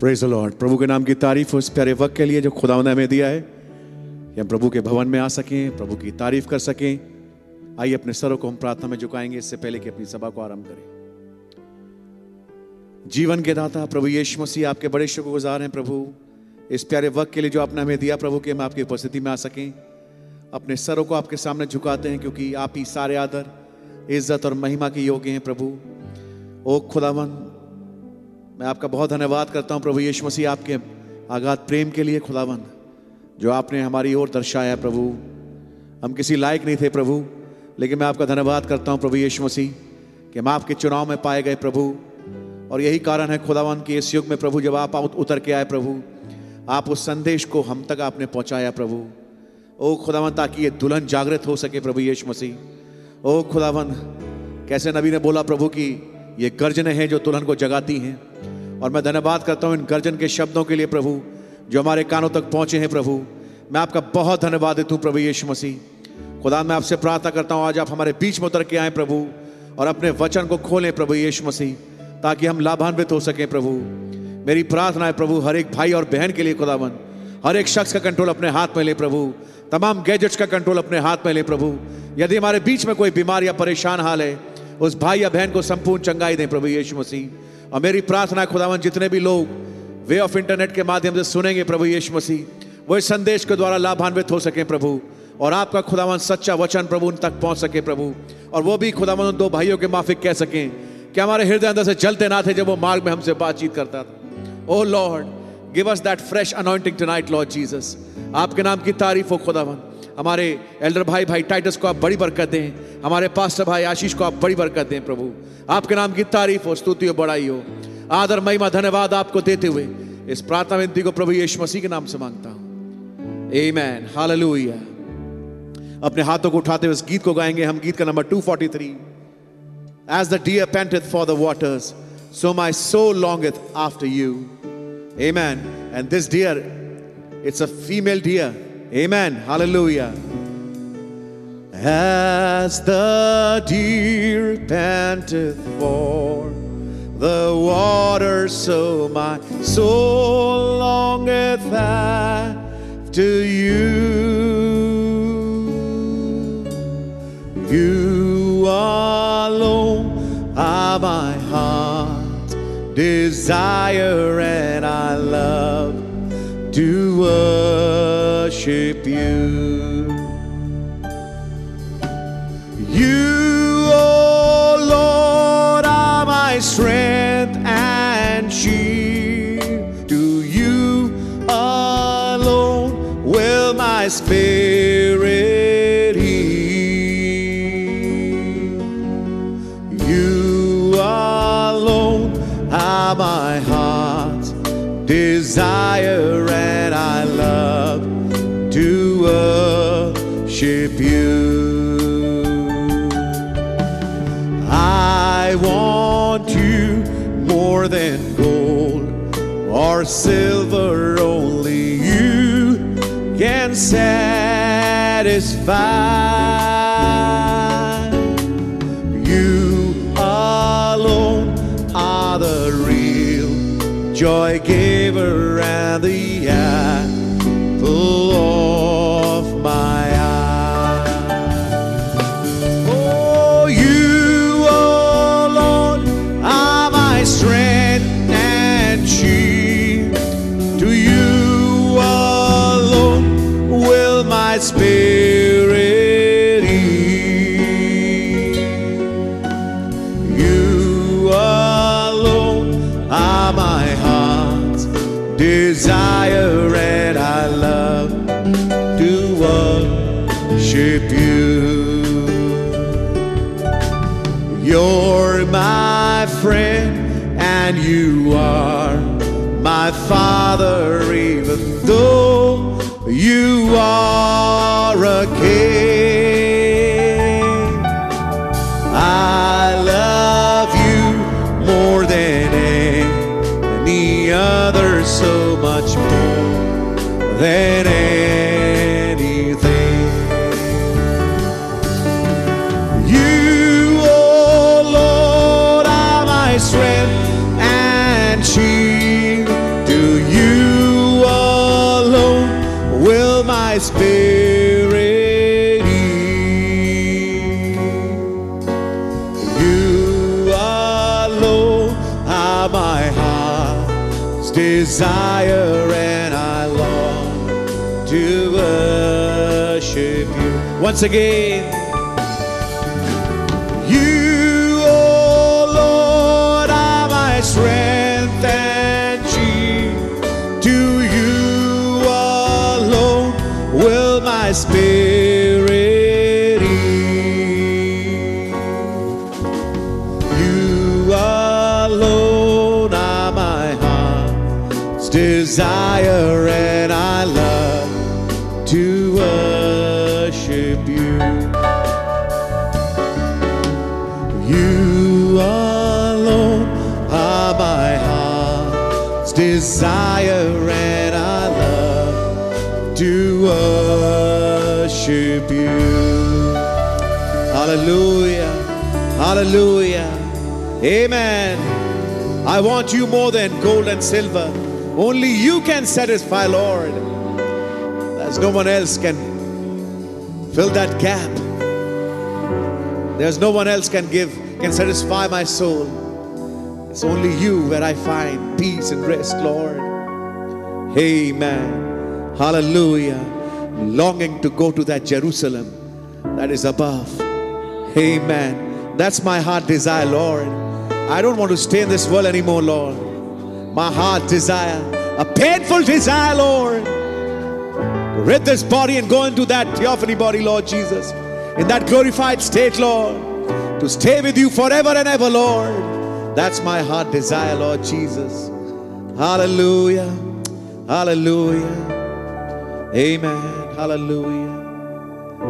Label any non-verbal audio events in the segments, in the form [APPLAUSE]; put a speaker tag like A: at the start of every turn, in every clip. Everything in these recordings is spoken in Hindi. A: प्रेज द लॉर्ड प्रभु के नाम की तारीफ उस प्यारे वक्त के लिए जो खुदा ने हमें दिया है कि हम प्रभु के भवन में आ सकें प्रभु की तारीफ कर सकें आइए अपने सरों को हम प्रार्थना में झुकाएंगे इससे पहले कि अपनी सभा को आरंभ करें जीवन के दाता प्रभु यीशु मसीह आपके बड़े शुक्रगुजार हैं प्रभु इस प्यारे वक्त के लिए जो आपने हमें दिया प्रभु कि हम आपकी उपस्थिति में आ सकें अपने सरों को आपके सामने झुकाते हैं क्योंकि आप ही सारे आदर इज्जत और महिमा के योग्य हैं प्रभु ओ खुदावन मैं आपका बहुत धन्यवाद करता हूँ प्रभु यीशु मसीह आपके आगाध प्रेम के लिए खुदावन जो आपने हमारी ओर दर्शाया है, प्रभु हम किसी लायक नहीं थे प्रभु लेकिन मैं आपका धन्यवाद करता हूँ प्रभु यीशु मसीह कि हम आपके चुनाव में पाए गए प्रभु और यही कारण है खुदावन कि इस युग में प्रभु जब आप आउत- उतर के आए प्रभु आप उस संदेश को हम तक आपने पहुँचाया प्रभु ओ खुदावन ताकि ये दुल्हन जागृत हो सके प्रभु यीशु मसीह ओ खुदावन कैसे नबी ने बोला प्रभु कि ये गर्जने हैं जो दुल्हन को जगाती हैं और मैं धन्यवाद करता हूँ इन गर्जन के शब्दों के लिए प्रभु जो हमारे कानों तक पहुँचे हैं प्रभु मैं आपका बहुत धन्यवाद देता हूँ प्रभु यीशु मसीह खुदा मैं आपसे प्रार्थना करता हूँ आज आप हमारे बीच में उतर के आए प्रभु और अपने वचन को खोलें प्रभु यीशु मसीह ताकि हम लाभान्वित हो सकें प्रभु मेरी प्रार्थना है प्रभु हर एक भाई और बहन के लिए खुदावन हर एक शख्स का कंट्रोल अपने हाथ में ले प्रभु तमाम गैजेट्स का कंट्रोल अपने हाथ में ले प्रभु यदि हमारे बीच में कोई बीमार या परेशान हाल है उस भाई या बहन को संपूर्ण चंगाई दें प्रभु यीशु मसीह और मेरी प्रार्थना है खुदावन जितने भी लोग वे ऑफ इंटरनेट के माध्यम से सुनेंगे प्रभु यीशु मसीह वो इस संदेश के द्वारा लाभान्वित हो सके प्रभु और आपका खुदावन सच्चा वचन प्रभु उन तक पहुंच सके प्रभु और वो भी खुदावन उन दो भाइयों के माफिक कह सकें कि हमारे हृदय अंदर से जलते ना थे जब वो मार्ग में हमसे बातचीत करता था O Lord give us that fresh anointing tonight Lord Jesus आपके नाम की तारीफ हो खुदावन हमारे एल्डर भाई भाई टाइटस को आप बड़ी बरकत दें हमारे पास्टर भाई आशीष को आप बड़ी बरकत दें प्रभु आपके नाम की तारीफ हो स्तुति हो बड़ाई हो आदर महिमा धन्यवाद आपको देते हुए इस प्रार्थना विनती को प्रभु यीशु मसीह के नाम से मांगता हूँ आमेन हालेलुया अपने हाथों को उठाते हुए इस गीत को गाएंगे हम गीत का number 243 as the deer panted for the waters so my soul longeth after you amen and this deer it's a female deer amen hallelujah As the deer panteth for the water, so my soul longeth after you. You alone are my heart's desire, and I love to worship you. You, O Lord, are my strength and shield. To you alone will my spirit yield. You alone are my heart's desire, and I love to worship you. I want you more than gold or silver, only you can satisfy. You alone are the real joy giver and the apple of my eye. Oh, you, oh Lord, are my strength and shield. To you alone will my spirit yield. You alone are my heart's desire, and I love to worship you. You're my friend, and you are my father, even though you are a king. I love you more than any other, so much more than anything. You, oh O Lord, are my strength and shield. To are my heart's desire, and I long to worship you. Once again, you, O Lord, are my strength and shield. To you alone will my spirit yield. You alone are my heart's desire, and I love to worship you. You alone are my heart's desire, and I love to worship you. Hallelujah! Hallelujah! Amen. I want you more than gold and silver. Only you can satisfy, Lord. As no one else can fill that gap. There's no one else can give, can satisfy my soul. It's only you where I find peace and rest, Lord. Amen. Hallelujah. Longing to go to that Jerusalem that is above. Amen. That's my heart desire, Lord. I don't want to stay in this world anymore, Lord. My heart desire, a painful desire, Lord rid this body and go into that theophany body, Lord Jesus, in that glorified state, Lord, to stay with you forever and ever, Lord. That's my heart desire, Lord Jesus. Hallelujah. Hallelujah. Amen. Hallelujah.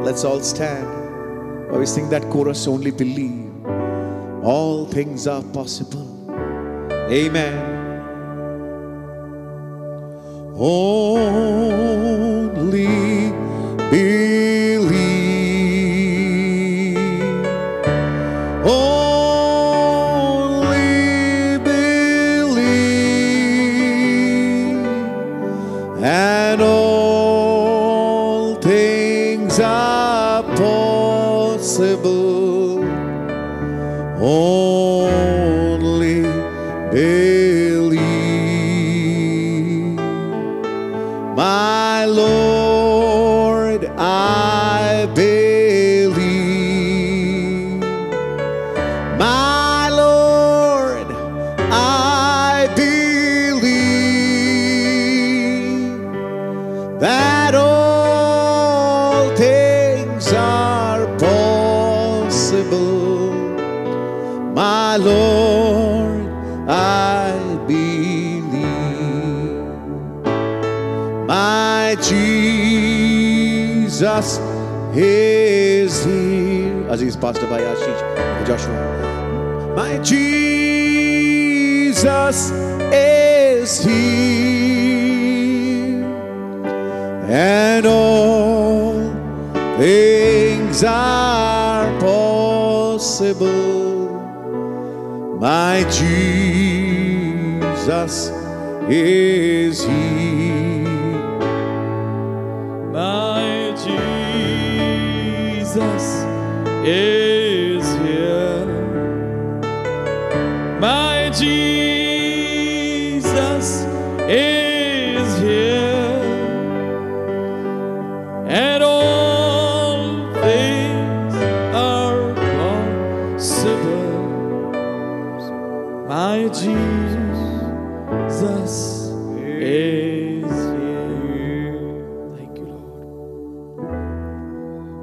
A: Let's all stand. While we sing that chorus, only believe. All things are possible. Amen. only believe. Only believe, and all things are possible. Only believe. My Lord, I believe. My Lord, I believe that all things are possible. My Lord, I believe my Jesus is here. Aziz Pastor by Ashish Joshua. My Jesus is here, and all things are possible. My Jesus is here.
B: My Jesus is here. My Jesus is here. And all things are possible. My Jesus is here.
C: Thank you, Lord.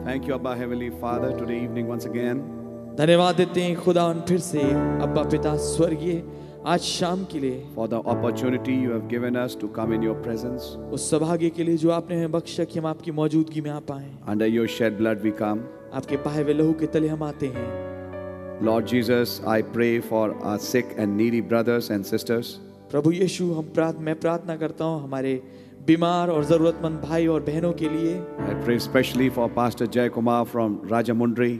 C: Thank you, Abba Heavenly Father, today evening once again.
B: धन्यवाद देते हैं खुदा फिर से अब्बा पिता स्वर्गीय आज शाम के लिए
C: For the opportunity you have given us to come in your presence.
B: उस सौभाग्य के लिए जो आपने हमें बख्शा कि हम आपकी मौजूदगी में आ पाए
C: Under your shed blood we come.
B: आपके पाए हुए लहू के तले हम आते हैं
C: Lord Jesus, I pray for our sick and needy brothers and sisters.
B: प्रभु यीशु हम प्रार्थ मैं प्रार्थना करता हूँ हमारे बीमार और जरूरतमंद भाई और बहनों के लिए
C: I pray especially for Pastor Jay Kumar from Rajamundry.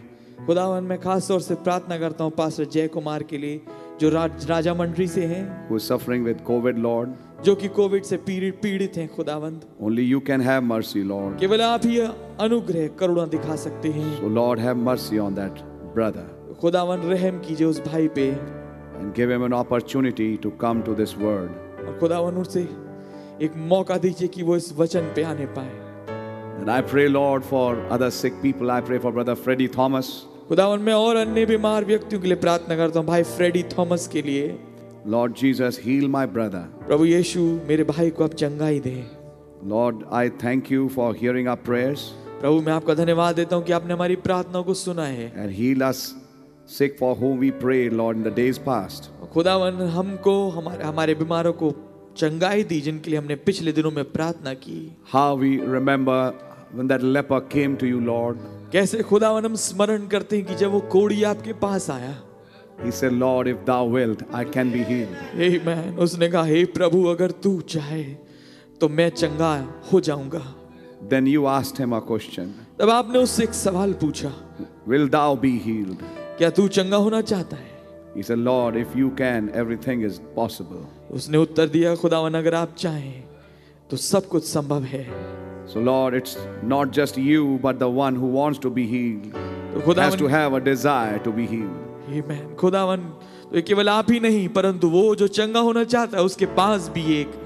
B: खुदावन मैं खास तौर से प्रार्थना करता हूँ पास्टर जय कुमार के लिए जो राज, राजा मंडरी से हैं
C: who is suffering with COVID, Lord.
B: जो कि कोविड से पीड़ित पीड़ित हैं खुदावंद
C: Only you can have mercy, Lord.
B: केवल आप ही अनुग्रह करुणा दिखा सकते हैं
C: So, Lord, have mercy on that brother.
B: खुदावन रहम कीजिए उस भाई पे
C: and give him an opportunity to come to this word.
B: और खुदावन उनसे एक मौका दीजिए कि वो इस वचन पे आने पाए
C: And I pray, Lord, for other sick people. I pray for Brother Freddie Thomas.
B: खुदावन मैं और अन्य बीमार व्यक्तियों के लिए प्रार्थना करता हूँ भाई फ्रेडी थॉमस के लिए
C: Lord Jesus, heal my brother.
B: प्रभु यीशु मेरे भाई को आप चंगाई दें
C: Lord, I thank you for hearing our prayers
B: प्रभु मैं आपका धन्यवाद देता हूँ कि आपने हमारी प्रार्थनाओं को सुना है
C: and heal us sick for whom we prayed, Lord, in the days past.
B: खुदावन हमको हमारे हमारे बीमारों को चंगाई दी जिनके लिए हमने पिछले दिनों में प्रार्थना की
C: How we remember when that leper came to you, Lord.
B: कैसे खुदावन हम स्मरण करते हैं कि जब वो कोड़ी आपके पास आया
C: He said, Lord, if thou wilt, I can be healed.
B: Hey man उसने कहा हे प्रभु अगर तू चाहे तो मैं चंगा हो जाऊंगा
C: Then you asked him a question
B: तब आपने उससे एक सवाल पूछा
C: Will thou be healed?
B: क्या तू चंगा होना चाहता है
C: He said, Lord, if you can, everything is possible.
B: उसने उत्तर दिया खुदावन अगर आप चाहें तो सब कुछ संभव है
C: So, Lord, it's not just you, but the one who wants to be healed
B: तो
C: has to
B: खुदावन
C: have a desire to be healed.
B: आमेन खुदावन तो ये केवल आप ही नहीं परंतु वो जो चंगा होना चाहता है उसके पास भी एक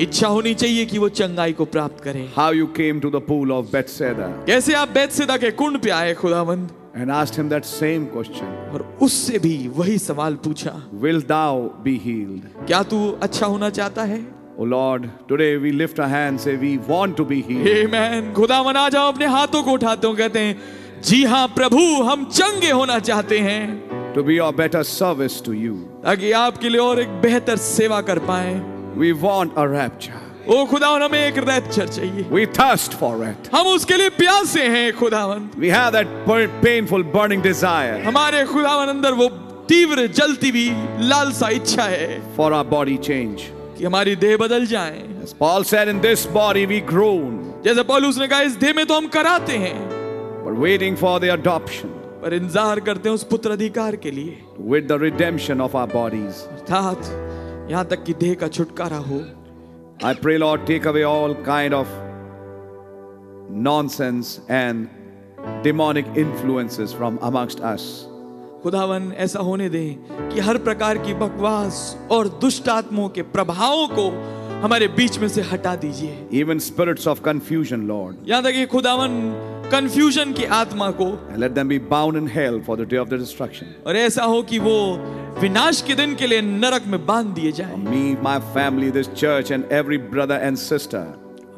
B: इच्छा होनी चाहिए कि वो चंगाई को प्राप्त करे
C: How you came to the pool of Bethsaida
B: कैसे आप बैतसैदा के कुंड पे आए खुदावंद
C: and asked him that same question
B: और उससे भी वही सवाल पूछा
C: Will thou be healed?
B: क्या तू अच्छा होना चाहता है
C: Oh Lord, today we lift our hands, say we want to be healed.
B: आमेन खुदावन आज हम अपने हाथों को उठाते हो कहते हैं जी हाँ प्रभु हम चंगे होना चाहते हैं
C: To be of better service to you.
B: ताकि आपके लिए और एक बेहतर सेवा कर पाए
C: We want a rapture.
B: ओ खुदावन हमें एक रैप्चर चाहिए
C: We thirst for it.
B: हम उसके लिए प्यासे हैं खुदावन
C: We have that pa- painful, burning desire
B: हमारे खुदावन अंदर वो तीव्र जलती हुई लालसा इच्छा है
C: for our body change.
B: कि हमारी देह बदल जाए
C: As Paul said, in this body we groan,
B: जैसे पॉलूस ने कहा इस देह में तो हम कराते हैं
C: but waiting for the adoption
B: पर इंतजार करते हैं उस पुत्र अधिकार के लिए
C: with the redemption of our bodies.
B: अर्थात यहाँ तक कि देह का छुटकारा हो
C: I pray, Lord, take away all kind of nonsense and demonic influences from amongst us.
B: खुदावन ऐसा होने दें कि हर प्रकार की बकवास और दुष्ट आत्माओं के प्रभावों को हमारे बीच में से हटा दीजिए
C: Even spirits of confusion, Lord.
B: यहाँ तक कि खुदावन कंफ्यूजन की आत्मा को
C: And let them be bound in hell for the day of their destruction.
B: और ऐसा हो कि वो विनाश के दिन के लिए नरक में बांध दिए जाए
C: Me, my family, this church, and every brother and sister.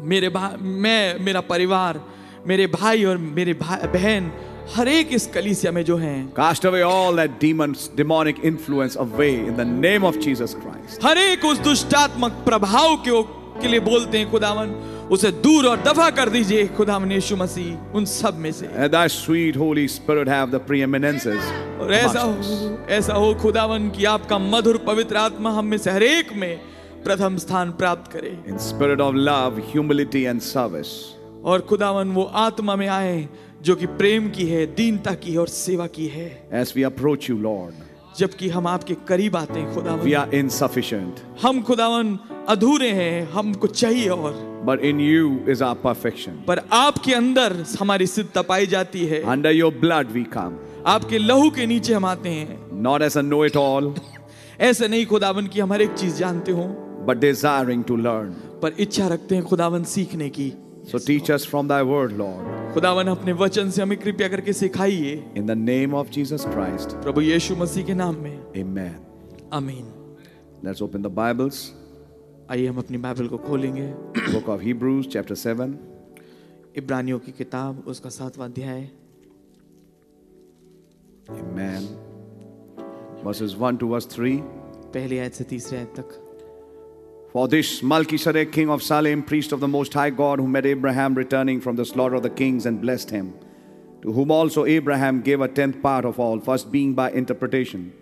B: मेरे भा- मैं मेरा परिवार मेरे भाई और मेरे भा- बहन हर एक इस कलीसिया में जो हैं
C: Cast away all that demons, demonic influence away in the name of Jesus Christ.
B: हर एक उस दुष्टात्मक प्रभाव के के लिए बोलते हैं खुदावन उसे दूर और दफा कर दीजिए खुदावन यीशु मसीह उन सब में से
C: And thy sweet Holy Spirit have the preeminences.
B: और ऐसा
C: amongst us.
B: हो ऐसा हो खुदावन कि आपका मधुर पवित्र आत्मा हम में से हर एक में प्रथम स्थान प्राप्त करे
C: In spirit of love, humility, and service.
B: और खुदावन वो आत्मा में आए जो कि प्रेम की है दीनता की है और सेवा की है
C: As we approach you, Lord,
B: जबकि हम आपके करीब आते हैं
C: we
B: खुदावन
C: are insufficient,
B: हम खुदावन अधूरे हैं हमको चाहिए और
C: but in you is our perfection.
B: पर आपके अंदर हमारी सिद्धता पाई जाती है
C: Under your blood we come,
B: आपके लहू के नीचे हम आते हैं
C: not as a know it all,
B: ऐसे नहीं खुदावन की हम हर एक चीज जानते हो
C: but desiring to learn.
B: पर इच्छा रखते हैं खुदावन सीखने की
C: So teach us from thy word, Lord.
B: खुदावन अपने वचन से हमें कृपया करके सिखाइए
C: In the name of Jesus Christ,
B: प्रभु यीशु मसीह के नाम में
C: amen.
B: आमीन
C: Let's open the Bibles,
B: आइए हम अपनी बाइबल को खोलेंगे
C: book of Hebrews, chapter 7.
B: इब्रानियों की किताब उसका सातवां अध्याय
C: Amen. Verses 1 to verse 3.
B: पहली आयत से तीसरे आयत तक
C: For this Melchizedek, king of Salem, priest of the Most High God, who met Abraham returning from the slaughter of the kings and blessed him, to whom also Abraham gave a tenth part of all, first being by interpretation,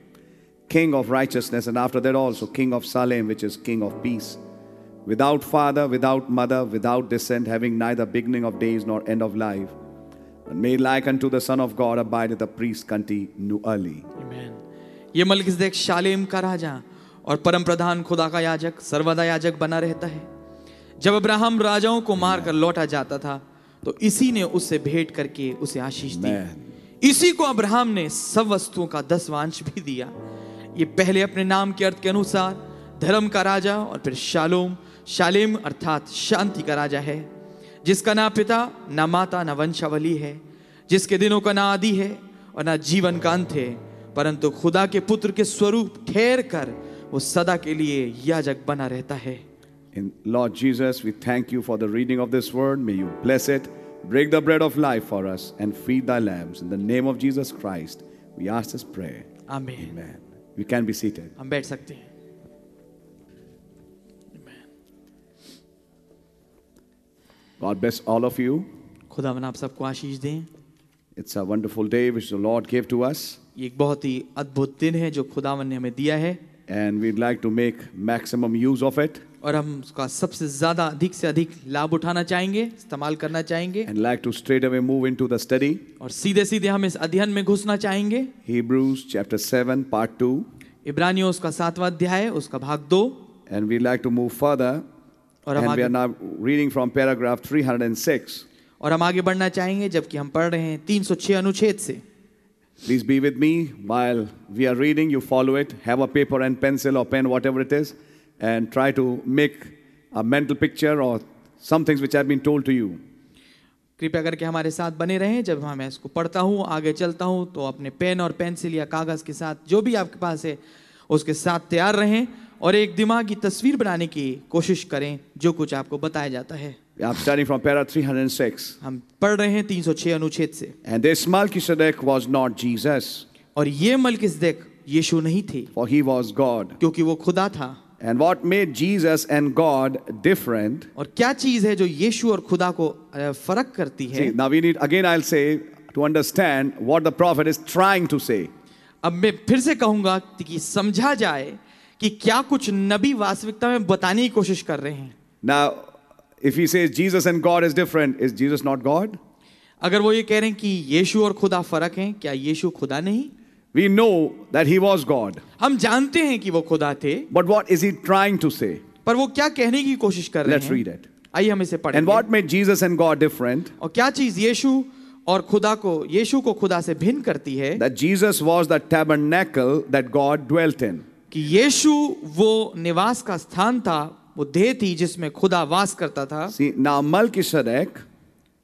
C: king of righteousness, and after that also king of Salem, which is king of peace, without father, without mother, without descent, having neither beginning of days nor end of life, but made like unto the Son of God, abideth a priest continually.
B: Amen. ये मलकिसदेक शालेम का राजा और परम प्रधान खुदा का याजक सर्वदा याजक बना रहता है जब अब्राहम राजाओं को मारकर लौटा जाता था तो इसी ने उससे भेंट करके उसे आशीष दी
C: Amen.
B: इसी को अब्राहम ने सब वस्तुओं का दसवांश भी दिया ये पहले अपने नाम के अर्थ के अनुसार धर्म का राजा और फिर शालोम शालेम अर्थात शांति का राजा है जिसका ना पिता ना माता ना वंशावली है जिसके दिनों का ना आदि है और ना जीवन का अंत है परंतु खुदा के पुत्र के स्वरूप ठहर कर वो सदा के लिए याजक बना रहता है
C: In Lord Jesus, we thank you for the reading of this word. May you bless it, break the bread of life for us, and feed thy lambs. In the name of Jesus Christ, we ask this prayer.
B: आमीन
C: Amen. You can be seated.
B: हम बैठ सकते हैं
C: God bless all of you.
B: खुदावन आप सबको आशीष दें
C: It's a wonderful day which the Lord gave to us,
B: ये एक बहुत ही अद्भुत दिन है जो खुदावन ने हमें दिया है
C: and we'd like to make maximum use of it
B: और हम उसका सबसे ज़्यादा अधिक से अधिक लाभ उठाना चाहेंगे इस्तेमाल करना चाहेंगे
C: and like to straight away move into the study.
B: और सीधे सीधे हम इस अध्ययन में घुसना चाहेंगे
C: Hebrews chapter 7, part 2,
B: इब्रानियों उसका सातवां अध्याय उसका भाग दो
C: and we'd like to move further.
B: और हम
C: And we
B: आगे
C: are now reading from paragraph 306.
B: और हम आगे बढ़ना चाहेंगे जबकि हम पढ़ रहे हैं 306 अनुच्छेद से
C: Please be with me while we are reading. You follow it. Have a paper and pencil or pen, whatever it is, and try to make a mental picture or some things which have been told to you.
B: कृपया करके हमारे साथ बने रहें जब हाँ मैं इसको पढ़ता हूँ आगे चलता हूँ तो अपने पेन और पेंसिल या कागज़ के साथ जो भी आपके पास है उसके साथ तैयार रहें और एक दिमागी तस्वीर बनाने की कोशिश करें जो कुछ आपको बताया जाता है
C: I'm starting from para 306.
B: हम पढ़ रहे हैं 306 अनुच्छेद से
C: And this Melchizedek was not Jesus,
B: और ये मलकिसदेक यीशु नहीं थे
C: for he was God.
B: क्योंकि वो खुदा था
C: And what made Jesus and God different?
B: और क्या चीज़ है जो यीशु और खुदा को अ, फर्क करती
C: See,
B: है
C: now we need again. I'll say to understand what the prophet is trying to say.
B: अब मैं फिर से कहूंगा कि समझा जाए कि क्या कुछ नबी वास्तविकता में बताने की कोशिश कर रहे हैं
C: Now, if he says Jesus and God is different, is Jesus not God?
B: अगर वो ये कह रहे हैं कि यीशु और खुदा फर्क हैं क्या यीशु खुदा नहीं
C: We know that he was God.
B: हम जानते हैं कि वो खुदा थे
C: But what is he trying to say?
B: पर वो क्या कहने की कोशिश कर रहे
C: Let's
B: हैं
C: read it.
B: आइए हम इसे
C: And
B: पढ़ेंगे
C: what made Jesus and God different?
B: और क्या चीज यीशु और खुदा को यीशु को खुदा से भिन्न करती है
C: That Jesus was the tabernacle that God dwelt in.
B: कि यीशु वो निवास का स्थान था वो देह थी जिसमें खुदा वास करता था
C: See, now Melchizedek,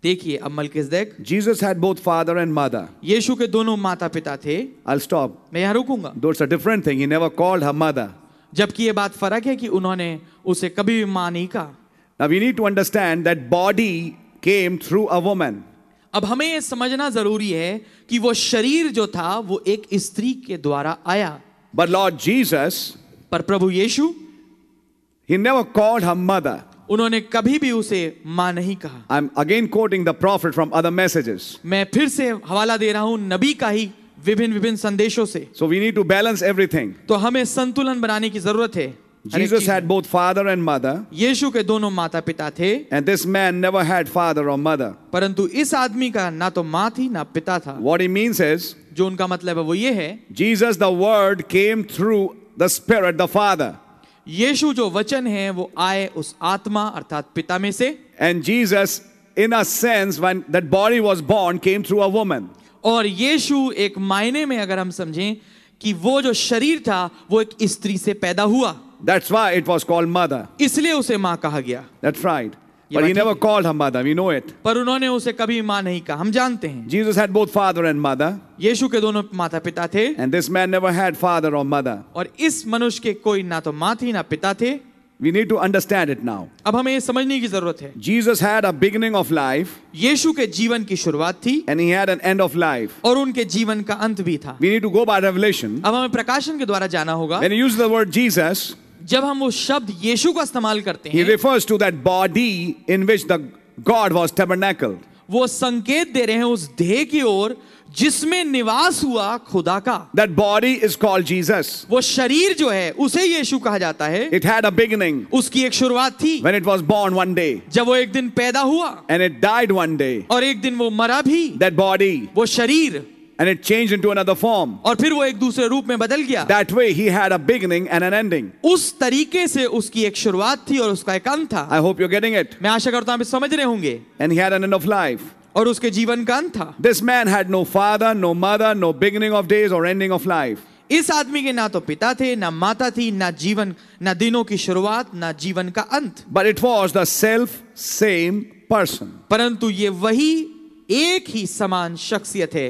B: देखिए अब मलकिसदेक
C: Jesus had both father and mother.
B: यीशु के दोनों माता पिता थे
C: I'll stop.
B: मैं यहाँ रुकूंगा
C: Though it's a different thing, he never called her mother.
B: जबकि ये बात फर्क है कि उन्होंने उसे कभी भी मां नहीं कहा
C: Now we need to understand that body came through a woman.
B: अब हमें यह समझना जरूरी है कि वो शरीर जो था वो एक स्त्री के द्वारा आया
C: But Lord Jesus,
B: पर प्रभु यीशु
C: he never called her mother.
B: उन्होंने कभी भी उसे मां नहीं कहा
C: I'm again quoting the prophet from other messages.
B: मैं फिर से हवाला दे रहा हूं नबी का ही विभिन्न विभिन्न संदेशों से
C: So we need to balance everything.
B: तो हमें संतुलन बनाने की जरूरत है हर एक
C: Jesus
B: चीज़
C: had both father and mother.
B: में। यीशु के दोनों माता पिता थे
C: And this man never had father or mother.
B: परंतु इस आदमी का ना तो माँ थी ना पिता था
C: What he means is,
B: जो उनका मतलब है वो ये है
C: Jesus, the Word, came through the Spirit, the Father.
B: यीशु जो वचन है वो आए उस आत्मा अर्थात पिता में से
C: And Jesus, in a sense, when that body was born, came through a woman.
B: और यीशु एक मायने में अगर हम समझें कि वो जो शरीर था वो एक स्त्री से पैदा हुआ
C: That's why it was called mother.
B: इसलिए उसे माँ कहा गया
C: That's right.
B: Yeah,
C: But he
B: but
C: never
B: he-
C: called her mother. We know it.
B: पर उन्होंने उसे कभी माँ नहीं कहा हम जानते हैं
C: Jesus had both father and mother.
B: यीशु के दोनों माता पिता थे
C: And this man never had father or mother.
B: और इस मनुष्य के कोई ना तो माँ थी ना पिता थे
C: We need to understand it now.
B: अब हमें ये समझने की जरूरत है
C: Jesus had a beginning of life
B: यीशु के जीवन की शुरुआत थी
C: and he had an end of life.
B: और उनके जीवन का अंत भी था
C: We need to go by revelation.
B: अब हमें प्रकाशन के द्वारा जाना होगा
C: When he uses the word Jesus,
B: जब हम वो शब्द यीशु का इस्तेमाल करते
C: He
B: हैं
C: refers to that body in which the God was tabernacled.
B: वो संकेत दे रहे हैं उस देह की ओर जिसमें निवास हुआ खुदा का
C: That body is called Jesus.
B: वो शरीर जो है उसे यीशु कहा जाता है
C: It had a beginning
B: उसकी एक शुरुआत थी
C: when it was born one day
B: जब वो एक दिन पैदा हुआ
C: and it died one day.
B: और एक दिन वो मरा भी
C: That body
B: वो शरीर
C: and it changed into another form.
B: और फिर वो एक दूसरे रूप में बदल गया
C: That way he had a beginning and an ending.
B: उस तरीके से उसकी एक शुरुआत थी और उसका एक अंत था
C: I hope you're getting it.
B: मैं आशा करता हूं आप इसे समझ रहे होंगे
C: And he had an end of life.
B: और उसके जीवन का अंत था
C: This man had no father, no mother, no beginning of days or ending of life.
B: इस आदमी के ना तो पिता थे ना माता थी ना जीवन ना दिनों की शुरुआत ना जीवन का अंत
C: But it was the self same person.
B: परंतु ये वही एक ही समान शख्सियत है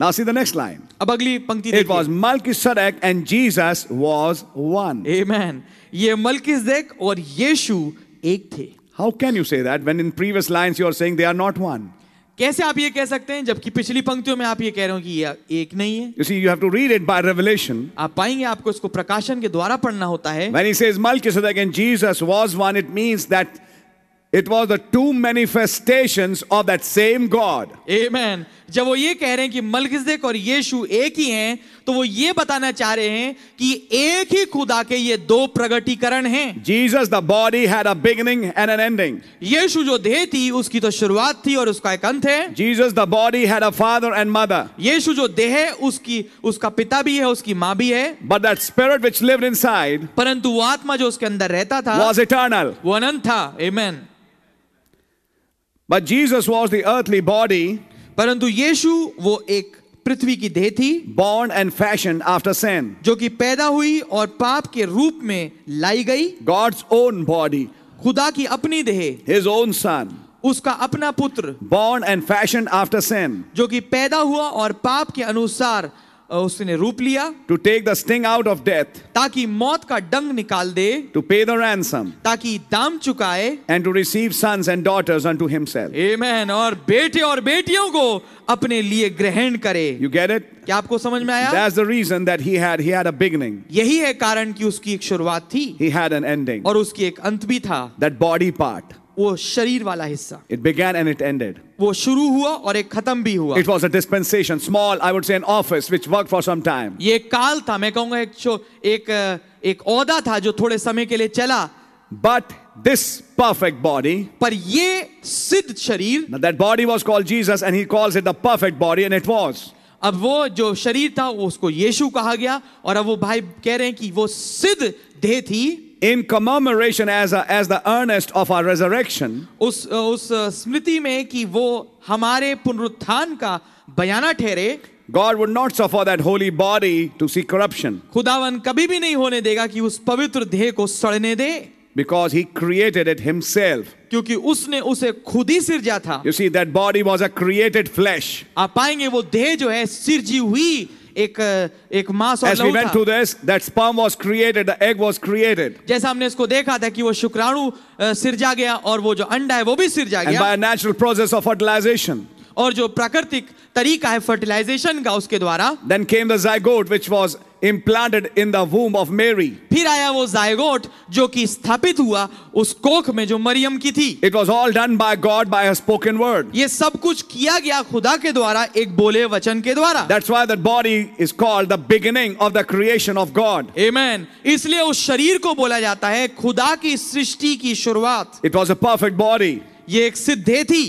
C: Now see the next line.
B: अब अगली पंक्ति
C: It was
B: देखिए
C: Melchizedek and Jesus was one.
B: Amen. ये मलकिसदेक और यीशु एक थे
C: How can you say that when in previous lines you are saying they are not one?
B: कैसे आप ये कह सकते हैं जबकि पिछली पंक्तियों में आप ये कह रहे हो कि ये एक नहीं है
C: You see, you have to read it by revelation.
B: आप पाएंगे आपको इसको प्रकाशन के द्वारा पढ़ना होता है
C: When he says Melchizedek and Jesus was one, it means that it was the two manifestations of that same God.
B: Amen. जब वो ये कह रहे हैं कि मलकिसदेक और यीशु एक ही हैं तो वो ये बताना चाह रहे हैं कि एक ही खुदा के ये दो प्रगटीकरण हैं
C: Jesus, the body, had a beginning and an ending.
B: यीशु जो देह थी उसकी तो शुरुआत थी और उसका एक अंत है
C: Jesus, the body, had a father and mother.
B: यीशु जो देह है उसकी उसका पिता भी है उसकी माँ भी है
C: But that spirit which lived inside
B: परंतु वो आत्मा जो उसके अंदर रहता था
C: was eternal.
B: वो अनंत था आमेन
C: But Jesus was the earthly body,
B: परंतु यीशु वो एक पृथ्वी की देह थी
C: born and fashioned after sin.
B: जो कि पैदा हुई और पाप के रूप में लाई गई
C: God's own body,
B: खुदा की अपनी देह
C: his own son,
B: उसका अपना पुत्र
C: born and fashioned after sin,
B: जो कि पैदा हुआ और पाप के अनुसार अ, उसने रूप लिया
C: to take the sting out of death,
B: ताकि मौत का डंग निकाल दे
C: to pay the ransom,
B: ताकि दाम चुकाए
C: and to receive sons and daughters unto himself.
B: आमेन और बेटे और बेटियों को अपने लिए ग्रहण करे
C: You get it?
B: क्या आपको समझ में आया
C: That's the reason that he had. He had a beginning,
B: यही है कारण कि उसकी एक शुरुआत थी
C: he had an ending.
B: और उसकी एक अंत भी था
C: That body part,
B: वो शरीर वाला हिस्सा
C: it began and it ended.
B: वो शुरू हुआ और एक खत्म भी हुआ
C: It was a dispensation, small, I would say an office which worked for some time.
B: ये एक काल था मैं कहूंगा एक छो- एक अ, एक औदा था जो थोड़े समय के लिए चला
C: But this perfect body,
B: पर ये सिद्ध शरीर
C: now that body was called Jesus, and he calls it the perfect body, and it was.
B: अब वो जो शरीर था वो उसको यीशु कहा गया और अब वो भाई कह रहे हैं कि वो सिद्ध देह थी
C: In commemoration as, a, as the earnest of our resurrection,
B: उस उस स्मृति में कि वो हमारे पुनरुत्थान का बयाना ठहरे
C: God would not suffer that holy body to see corruption
B: खुदावन कभी भी नहीं होने देगा कि उस पवित्र देह को सड़ने दे
C: because he created it himself.
B: क्योंकि उसने उसे खुद ही सिरजा था
C: You see, that body was a created flesh.
B: आप पाएंगे वो देह जो है सिरजी हुई एक एक मांस और
C: As we
B: लहू
C: went
B: था
C: through this, that sperm was created, the egg was created.
B: जैसा हमने इसको देखा था कि वो शुक्राणु अ, सिरजा गया और वो जो अंडा है वो भी सिरजा
C: And
B: गया
C: by a natural process of fertilization,
B: और जो प्राकृतिक तरीका है फर्टिलाइजेशन का उसके द्वारा
C: then came the zygote, which was implanted in the womb of Mary.
B: फिर आया वो जायगोट जो कि स्थापित हुआ उस कोख में जो मरियम की थी
C: It was all done by God by a spoken word.
B: ये सब कुछ किया गया खुदा के द्वारा एक बोले वचन के द्वारा
C: That's why that body is called the beginning of the creation of God.
B: Amen. इसलिए उस शरीर को बोला जाता है खुदा की सृष्टि की शुरुआत
C: It was a perfect body.
B: ये एक सिद्धे थी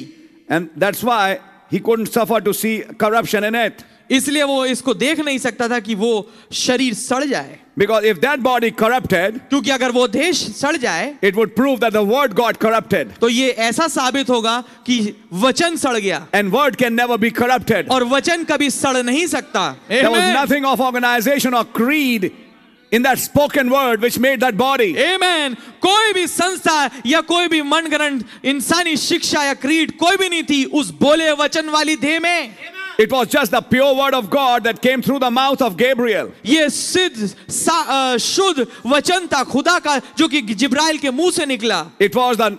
C: And that's why he couldn't suffer to see corruption in it.
B: इसलिए वो इसको देख नहीं सकता था कि वो शरीर सड़ जाए
C: Because if that body corrupted,
B: क्योंकि अगर वो देश सड़ जाए
C: it would prove that the word got corrupted.
B: तो ये ऐसा साबित होगा कि वचन सड़ गया
C: And word can never be corrupted.
B: और वचन कभी सड़ नहीं सकता
C: There was
B: Amen.
C: nothing of organization or creed in that spoken word which made that body.
B: Amen. कोई भी संस्था या कोई भी मनगणन इंसानी शिक्षा या क्रीड कोई भी नहीं थी उस बोले वचन वाली देह में
C: It was just the pure word of God that came through the mouth of Gabriel.
B: ये सिद्ध सा- अ, शुद्ध वचन था खुदा का जो कि जिब्राइल के मुंह से निकला
C: It was the,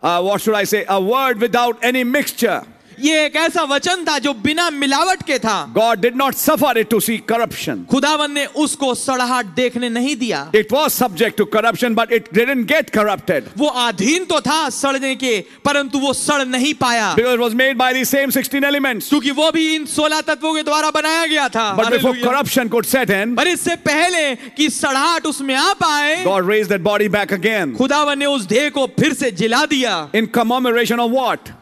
C: uh, what should I say, a word without any mixture.
B: ये एक ऐसा वचन था जो बिना मिलावट के था
C: God did not suffer it to see corruption.
B: खुदावन ने उसको सड़ाहट देखने नहीं दिया
C: It was subject to corruption, but it didn't get corrupted
B: वो आधीन तो था सड़ने के परंतु वो सड़ नहीं पाया
C: because it was made by the same 16 elements.
B: क्योंकि वो भी इन सोलह तत्वों के द्वारा बनाया गया था
C: But before
B: Hallelujah.
C: corruption could set in,
B: पर इससे पहले कि सड़ाहट उसमें आ पाए
C: God raised that body back again.
B: खुदावन ने उस देह को फिर से जिला दिया
C: In commemoration of what?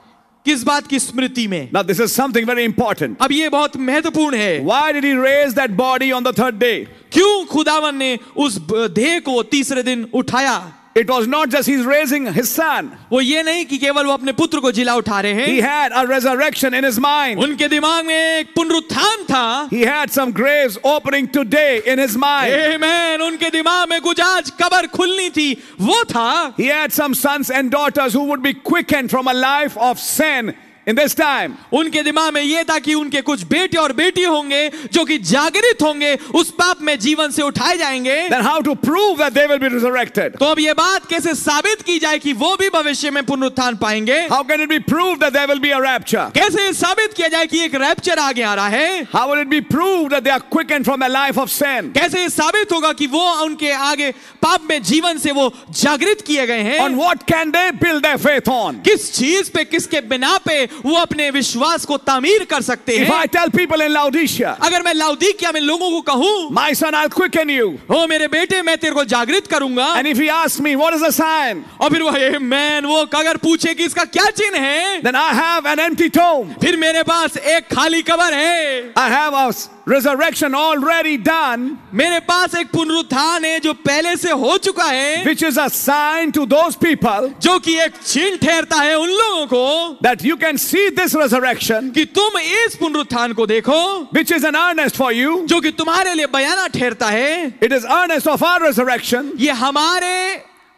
B: किस बात की स्मृति में
C: Now, this is something very important.
B: अब ये बहुत महत्वपूर्ण है
C: Why did he raise that body on the third day?
B: क्यों खुदावन ने उस ब- देह को तीसरे दिन उठाया
C: It was not just he's raising his son,
B: वो ये नहीं कि केवल वो अपने पुत्र को जिला उठा रहे
C: he
B: हैं
C: had a resurrection in his mind.
B: उनके दिमाग में एक पुनरुत्थान था
C: He had some graves opening today in his mind.
B: Amen. उनके दिमाग में कुछ आज कबर खुलनी थी वो था
C: He had some sons and daughters who would be quickened from a life of sin in this time.
B: उनके दिमाग में ये था कि उनके कुछ बेटे और बेटी होंगे जो कि जागृत होंगे उस पाप में जीवन से उठाए जाएंगे
C: Then, how to prove that they will be resurrected?
B: तो अब ये बात कैसे साबित की जाए कि वो भी भविष्य में पुनरुत्थान पाएंगे
C: How can it be proved that there will be a rapture?
B: कैसे ये साबित किया जाए कि एक रैप्चर आगे आ रहा है
C: How will it be proved that they are quickened from a life of sin?
B: कैसे ये साबित होगा कि वो उनके आगे पाप में जीवन से वो जागृत किए गए
C: On
B: हैं
C: what can they build their faith on?
B: किस चीज पे किसके बिना पे वो अपने विश्वास को तामीर कर सकते
C: If
B: हैं
C: I tell people in Laodicea,
B: अगर मैं लाउदीकिया में लोगों को कहूं
C: My son, I'll quicken you.
B: ओ मेरे बेटे मैं तेरे को जागृत करूंगा
C: And if he asks me, What is the sign?
B: और फिर वो मैन वो अगर पूछे कि इसका क्या चिन्ह है
C: Then I have an empty tomb.
B: फिर मेरे पास एक खाली कबर है
C: I have a s- resurrection already done,
B: मेरे पास एक पुनरुत्थान है जो पहले से हो चुका है
C: which is a sign to those people
B: जो कि एक चिन्ह ठहरता है उन लोगों को
C: that you can see this resurrection,
B: कि तुम इस पुनरुत्थान को देखो
C: which is an earnest for you.
B: जो कि तुम्हारे लिए बयाना ठहरता है
C: It is earnest of our resurrection.
B: ये हमारे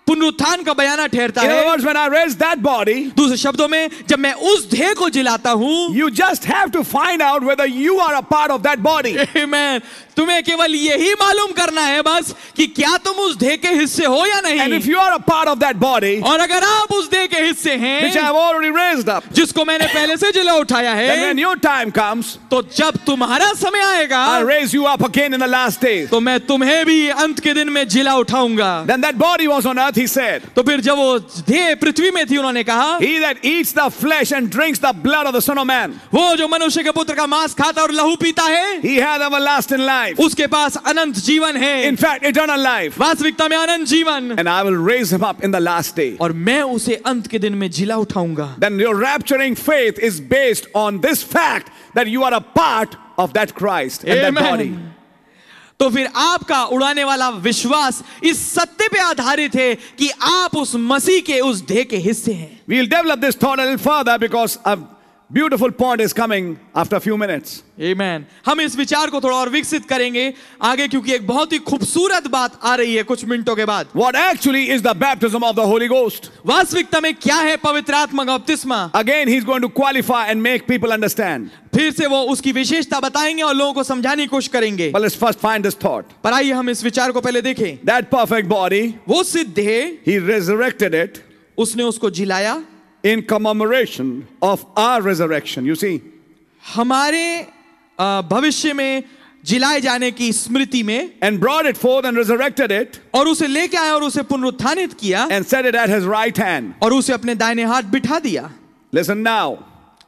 B: पुनरुत्थान का बयाना ठहरता
C: In other
B: है
C: words, when I raise that body,
B: दूसरे शब्दों में जब मैं उस ध्येय को जिलाता हूँ
C: you just have to find out whether you are a part of that body.
B: Amen. तुम्हें केवल यही मालूम करना है बस कि क्या तुम उस ध्येय के हिस्से हो या
C: And if
B: नहीं
C: you are a part of that body,
B: और अगर आप उस ध्येय के हिस्से
C: which I
B: हैं
C: have already raised up,
B: जिसको मैंने पहले से जिला उठाया
C: then when
B: है
C: your time comes,
B: तो जब तुम्हारा समय आएगा
C: I'll raise you up again in the last days.
B: तो मैं तुम्हें भी अंत के दिन में जिला उठाऊंगा
C: Then that body was on earth, he said.
B: तो फिर जब वो ध्येय पृथ्वी में थी उन्होंने कहा
C: He that eats the flesh and drinks the blood of the Son of Man,
B: वो जो मनुष्य के पुत्र का मांस खाता और लहू पीता है
C: he hath everlasting life.
B: उसके पास अनंत जीवन है
C: In fact, eternal life.
B: वास्तविकता में अनंत जीवन
C: And I will raise him up in the last day.
B: और मैं उसे अंत के दिन में जिला उठाऊंगा
C: Then your rapturing faith is based on this fact that you are a part of that Christ and that
B: Amen.
C: body.
B: तो फिर आपका उड़ाने वाला विश्वास इस सत्य पे आधारित है कि आप उस मसीह के उस ध्येय के हिस्से हैं
C: We'll develop this thought a little further because a beautiful point is coming after a few minutes.
B: Amen. हम इस विचार को थोड़ा और विकसित करेंगे आगे क्योंकि एक बहुत ही खूबसूरत बात आ रही है कुछ मिनटों के बाद
C: What actually is the baptism of the Holy Ghost?
B: वास्तविकता में क्या है पवित्र आत्मा का बपतिस्मा
C: Again, he's going to qualify and make people understand.
B: फिर से वो उसकी विशेषता बताएंगे और लोगों को समझाने की कोशिश करेंगे
C: But let's first find this thought.
B: पर आइए हम इस विचार को पहले देखें
C: That perfect body,
B: वो सिद्ध है
C: he resurrected it
B: उसने उसको जिलाया
C: in commemoration of our resurrection. You see,
B: हमारे अ, भविष्य में जिलाए जाने की स्मृति में
C: and brought it forth and resurrected it
B: और उसे लेके आया और उसे पुनरुत्थानित किया
C: and set it at his right hand.
B: और उसे अपने दाहिने हाथ बिठा दिया
C: Listen now.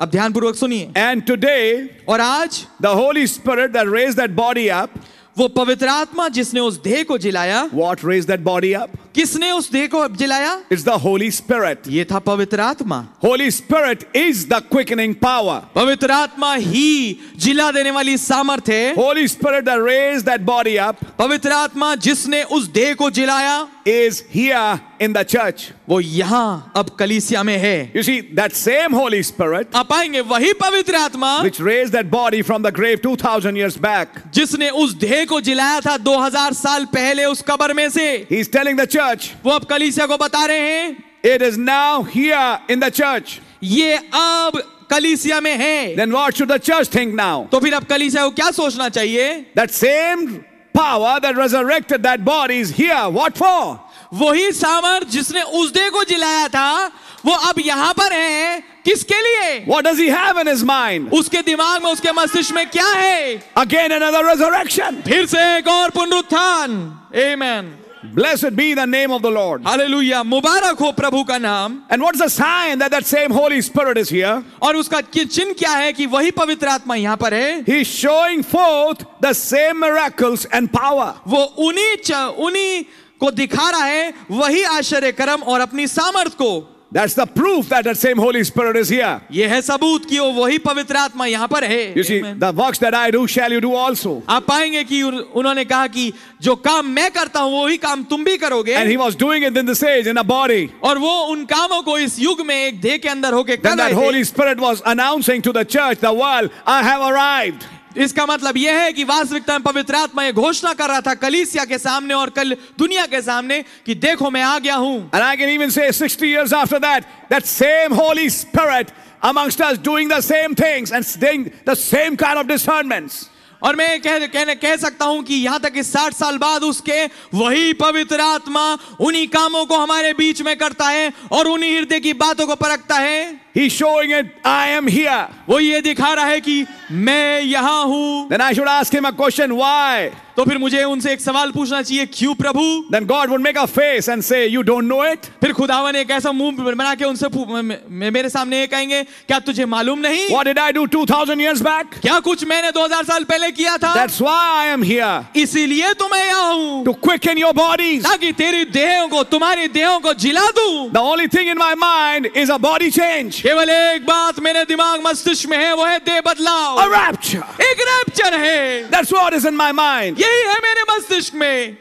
B: अब ध्यानपूर्वक सुनिए
C: And today,
B: और आज
C: the Holy Spirit that raised that body up,
B: वो पवित्र आत्मा जिसने उस देह को जिलाया
C: what raised that body up?
B: किसने उस देह को जिलाया
C: It's the Holy Spirit.
B: ये था पवित्र आत्मा
C: Holy Spirit is the quickening power.
B: पवित्र आत्मा ही जिला देने वाली सामर्थ है
C: Holy Spirit that raised that body up
B: पवित्र आत्मा जिसने उस देह को जिलाया
C: is here in the church.
B: वो यहाँ अब कलीसिया में है
C: You see, that same Holy Spirit
B: आप आएंगे वही पवित्र आत्मा
C: which raised that body from the grave 2000 years back,
B: जिसने उस देह को जिलाया था 2000 साल पहले उस कबर में से
C: he's telling the church,
B: वो अब कलीसिया को बता रहे हैं
C: it is now here in the church.
B: ये अब कलीसिया में है
C: Then what should the church think now?
B: तो फिर अब कलीसिया को क्या सोचना चाहिए
C: That same power that resurrected that body is here. What for?
B: वही सामर्थ जिसने उस देह को जिलाया था वो अब यहाँ पर है किसके लिए
C: What does he have in his mind?
B: उसके दिमाग में उसके मस्तिष्क में क्या है
C: Again, another resurrection.
B: फिर से एक और पुनरुत्थान आमेन
C: Blessed be the name of the Lord.
B: Uh-huh. हालेलुया मुबारक हो प्रभु का नाम
C: And what's the sign that that same Holy Spirit is here?
B: और उसका कि- चिन्ह क्या है कि वही पवित्र आत्मा यहाँ पर है
C: He's showing forth the same miracles and power.
B: वो उन्हीं च- उन्हीं को दिखा रहा है वही आश्चर्य कर्म और अपनी सामर्थ को
C: That's the proof that that same Holy Spirit is here.
B: ये है सबूत कि वो वही पवित्र आत्मा यहाँ पर है
C: You see,
B: Amen.
C: the works that I do, shall you do also.
B: आप पाएंगे कि उन- उन्होंने कहा कि जो काम मैं करता हूँ वही काम तुम भी करोगे
C: And he was doing it in this age, in a body.
B: और वो उन कामों को इस युग में एक देह के अंदर होके कर
C: Then that
B: रहे
C: Holy Spirit was announcing to the church, the world, I have arrived.
B: थे इसका मतलब यह है कि वास्तविकता में पवित्र आत्मा ये घोषणा कर रहा था कलीसिया के सामने और कल दुनिया के सामने कि देखो मैं आ गया हूँ
C: And I can even say 60 years after that, that same Holy Spirit amongst us doing the same things and doing the same kind of discernments.
B: और मैं कह कहने कह सकता हूं कि यहां तक कि 60 साल बाद उसके वही पवित्र आत्मा उन्हीं कामों को हमारे बीच में करता है और उन्हीं हृदय की बातों को परखता है
C: He's showing it, I am here.
B: वो ये दिखा रहा है कि मैं यहां हूं
C: Then I should ask him a question, why?
B: तो फिर मुझे उनसे एक सवाल पूछना चाहिए क्यों प्रभु
C: Then God would make a face and say, You don't know it?
B: फिर खुदावन एक ऐसा मुंह बना के उनसे पू- मे- मे- मेरे सामने ये कहेंगे क्या तुझे मालूम नहीं
C: What did I do 2,000 years back?
B: क्या कुछ मैंने 2000 साल पहले किया था
C: That's why I am here.
B: इसीलिए तो मैं यहाँ हूँ
C: To quicken your bodies.
B: ताकि तेरी देहों को तुम्हारी देहों को जिला दूं
C: The only thing in my mind is a body change,
B: केवल एक बात मेरे दिमाग मस्तिष्क में है वो है दे बदलाव
C: a rapture.
B: एक रैप्चर है
C: That's what is in my mind.
B: यही है मेरे मस्तिष्क में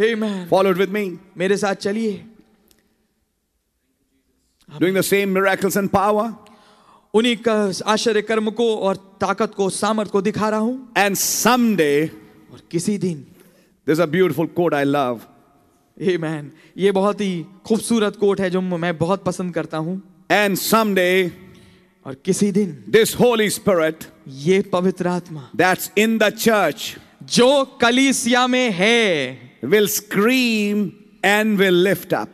B: Amen.
C: Followed with me,
B: मेरे साथ चलिए
C: doing the same miracles and power.
B: उन्हीं का आश्चर्य कर्म को और ताकत को सामर्थ को दिखा रहा हूं
C: And someday,
B: और किसी दिन
C: there's a beautiful quote I love.
B: Amen. ये बहुत ही खूबसूरत कोट है जो मैं बहुत पसंद करता हूं
C: And someday,
B: और किसी दिन
C: this Holy Spirit
B: ये पवित्र आत्मा
C: that's in the church
B: जो कलीसिया में है
C: will scream and will lift up.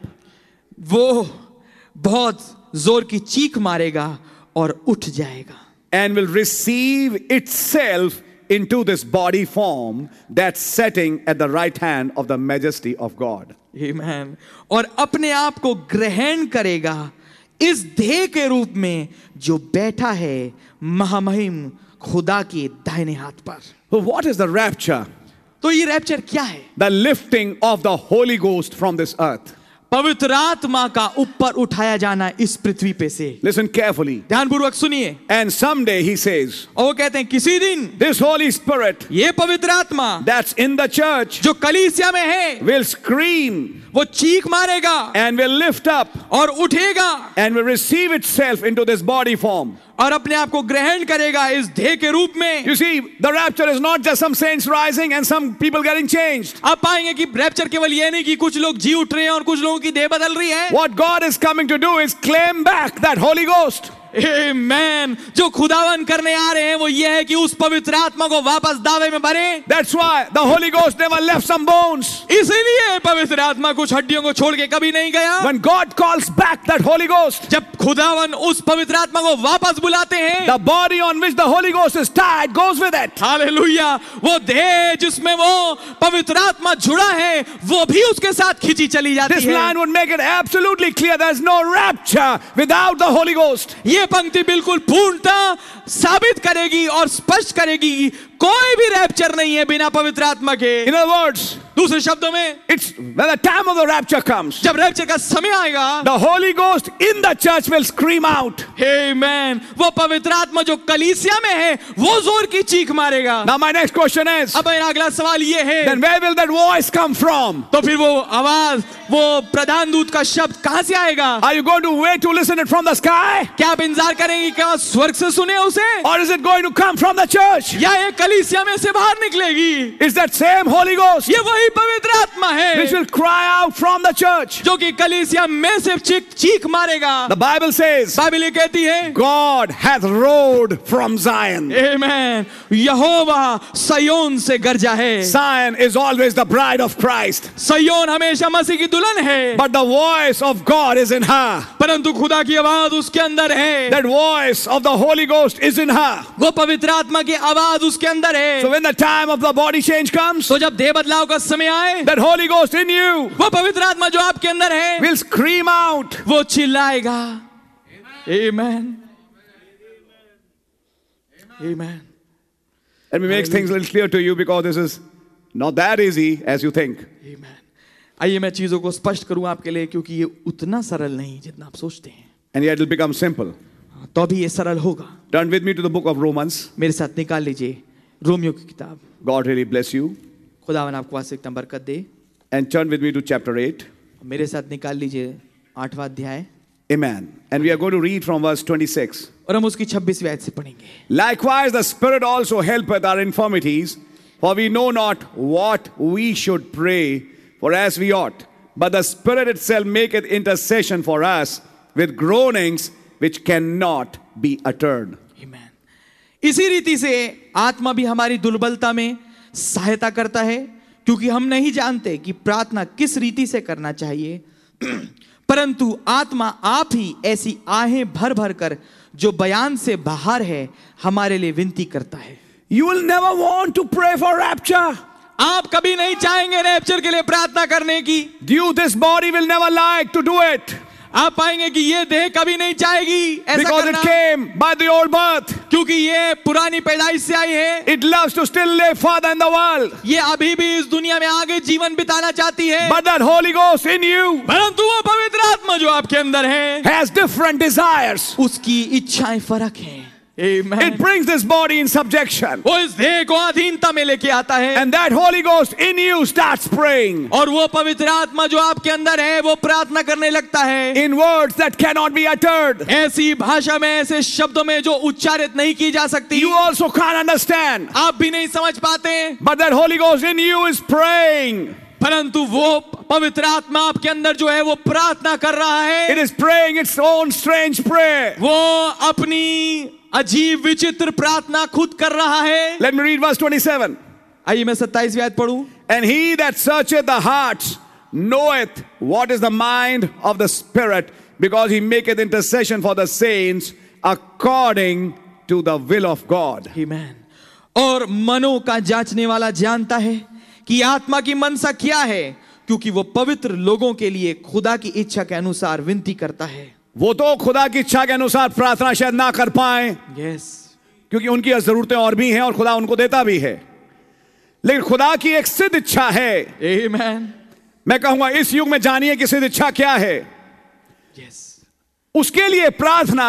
B: वो बहुत जोर की चीख मारेगा और उठ जाएगा
C: and will receive itself into this body form that's sitting at the right hand of the majesty of God.
B: Amen. और अपने आप को ग्रहण करेगा इस देह के रूप में जो बैठा है महामहिम खुदा के दाहिने हाथ पर
C: So, what is the rapture?
B: तो ये रैप्चर क्या है
C: The lifting of the Holy Ghost from this earth.
B: पवित्र आत्मा का ऊपर उठाया जाना इस पृथ्वी पे से
C: Listen carefully.
B: ध्यानपूर्वक सुनिए
C: And someday he says,
B: और वो कहते हैं किसी दिन
C: This Holy Spirit
B: ये पवित्र आत्मा
C: that's in the church
B: जो कलीसिया में है
C: will scream
B: वो चीख मारेगा
C: and will lift up
B: और उठेगा
C: and will receive itself into this body form.
B: और अपने आप को ग्रहण करेगा इस ध्येय के रूप में
C: You see, the rapture is not just some saints rising and some people getting changed.
B: आप पाएंगे कि रैप्चर केवल ये नहीं कि कुछ लोग जी उठ रहे हैं और कुछ लोगों की देह बदल रही है
C: What God is coming to do is claim back that Holy Ghost.
B: Amen. जो खुदावन करने आ रहे हैं वो ये है कि उस पवित्र आत्मा को वापस दावे में भरे
C: That's why the Holy Ghost never left some bones.
B: इसीलिए पवित्र आत्मा कुछ हड्डियों को छोड़ के कभी नहीं गया
C: When God calls back that Holy Ghost,
B: जब खुदावन उस पवित्र आत्मा को वापस बुलाते हैं
C: the body on which the Holy Ghost is tied goes with it.
B: Hallelujah वो देह जिसमें वो पवित्र आत्मा जुड़ा है वो भी उसके साथ खींची चली
C: This
B: जाती है
C: line would make it absolutely clear there's no rapture without the Holy Ghost.
B: ये पंक्ति बिल्कुल पूर्णतः साबित करेगी और स्पष्ट करेगी कि कोई भी रैप्चर नहीं है बिना पवित्र आत्मा के
C: In other words,
B: दूसरे शब्दों में
C: it's when the time of the rapture comes,
B: जब रैप्चर का समय आएगा
C: the Holy Ghost in the church will scream out.
B: Man वो पवित्र आत्मा जो कलीसिया में है वो जोर की चीख मारेगा
C: Now, my next question is
B: अब मेरा अगला सवाल ये है
C: then where will that voice come from?
B: तो फिर वो आवाज वो प्रधान दूत का शब्द कहां से आएगा
C: Are you going to wait to listen it from the sky?
B: क्या आप इंतजार करेंगे क्या स्वर्ग से सुने उसे
C: Or is it going to come from the church?
B: या ये कलीसिया में से बाहर निकलेगी
C: Is that same Holy Ghost
B: ये वही पवित्र आत्मा है
C: which will cry out from the church?
B: जो कि कलीसिया में से चीख चीख मारेगा
C: The Bible says,
B: बाइबल ये कहती है
C: God hath roared from Zion.
B: Amen. यहोवा सयोन से गरजा है
C: Zion is always the bride of Christ,
B: सयोन हमेशा मसीह की दुल्हन है
C: [LAUGHS] but the voice of God is in her.
B: परंतु खुदा की आवाज उसके अंदर है
C: That voice of the Holy Ghost is in her.
B: वो पवित्र आत्मा की आवाज उसके अंदर
C: So
B: है
C: when the time of the body change comes,
B: तो जब देह बदलाव का समय आए
C: that Holy Ghost in you
B: वो पवित्र आत्मा जो आपके अंदर है
C: will scream out.
B: वो चिल्लाएगा Amen. Amen.
C: Let me make things a little clear to you because this is not that easy as you think.
B: Amen. आइए मैं चीजों को स्पष्ट करूं आपके लिए क्योंकि ये उतना सरल नहीं जितना आप सोचते हैं
C: and yet it'll become simple.
B: तो भी ये सरल होगा
C: Turn with me to the book of Romans.
B: मेरे साथ निकाल लीजिए रोमियो की किताब
C: God really bless you.
B: खुदावन आपको वास्तविकतम बरकत दे
C: And turn with me to chapter 8.
B: मेरे साथ निकाल लीजिए आठवां अध्याय
C: Amen. And we are going to read from verse 26.
B: और हम उसकी छब्बीसवीं आयत से पढ़ेंगे
C: Likewise, the Spirit also helpeth our infirmities, for we know not what we should pray for as we ought. But the Spirit itself maketh intercession for us with groanings which cannot be uttered.
B: Amen. इसी रीति से आत्मा भी हमारी दुर्बलता में सहायता करता है क्योंकि हम नहीं जानते कि प्रार्थना किस रीति से करना चाहिए [CLEARS THROAT] परंतु आत्मा आप ही ऐसी आहें भर भर कर जो बयान से बाहर है हमारे लिए विनती करता है
C: You will never want to pray for rapture.
B: आप कभी नहीं चाहेंगे रैप्चर के लिए प्रार्थना करने की
C: You, this body, will never like to do it
B: आप पाएंगे कि ये देह कभी नहीं चाहेगी ऐसा
C: because it
B: करना,
C: came by the old birth.
B: क्योंकि ये पुरानी पैदाइश से आई है
C: It loves to still live further in the world.
B: ये अभी भी इस दुनिया में आगे जीवन बिताना चाहती है
C: But that Holy Ghost in you
B: परंतु वो पवित्र आत्मा जो आपके अंदर है
C: has different desires.
B: उसकी इच्छाएं फर्क हैं
C: It
B: Amen.
C: brings this body in subjection.
B: वो इस देह को अधीनता में लेके आता है
C: And that Holy Ghost in you starts praying
B: और वो पवित्र आत्मा जो आपके अंदर है वो प्रार्थना करने लगता है
C: in words that cannot be uttered.
B: ऐसी भाषा में ऐसे शब्दों में जो उच्चारित नहीं की जा सकती
C: You also can't understand.
B: आप भी नहीं समझ पाते
C: But that Holy Ghost in you is praying.
B: परंतु वो पवित्र आत्मा आपके अंदर जो है वो प्रार्थना कर रहा
C: It
B: है
C: is praying its own strange prayer.
B: वो अपनी अजीब विचित्र प्रार्थना खुद कर रहा है
C: Let me read verse 27.
B: आइए मैं 27 आयत पढ़ूं
C: And he that searcheth the hearts knoweth what is the mind of the Spirit, because he maketh intercession for the saints according to the will of God.
B: Amen. और मनों का जांचने वाला जानता है कि आत्मा की मनसा क्या है क्योंकि वो पवित्र लोगों के लिए खुदा की इच्छा के अनुसार विनती करता है
C: वो तो खुदा की इच्छा के अनुसार प्रार्थना शायद ना कर पाए
B: यस
C: क्योंकि उनकी जरूरतें और भी हैं और खुदा उनको देता भी है लेकिन खुदा की एक सिद्ध इच्छा है
B: आमेन
C: मैं कहूंगा इस युग में जानिए कि सिद्ध इच्छा क्या है
B: यस
C: उसके लिए प्रार्थना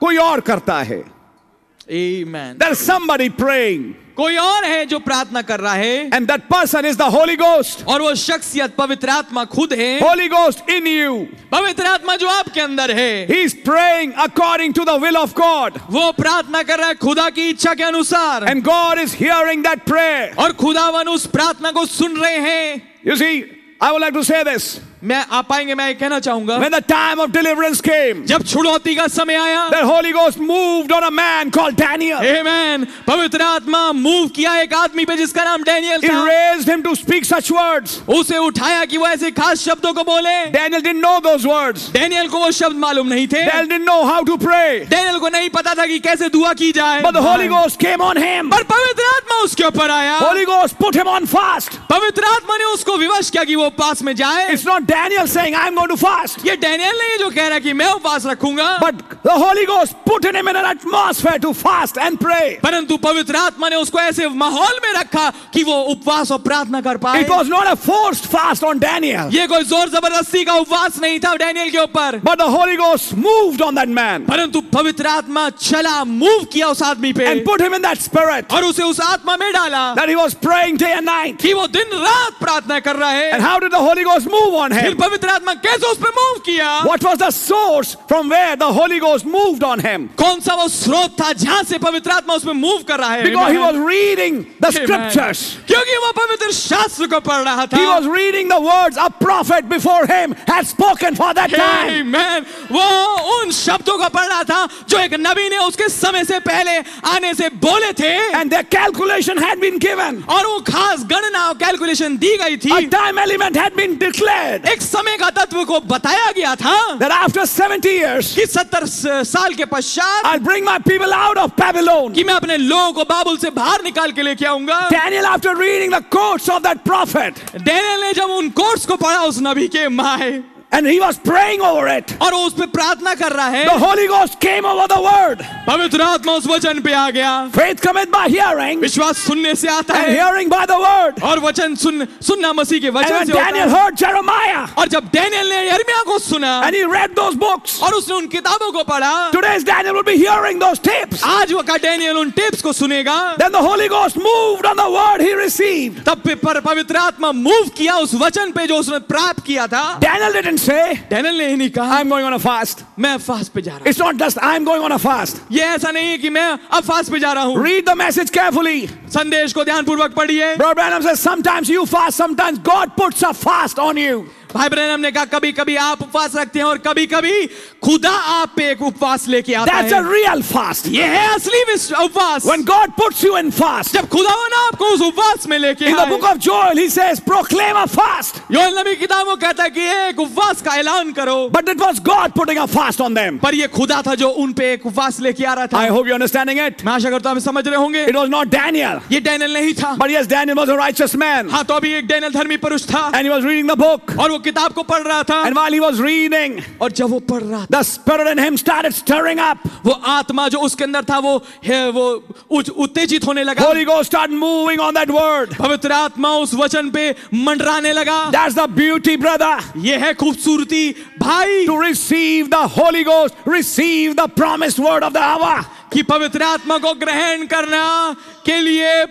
C: कोई और करता है
B: आमेन
C: There is somebody praying,
B: कोई और है जो प्रार्थना कर रहा है
C: and that person is the Holy Ghost.
B: और वो शख्सियत पवित्र आत्मा खुद है
C: Holy Ghost in you.
B: पवित्र आत्मा जो आपके अंदर है
C: He's praying according to the will of God.
B: वो प्रार्थना कर रहा है खुदा की इच्छा के अनुसार
C: And God is hearing that prayer.
B: और खुदावन उस प्रार्थना को सुन रहे हैं
C: You see, I would like to say this.
B: मैं आ पाएंगे मैं ये कहना चाहूंगा
C: When the time of deliverance came,
B: जब छुड़ौती का समय आया
C: the Holy Ghost moved on a man called Daniel.
B: Amen. पवित्र आत्मा मूव किया एक आदमी पे जिसका नाम डैनियल
C: He
B: था
C: raised him to speak such words.
B: उसे उठाया कि वो ऐसे खास शब्दों को बोले
C: Daniel didn't know those words.
B: Daniel को वो शब्द मालूम नहीं थे
C: Daniel didn't know how to pray.
B: Daniel को नहीं पता था कि कैसे दुआ की जाए
C: But the Holy Ghost came on him.
B: पर पवित्र आत्मा उसके ऊपर आया
C: Holy Ghost put him on fast.
B: पवित्र आत्मा ने उसको विवश किया कि वो पास में जाए
C: It's not Daniel saying, I'm going to fast.
B: ये डैनियल नहीं है जो कह रहा कि मैं उपवास रखूंगा
C: But the Holy Ghost put in him in an atmosphere to fast and pray.
B: परंतु पवित्र आत्मा ने उसको ऐसे माहौल में रखा कि वो उपवास और प्रार्थना कर पाए
C: It was not a forced fast on Daniel.
B: ये कोई जोर जबरदस्ती का उपवास नहीं था डैनियल के ऊपर
C: But the Holy Ghost moved on that man
B: परंतु पवित्र आत्मा चला मूव किया उस आदमी पे
C: and put him in that spirit
B: और उसे उस आत्मा में डाला
C: that he was praying day and night.
B: कि वो दिन रात प्रार्थना कर रहा
C: And
B: है
C: how did the Holy Ghost move on
B: फिर
C: him?
B: पवित्र आत्मा कैसे उस पर मूव किया
C: What was the source from where the Holy Ghost moved on him?
B: कौन सा वो स्रोत था जहां से पवित्र आत्मा उसमें मूव कर रहा है
C: Because he was
B: Amen.
C: reading the
B: Amen.
C: scriptures.
B: क्योंकि वो पवित्र शास्त्र को पढ़ रहा
C: He
B: था
C: was reading the words a prophet before him had spoken for that time.
B: Amen. वो उन शब्दों को पढ़ रहा था जो एक नबी ने उसके समय से पहले आने से बोले थे
C: And their calculation had been given.
B: और वो खास गणना और कैलकुलेशन दी गई थी
C: A time element had been declared
B: एक समय का तत्व को बताया गया था
C: that after 70 years,
B: कि सत्तर साल के पश्चात
C: I'll bring my people out of Babylon.
B: कि मैं अपने लोगों को बाबुल से बाहर निकाल के लेके आऊंगा
C: Daniel, after reading the quotes of that prophet,
B: Daniel ने जब उन कोर्स को पढ़ा उस नबी के माए
C: and he was praying over it.
B: और वो उस पे प्रार्थना कर रहा है
C: The Holy Ghost came over the word.
B: पवित्र आत्मा उस वचन पे आ गया
C: Faith cometh by hearing,
B: विश्वास सुनने से आता
C: and
B: है
C: hearing by the word.
B: और वचन सुन सुनना मसीह के
C: And
B: वचन
C: when
B: से होता
C: Daniel
B: है
C: heard Jeremiah,
B: और जब डैनियल ने यर्मिया को सुना
C: and he read those books,
B: और उसने उन किताबों को पढ़ा
C: today's Daniel will be hearing those tapes.
B: आज वो का डैनियल उन टिप्स को सुनेगा
C: Then the Holy Ghost moved on the word he received.
B: तब पे पर पवित्र आत्मा मूव किया उस वचन पे जो उसने प्राप्त किया था
C: Daniel didn't say,
B: डैनियल ने ही नहीं कहा
C: I'm going on a fast.
B: मैं फास्ट पे जा रहा
C: It's not just I'm going on a fast.
B: हूँ ये ऐसा नहीं है कि मैं अब फास्ट पे जा रहा हूँ
C: Read the message carefully.
B: संदेश को ध्यान पूर्वक पढ़िए
C: Brother Branham says, sometimes you fast, sometimes God puts a fast on you.
B: भाई ब्रहण ने कहा कभी कभी आप उपवास रखते हैं और कभी कभी खुदा आप पे एक उपवास लेके आता
C: That's
B: है
C: a real fast.
B: ये है असली विश्व- उपवास
C: When God puts you in fast,
B: जब खुदावन आपको उस उपवास में लेके
C: in the
B: आए
C: book of Joel, he says, proclaim a fast.
B: Yohanna नबी की किताब में कहता है कि एक उपवास का ऐलान करो
C: But it was God putting a fast on them.
B: पर ये खुदा था जो उन पे एक उपवास लेके आ रहा था
C: I hope you're understanding it.
B: मैं आशा करता हूं आप समझ रहे होंगे
C: It was not Daniel.
B: ये डैनियल नहीं था
C: But yes, Daniel was a righteous man.
B: हाँ तो अभी एक डैनियल धर्मी पुरुष था
C: And he was reading the book.
B: और वो किताब को पढ़ रहा था
C: And while he was reading,
B: और जब वो पढ़ रहा था
C: the spirit in him started stirring up.
B: वो आत्मा जो उसके अंदर था वो है वो उत- उत्तेजित होने लगा
C: Holy Ghost started moving on that word.
B: पवित्र आत्मा उस वचन पे मंडराने लगा
C: That's the beauty, brother.
B: ये है खूबसूरती भाई
C: to receive the Holy Ghost, receive the promised word of the hour.
B: कि पवित्र आत्मा को ग्रहण करना के लिए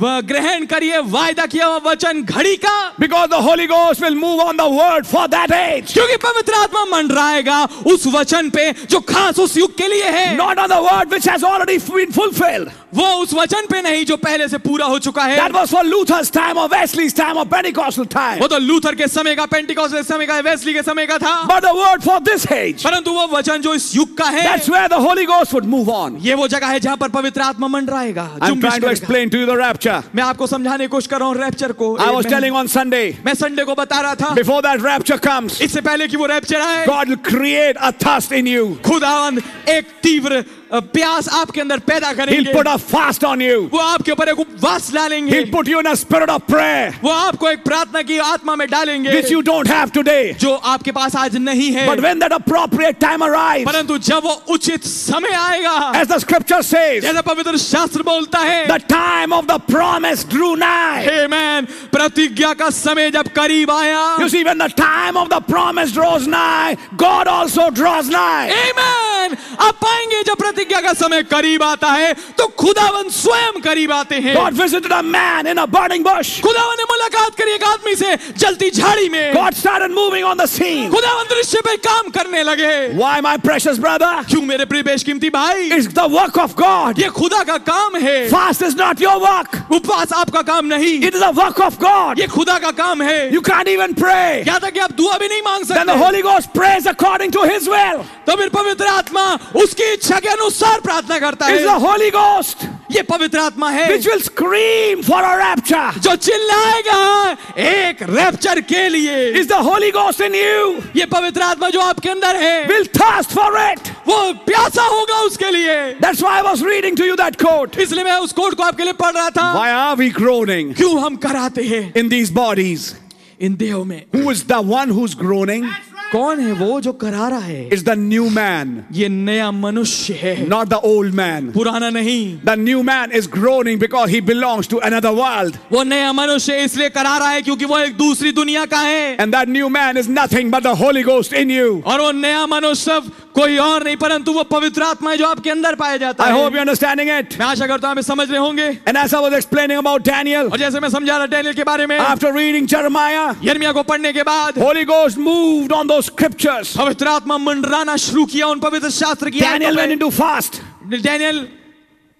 B: व- ग्रहण करिए वायदा किया हुआ वचन घड़ी का
C: Because the Holy Ghost will move on the word for that age.
B: क्योंकि पवित्र आत्मा मंडराएगा उस वचन पे जो खास उस युग के लिए है
C: Not on the word which has already been fulfilled.
B: वो उस वचन पे नहीं जो पहले से पूरा हो चुका है
C: That was for Luther's time or Wesley's time or Pentecostal time.
B: वो तो लूथर के समय का पेंटिकॉस्ट के समय का वेस्ली के समय का था
C: But the word for this age.
B: परंतु वो वचन जो इस युग का है
C: That's where the Holy Ghost would move on.
B: ये वो जगह है जहां पर पवित्र आत्मा मंडराएगा
C: I'm
B: जुम्बिश
C: trying to
B: करेगा।
C: explain to you the rapture.
B: मैं आपको समझाने की कोशिश कर रहा हूँ रैप्चर को
C: I was
B: मैं-
C: telling on Sunday,
B: मैं संडे को बता रहा था
C: before that rapture comes,
B: इससे पहले कि वो रैप्चर आए
C: God will create a thirst in you.
B: खुदावन एक तीव्र अ, प्यास आपके अंदर पैदा
C: He'll
B: करेंगे
C: put a fast on you.
B: वो आपके ऊपर एक उपवास डालेंगे
C: He'll put you in a spirit of prayer,
B: वो आपको एक प्रार्थना की आत्मा में डालेंगे
C: which you don't have today.
B: जो आपके पास आज नहीं है
C: But when that appropriate time arrives,
B: परंतु जब वो उचित समय आएगा
C: as the scripture says,
B: जैसा पवित्र शास्त्र बोलता है
C: the time of the promise drew nigh.
B: Amen. प्रतिज्ञा का समय जब करीब आया
C: You see, when the time of the promise draws nigh, God also draws nigh.
B: Amen. आप पाएंगे जब प्रतिज्ञा का समय करीब आता है तो खुदावन स्वयं करीब आते हैं
C: God visited a man in a burning bush.
B: खुदावन ने मुलाकात करी एक आदमी से जलती झाड़ी में
C: God started moving on the scene.
B: खुदावन दृश्य पे काम करने लगे
C: Why, my precious brother?
B: क्यों मेरे प्रिय बेशकीमती भाई
C: It's the work of God.
B: ये खुदा का काम है
C: Fast is not your work,
B: उपवास आपका काम नहीं
C: it is the work of God.
B: ये खुदा का काम है
C: You can't even pray.
B: यहाँ तक कि आप दुआ भी नहीं मांग
C: Then the
B: सकते
C: Holy Ghost prays according to His will.
B: तो फिर पवित्र आत्मा उसकी इच्छा के अनुसार प्रार्थना करता
C: It's the
B: है
C: Holy Ghost
B: ये पवित्र आत्मा है
C: which will scream for a rapture.
B: जो चिल्लाएगा एक रैप्चर के लिए
C: Is the Holy Ghost in you?
B: ये पवित्र आत्मा जो आपके अंदर है
C: Will thirst for it.
B: वो प्यासा होगा उसके लिए
C: That's why I was reading to you that quote.
B: इसलिए मैं उस कोट को आपके लिए पढ़ रहा था
C: Why are we groaning
B: क्यों हम कराते हैं
C: in these bodies?
B: इन देहों में
C: Who is the one who's groaning?
B: कौन है वो जो करा रहा है
C: Is the new man,
B: ये नया मनुष्य है
C: not the old man.
B: पुराना नहीं
C: The new man is groaning because he belongs to another world.
B: वो नया मनुष्य इसलिए करा रहा है क्योंकि वो एक दूसरी दुनिया का है
C: And that new man is nothing but the Holy Ghost in you.
B: और वो नया मनुष्य कोई और नहीं परंतु वो पवित्र आत्मा है जो आपके अंदर पाया जाता
C: I
B: है
C: hope you're understanding it.
B: मैं आशा करता हूँ आप समझ रहे होंगे
C: And as I was explaining about Daniel,
B: और जैसे मैं समझा रहा डैनियल के बारे में
C: after reading Jeremiah,
B: यर्मिया को पढ़ने के बाद
C: Holy Ghost moved on those scriptures.
B: पवित्र आत्मा मंडराना शुरू किया उन पवित्र शास्त्र की तो
C: Daniel went
B: आयतों
C: into fast,
B: पे। Daniel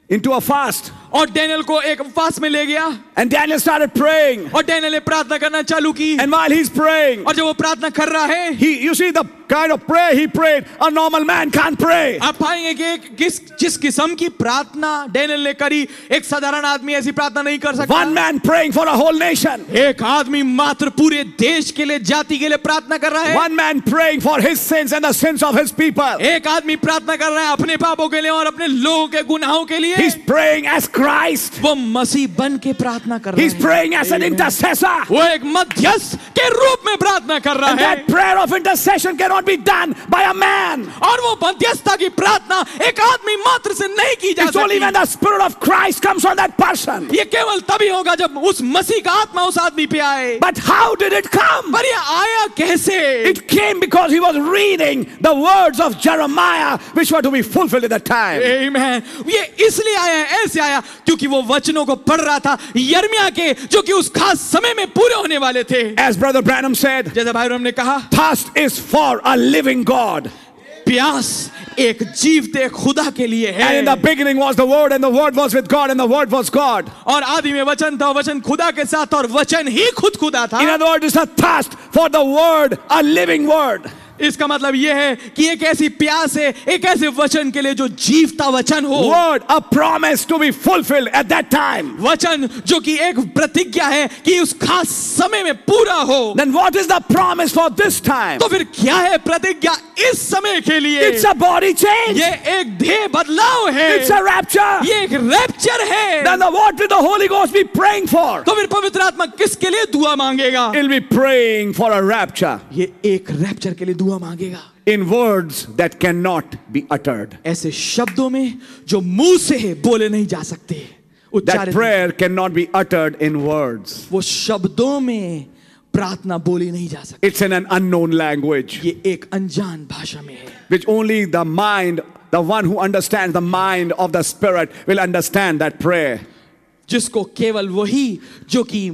C: into a fast.
B: और डैनियल को एक उपवास में ले गया
C: And Daniel started praying.
B: और डैनियल ने प्रार्थना करना चालू की
C: And while he's praying,
B: और जब वो प्रार्थना कर रहा है
C: he you see the kind of prayer he prayed, a normal man can't pray.
B: आप पाएंगे कि एक किस जिस किस्म की प्रार्थना डैनियल ने करी एक साधारण आदमी ऐसी प्रार्थना नहीं कर सकता
C: One man praying for a whole nation.
B: एक आदमी मात्र पूरे देश के लिए जाति के लिए प्रार्थना कर रहा है
C: One man praying for his sins and the sins of his people.
B: एक आदमी प्रार्थना कर रहा है अपने पापों के लिए और अपने लोगों के गुनाहों के लिए
C: He's praying as Christ.
B: वो मसीह बन के प्रार्थना कर
C: He's
B: रहा है
C: praying as an intercessor.
B: वो एक मध्यस्थ के रूप में प्रार्थना कर रहा
C: And
B: है
C: that prayer of intercession cannot be done by a man.
B: और वो मध्यस्थता की प्रार्थना एक आदमी मात्र से नहीं की जा
C: It's only when
B: सकती
C: the Spirit of Christ comes on that person.
B: ये केवल तभी होगा जब उस मसीह का आत्मा उस आदमी पे आए
C: But how did it come?
B: पर ये आया कैसे
C: It came because he was reading the words of Jeremiah, which were to be fulfilled at the time.
B: Amen. ये इसलिए आया है ऐसे आया क्योंकि वो वचनों को पढ़ रहा था यर्मिया के जो कि उस खास समय में पूरे होने वाले थे
C: As Brother Branham said,
B: जैसे भाई ने कहा
C: thirst is for a living God.
B: प्यास एक जीवते खुदा के लिए
C: And in
B: है
C: the beginning was the Word, and the Word was with God, and the Word was God.
B: और आदि में वचन था वचन खुदा के साथ था और वचन ही खुद खुदा था
C: In other words, it's a thirst for the Word, a living Word.
B: इसका मतलब यह है कि एक ऐसी प्यास है एक ऐसे वचन के लिए जो जीवता वचन हो
C: Word, a promise to be fulfilled at that time.
B: वचन जो कि एक प्रतिज्ञा है कि उस खास समय में पूरा हो
C: Then what is the promise for this time?
B: तो फिर क्या है प्रतिज्ञा इस समय के लिए
C: It's a body change.
B: ये एक ध्येय बदलाव है
C: It's a rapture.
B: ये एक रैप्चर है
C: Then the, what will the Holy Ghost be praying for?
B: तो फिर पवित्र आत्मा किसके लिए दुआ मांगेगा
C: He'll be praying for a rapture
B: ये एक रैप्चर के लिए दुआ मांगेगा
C: in words that cannot be uttered.
B: ऐसे शब्दों में जो मुंह से बोले नहीं जा सकते
C: That
B: उच्चारित
C: prayer cannot be uttered in words.
B: वो शब्दों में प्रार्थना बोली नहीं जा सकती
C: It's in an unknown language,
B: ये एक अनजान भाषा में है
C: which only the mind, the one who understands the mind of the Spirit, will understand that prayer.
B: जिसको केवल वही जो कि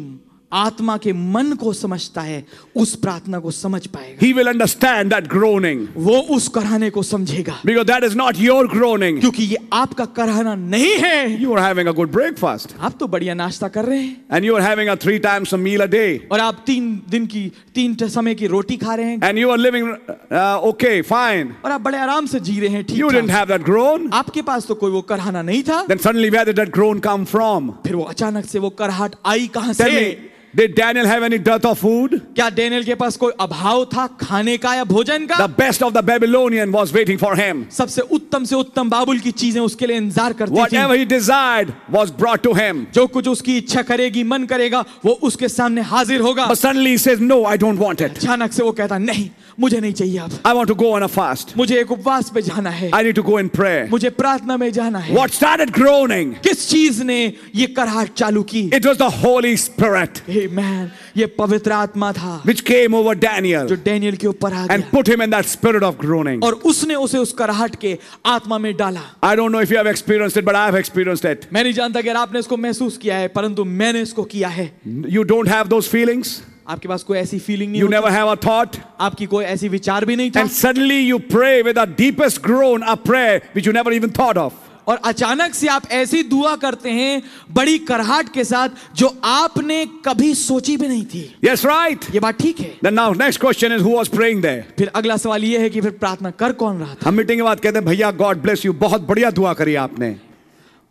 B: आत्मा के मन को समझता है उस प्रार्थना को समझ पाएगा
C: He will understand that groaning
B: वो उस कराने को समझेगा
C: because that is not your groaning.
B: क्योंकि ये आपका कराना नहीं है
C: You are having a good breakfast
B: आप तो बढ़िया नाश्ता कर रहे हैं
C: and you are having a three times a meal a day
B: और आप तीन दिन की तीन ट- समय की रोटी खा रहे हैं
C: and you are living uh, okay, fine.
B: और आप बड़े आराम से जी रहे हैं
C: You
B: ठीक
C: didn't
B: ठाक
C: have that groan.
B: आपके पास तो कोई वो कराना नहीं था
C: Then suddenly, where did that groan come from?
B: फिर वो अचानक से वो करहट आई कहां
C: Tell
B: से
C: me, did Daniel have any dearth of food?
B: क्या डेनियल के पास कोई अभाव था खाने का या भोजन का
C: The best of the Babylonian was waiting for him.
B: सबसे उत्तम से उत्तम बाबुल की चीजें उसके लिए इंतजार करती
C: Whatever
B: थी
C: he desired was brought to him.
B: जो कुछ उसकी इच्छा करेगी मन करेगा वो उसके सामने हाजिर होगा
C: But suddenly he says, No, I don't want it.
B: अचानक से वो कहता नहीं मुझे नहीं चाहिए अब
C: I want to go on a fast.
B: मुझे एक उपवास पे जाना है
C: I need to go in prayer.
B: मुझे प्रार्थना में जाना है
C: What started groaning?
B: किस चीज ने ये कराहट चालू की
C: It was the Holy Spirit
B: Amen. ये पवित्र आत्मा था
C: which came over
B: जो
C: Daniel
B: डेनियल के ऊपर आ
C: and
B: गया
C: put him in that spirit of groaning.
B: और उसने उसे उस कराहट के आत्मा में डाला
C: I don't know if you have experienced it, but I have experienced it.
B: मैं नहीं जानता कि आपने इसको महसूस किया है परंतु मैंने इसको किया है
C: You don't have those feelings,
B: आपके पास कोई ऐसी फीलिंग नहीं
C: you
B: होती,
C: never have a thought.
B: आपकी कोई ऐसी विचार भी नहीं था
C: And suddenly you pray with the deepest groan, a prayer which you never even thought of.
B: और अचानक से आप ऐसी दुआ करते हैं बड़ी करहाट के साथ जो आपने कभी सोची भी नहीं थी
C: Yes, right.
B: ये बात ठीक है
C: Then now next question is who was praying there?
B: फिर अगला सवाल ये है कि फिर प्रार्थना कर कौन रहा था
C: हम मीटिंग के बाद कहते हैं भैया गॉड ब्लेस यू बहुत बढ़िया दुआ करी आपने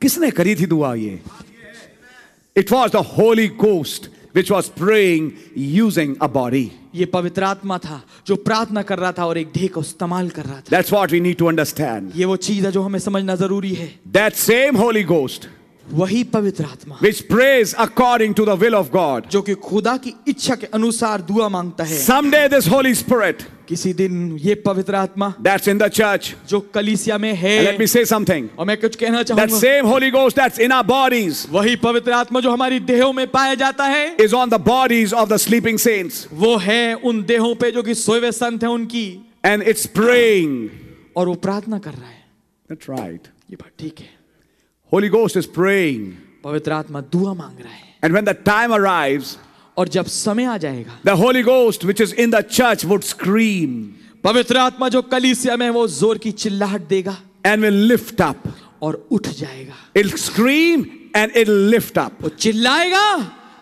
C: किसने करी थी दुआ ये it was the Holy Ghost which was praying using a body
B: ये पवित्र आत्मा था जो प्रार्थना कर रहा था और एक ढे को इस्तेमाल कर रहा था
C: that's what we need to understand
B: ये वो चीज है जो हमें समझना जरूरी है
C: दैट सेम होली गोस्ट
B: वही पवित्र आत्मा
C: which praise according to the will of God
B: जो कि खुदा की इच्छा के अनुसार दुआ मांगता है
C: समडे दिस होली स्पिरिट
B: किसी दिन ये पवित्र आत्मा
C: दैट्स इन द चर्च
B: जो कलीसिया में है
C: लेट मी से समथिंग
B: और मैं कुछ कहना
C: That
B: चाहूंगा
C: same Holy Ghost that's in our bodies
B: वही पवित्र आत्मा जो हमारी देहों में पाया जाता है
C: is on the bodies of the sleeping saints
B: वो है उन देहों पे जो कि सोए हुए संत हैं उनकी
C: and it's praying.
B: और वो प्रार्थना कर रहा है
C: That's right.
B: ये बात ठीक है
C: Holy Ghost is praying.
B: पवित्र आत्मा दुआ मांग रहा है
C: And when the time arrives,
B: और जब समय आ जाएगा
C: the Holy Ghost, which is in the church, would scream
B: पवित्र आत्मा जो कलीसिया में है, वो जोर की चिल्लाहट देगा
C: and will lift up.
B: और उठ जाएगा
C: It'll scream and it'll lift up.
B: वो चिल्लाएगा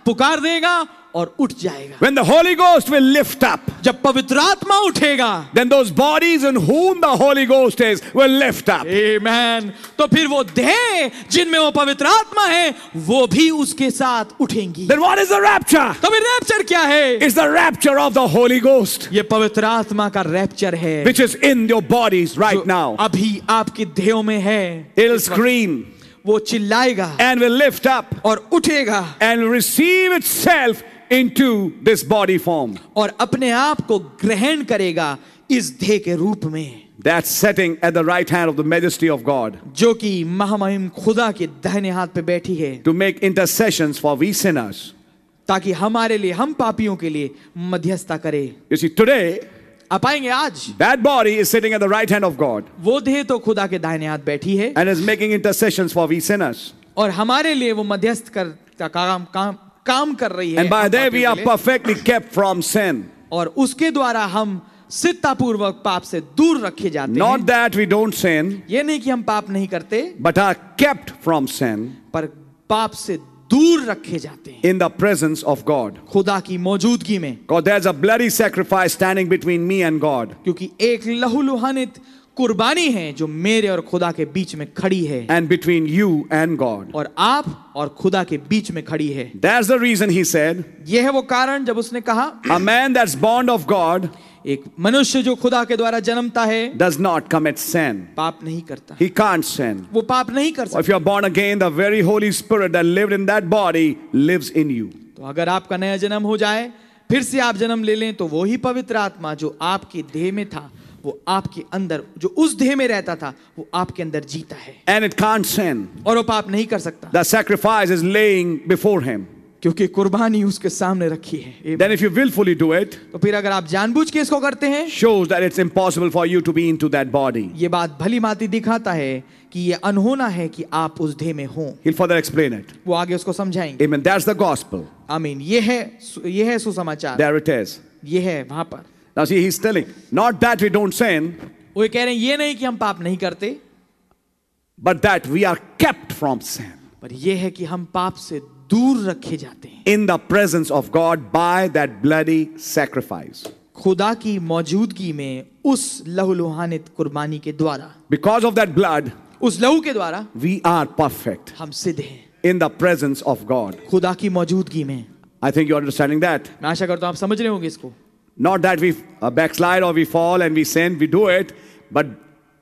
B: पुकार देगा और उठ जाएगा
C: When the Holy Ghost will lift up,
B: जब पवित्र आत्मा उठेगा
C: then those bodies in whom the Holy Ghost is will lift up.
B: Amen. तो फिर वो देह जिनमें वो पवित्र आत्मा है वो भी उसके साथ उठेंगी
C: Then what is the rapture?
B: तो फिर रैप्चर क्या है
C: It's the rapture of the Holy Ghost,
B: ये पवित्र आत्मा का रैप्चर है तो
C: which is in your bodies right
B: जो
C: now.
B: अभी आपके देहों में है
C: It'll scream
B: वो चिल्लाएगा
C: and will lift up
B: और उठेगा
C: and will receive itself into this body form.
B: और अपने आप को ग्रहण करेगा इस देह के रूप में
C: That's sitting at the right hand of the majesty of God
B: जो कि महामहिम खुदा के दाहिने हाथ पे बैठी है
C: to make intercessions for we sinners.
B: ताकि हमारे लिए हम पापियों के लिए मध्यस्थता करे
C: You see, today,
B: आप आएंगे आज
C: that body is sitting at the right hand of God
B: वो देह तो खुदा के दाहिने हाथ बैठी है
C: and is making intercessions for we sinners.
B: और हमारे लिए वो मध्यस्थ कर का काम काम काम कर रही है
C: And by
B: हम
C: there, we
B: पापियों
C: are
B: के लिए।
C: perfectly kept from sin.
B: और उसके द्वारा हम सिद्धतापूर्वक पाप से दूर रखे जाते
C: Not
B: हैं
C: that we don't sin,
B: ये नहीं कि हम पाप नहीं करते
C: but are kept from sin
B: पर पाप से दूर रखे जाते हैं
C: in the presence of God.
B: खुदा की मौजूदगी में
C: Because there's a bloody sacrifice standing between me and God.
B: क्योंकि एक लहूलुहानित कुर्बानी है जो मेरे और खुदा के बीच में खड़ी है
C: and between you and God.
B: और आप और खुदा के बीच में खड़ी है
C: That's the reason he said,
B: यह है वो कारण जब उसने कहा
C: A man that's born of God
B: एक मनुष्य जो खुदा के द्वारा जन्मता है
C: does not commit sin.
B: पाप नहीं करता
C: He can't sin.
B: वो पाप नहीं कर
C: If
B: सकता
C: you're born again, the very Holy Spirit that lived in that body lives in you.
B: तो अगर आपका नया जन्म हो जाए फिर से आप जन्म ले लें तो वही पवित्र आत्मा जो आपके देह में था वो आपके अंदर जो उस देह में रहता था वो आपके अंदर जीता है
C: And it can't sin.
B: और वो पाप नहीं कर सकता
C: The sacrifice is laying before him.
B: क्योंकि कुर्बानी उसके सामने रखी है Amen.
C: Then, if you willfully do it,
B: तो फिर अगर आप जानबूझ के इसको करते हैं
C: shows that it's impossible for you to be into that body.
B: ये बात भली माती दिखाता है कि ये अनहोना है कि आप उस देह में हों
C: He'll further explain it.
B: वो आगे उसको समझाएंगे
C: Amen. That's the gospel.
B: आमीन ये है ये है सुसमाचार
C: There it is.
B: ये है वहां पर
C: Now, see, he's telling, not that we don't sin,
B: वो ये कह रहे हैं ये नहीं कि हम पाप नहीं करते
C: but that we are kept from sin.
B: पर यह है कि हम पाप से दूर रखे जाते हैं
C: in the presence of God by that bloody sacrifice.
B: खुदा की मौजूदगी में उस लहूलुहानित कुर्बानी के द्वारा
C: Because of that blood,
B: उस लहू के द्वारा
C: we are perfect
B: हम सिद्ध हैं
C: in the presence of God.
B: खुदा की मौजूदगी में
C: I think you're understanding that.
B: मैं आशा करता हूं आप समझ रहे होंगे इसको
C: Not that we uh, backslide or we fall and we sin, we do it, but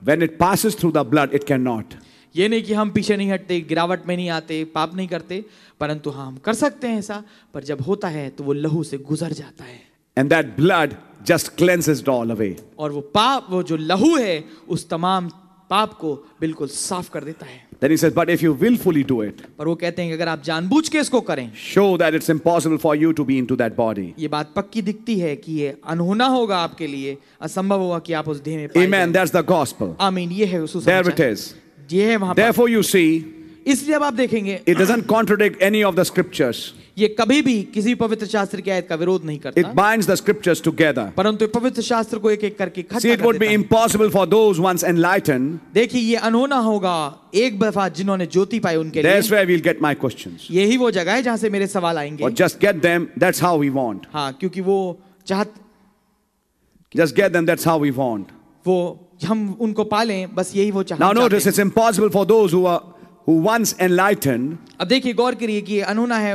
C: when it passes through the blood, it cannot.
B: ये नहीं कि हम पीछे नहीं हटते गिरावट में नहीं आते पाप नहीं करते परंतु हाँ हम कर सकते हैं ऐसा पर जब होता है तो वो लहू से गुजर जाता है
C: And that blood just cleanses it all away.
B: और वो पाप वो जो लहू है उस तमाम पाप को बिल्कुल साफ कर देता है
C: Then he says, But if you willfully do it,
B: पर वो कहते हैं कि अगर आप जानबूझ के इसको करें
C: show that it's impossible for you to be into that body.
B: ये बात पक्की दिखती है कि ये अनहोना होगा आपके लिए असंभव होगा कि आप उस देह में पाए
C: Amen.
B: जाएं।
C: That's the gospel.
B: आमीन ये है
C: There it
B: सुसमाचार
C: is.
B: ये है वहां पर
C: Therefore, you see,
B: इसलिए अब आप देखेंगे
C: it doesn't contradict any of the scriptures.
B: ये कभी भी किसी भी पवित्र शास्त्र की आयत का विरोध नहीं करता
C: It binds the scriptures together.
B: परंतु ये पवित्र शास्त्र को एक एक करके इकट्ठा
C: See, it
B: कर
C: would
B: देता
C: be
B: है।
C: impossible for those once enlightened.
B: देखिए ये अनहोना होगा एक दफा जिन्होंने ज्योति पाई उनके
C: That's
B: लिए
C: where we'll get my questions.
B: यही वो जगह है जहां से मेरे सवाल आएंगे
C: Or just get them, that's how we want.
B: हाँ क्योंकि वो चाहत
C: Just get them, that's how we want.
B: वो हम उनको पालें बस यही वो चाह-
C: Now,
B: चाहते
C: notice
B: हैं
C: it's impossible for those who are who once enlightened
B: अब देखिए गौर करिए कि ये अनहोना है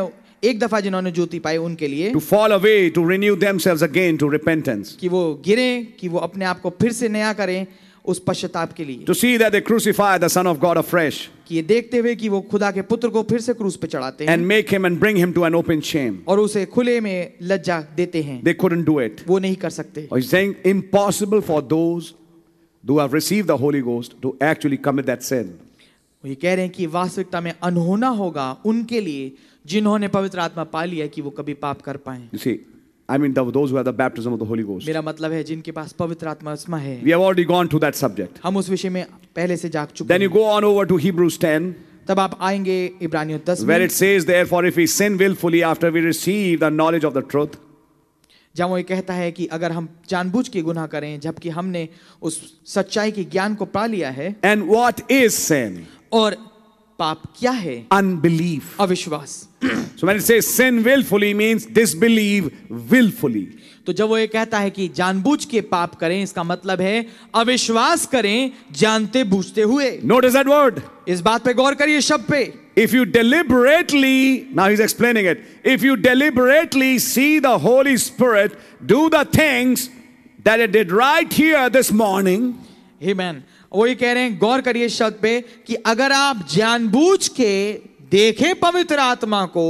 B: एक दफा जिन्होंने ज्योति पाई उनके लिए
C: to fall away, to renew themselves again to repentance,
B: कि वो गिरें कि वो अपने आप को फिर से नया करें उस पश्चाताप के लिए
C: to see that they crucify the Son of God afresh
B: कि ये देखते हुए कि वो खुदा के पुत्र को फिर से क्रूस पे चढ़ाते हैं
C: and make him and bring him to an open shame.
B: और उसे खुले में लज्जा देते हैं
C: They couldn't do it.
B: वो नहीं कर सकते
C: Or he's saying impossible for those who have received the Holy Ghost to actually commit that sin.
B: वो ये कह रहे हैं कि वास्तविकता में अनहोना होगा उनके लिए जिन्होंने पवित्र आत्मा पा लिया कि वो कभी पाप कर पाए
C: You see, I mean, the, those who have the baptism of the Holy Ghost.
B: मेरा मतलब है जिनके पास पवित्र आत्मा आत्मा है
C: We have already gone to that subject.
B: हम उस विषय में पहले से जाग चुके
C: Then you
B: हैं
C: go on over to Hebrews 10,
B: तब आप आएंगे इब्रानियों दस
C: where
B: में
C: it says, Therefore, if we sin willfully after we receive the knowledge of the truth,
B: जहाँ वो ये कहता है कि अगर हम जानबूझ के गुनाह करें जबकि हमने उस सच्चाई के ज्ञान को पा लिया है
C: and what is sin?
B: और पाप क्या है
C: Unbelief.
B: अविश्वास
C: So when it says sin willfully means disbelieve willfully.
B: तो जब वो ये कहता है कि जानबूझ के पाप करें इसका मतलब है अविश्वास करें जानते बूझते हुए
C: Notice that word.
B: इस बात पे गौर करिए शब्द पे
C: If you deliberately, now he's explaining it, if you deliberately see the Holy Spirit do the things that it did right here this morning,
B: hey man वो ये कह रहे हैं गौर करिए इस शब्द पे कि अगर आप जानबूझ के देखें पवित्र आत्मा को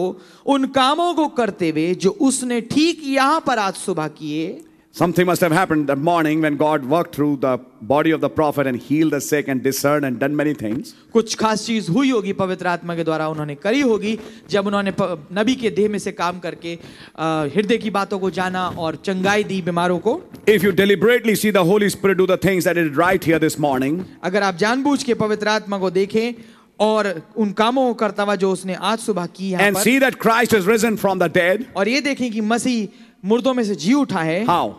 B: उन कामों को करते हुए जो उसने ठीक यहां पर आज सुबह किए
C: Something must have happened that morning when God worked through the body of the prophet and healed the sick and discerned and done many things.
B: कुछ खास चीज हुई होगी पवित्र आत्मा के द्वारा उन्होंने करी होगी जब उन्होंने प- नबी के देह में से काम करके अ, हृदय की बातों को जाना और चंगाई दी बीमारों को
C: If you deliberately see the Holy Spirit do the things that is right here this morning,
B: अगर आप जानबूझ के पवित्र आत्मा को देखें और उन कामों को करता हुआ जो उसने आज सुबह की यहाँ
C: and
B: पर,
C: see that Christ is risen from the dead,
B: और ये देखें कि मसीह मुर्दों में से जी उठा है
C: how?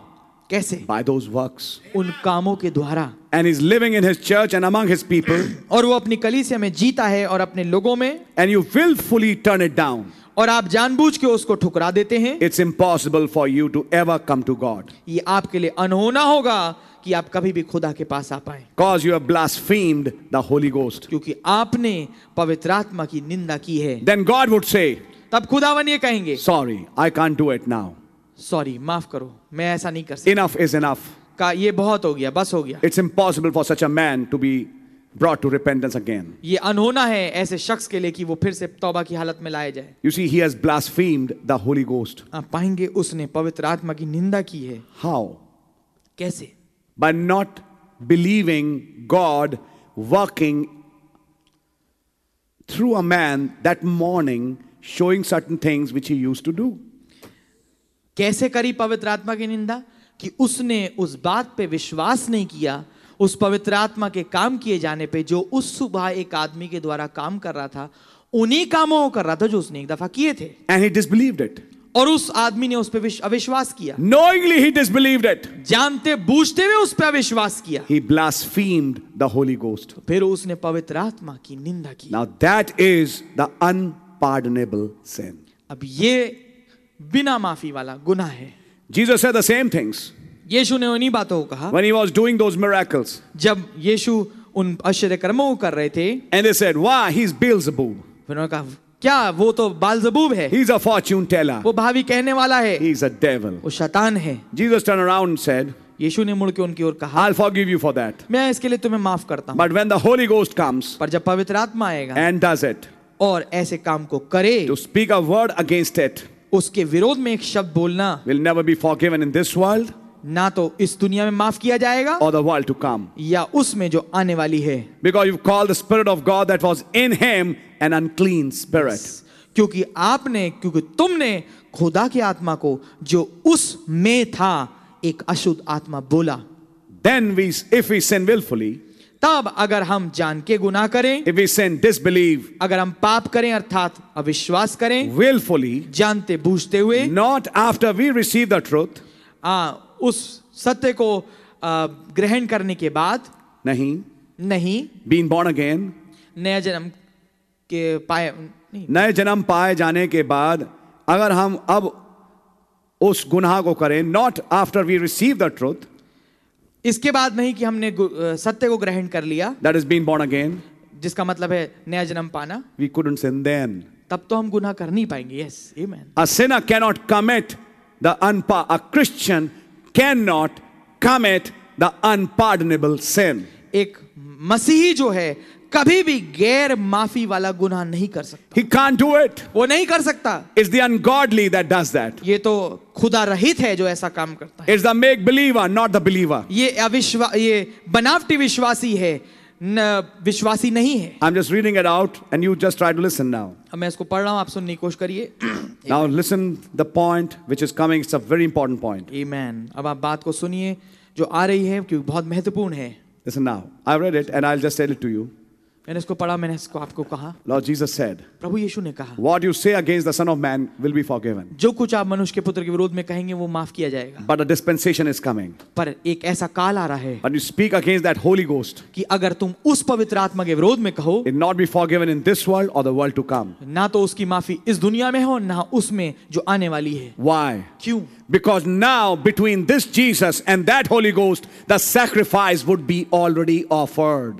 B: कैसे
C: By those works.
B: उन कामों के द्वारा
C: And he's living in his church and among his [CLEARS THROAT] people,
B: और वो अपनी कलीसिया में जीता है और अपने लोगों में
C: and you willfully turn it down.
B: और आप जानबूझ के उसको ठुकरा देते हैं
C: It's impossible for you to ever come to God
B: ये आपके लिए अनहोना होगा कि आप कभी भी खुदा के पास आ पाए
C: because you have blasphemed the Holy Ghost.
B: क्योंकि आपने पवित्र आत्मा की निंदा की है
C: Then God would say,
B: तब खुदावन ये कहेंगे
C: Sorry, I can't do it now.
B: Sorry माफ करो मैं ऐसा नहीं कर सकता
C: Enough is enough.
B: का ये बहुत हो गया बस हो गया
C: It's impossible for such a man to be brought to repentance again.
B: ये अनहोना है ऐसे शख्स के लिए कि वो फिर से तौबा की हालत में लाया जाए
C: You see, he has blasphemed the Holy Ghost.
B: आप पाएंगे उसने पवित्र आत्मा की निंदा की है
C: How?
B: कैसे
C: By not believing God working through a man that morning, showing certain things which he used to do.
B: कैसे करी पवित्र आत्मा की निंदा कि उसने उस बात पे विश्वास नहीं किया उस पवित्र आत्मा के काम किए जाने पे जो उस सुबह एक आदमी के द्वारा काम कर रहा था उन्हीं कामों को कर रहा था जो उसने एक दफा किए थे
C: And he disbelieved it.
B: और उस आदमी ने उस पर अविश्वास किया
C: Knowingly, he disbelieved it.
B: जानते बूझते हुए उस पर अविश्वास किया
C: He blasphemed the Holy Ghost.
B: फिर उसने पवित्र आत्मा की निंदा की
C: Now, that is the unpardonable sin.
B: अब ये बिना माफी वाला गुनाह है
C: Jesus said the same things
B: यीशु ने उन्हीं बातों को कहा
C: when he was doing those miracles.
B: जब यीशु उन आश्चर्य कर्मों को कर रहे थे
C: And they said, Why? He's Beelzebub.
B: फिर उन्होंने कहा क्या वो तो बालजबूब है
C: He's a fortune teller.
B: वो भावी कहने वाला है
C: He's a devil.
B: वो शैतान है
C: Jesus turned around and said,
B: यीशु ने मुड़ के उनकी ओर कहा
C: I'll forgive you for that.
B: मैं इसके लिए तुम्हें माफ करता हूँ
C: But when the Holy Ghost comes
B: पर जब पवित्र आत्मा आएगा
C: and does it,
B: और ऐसे काम को करे
C: to speak a word against it
B: उसके विरोध में एक शब्द बोलना
C: will never be forgiven in this world
B: ना तो इस दुनिया में माफ किया जाएगा
C: or the world to come.
B: या उसमें जो आने वाली है
C: Because you've called the Spirit of God that was in him an unclean spirit.
B: क्योंकि आपने क्योंकि तुमने खुदा की आत्मा को जो उस में था एक अशुद्ध आत्मा बोला
C: Then we if we sin willfully,
B: तब अगर हम जान के गुनाह करें
C: if we sin disbelieve
B: अगर हम पाप करें अर्थात अविश्वास करें
C: willfully,
B: जानते बूझते हुए
C: not after we receive the truth,
B: आ, उस सत्य को आ, ग्रहण करने के बाद
C: nahi,
B: नहीं
C: being born again,
B: नया जन्म के पाए नहीं
C: नए जन्म पाए जाने के बाद अगर हम अब उस गुनाह को करें not after we receive the truth
B: इसके बाद नहीं कि हमने गु- अ, सत्य को ग्रहण कर लिया
C: that is been born again
B: जिसका मतलब है नया जन्म पाना
C: वी कुडंट सिन देन
B: तब तो हम गुनाह कर नहीं पाएंगे yes amen
C: a sinner can not commit the अनपा a Christian can not commit the unpardonable sin
B: एक मसीही जो है कभी भी गैर माफी वाला गुनाह नहीं कर सकता
C: ही कांट डू इट
B: वो नहीं कर सकता
C: is the ungodly that does that
B: ये तो खुदा रहित है जो ऐसा काम करता है
C: is the make believer not the believer
B: ये अविश्वा ये बनावटी विश्वासी है न विश्वासी नहीं है
C: I am just reading it out and you just try to listen now
B: अब मैं इसको पढ़ रहा हूं आप सुनने की कोशिश करिए [CLEARS THROAT]
C: now listen the point which is coming it's a very important point
B: amen अब आप बात को सुनिए जो आ रही है क्योंकि बहुत महत्वपूर्ण है
C: Listen now. I read it and I'll just tell it to you.
B: मैंने इसको पढ़ा मैंने इसको आपको कहा
C: Lord Jesus said,
B: प्रभु यीशु ने कहा
C: What you say against the Son of Man will be forgiven.
B: जो कुछ आप मनुष्य के पुत्र के विरोध में कहेंगे वो माफ किया जाएगा
C: But a dispensation is coming.
B: पर एक ऐसा काल आ रहा है
C: But you speak against that Holy Ghost.
B: कि अगर तुम उस पवित्र आत्मा के विरोध में कहो
C: It not be forgiven in this world or the world to come.
B: ना तो उसकी माफी इस दुनिया में हो ना उसमें जो आने वाली है
C: Why?
B: क्यों
C: Because now, between this Jesus and that Holy Ghost, the sacrifice would be already offered.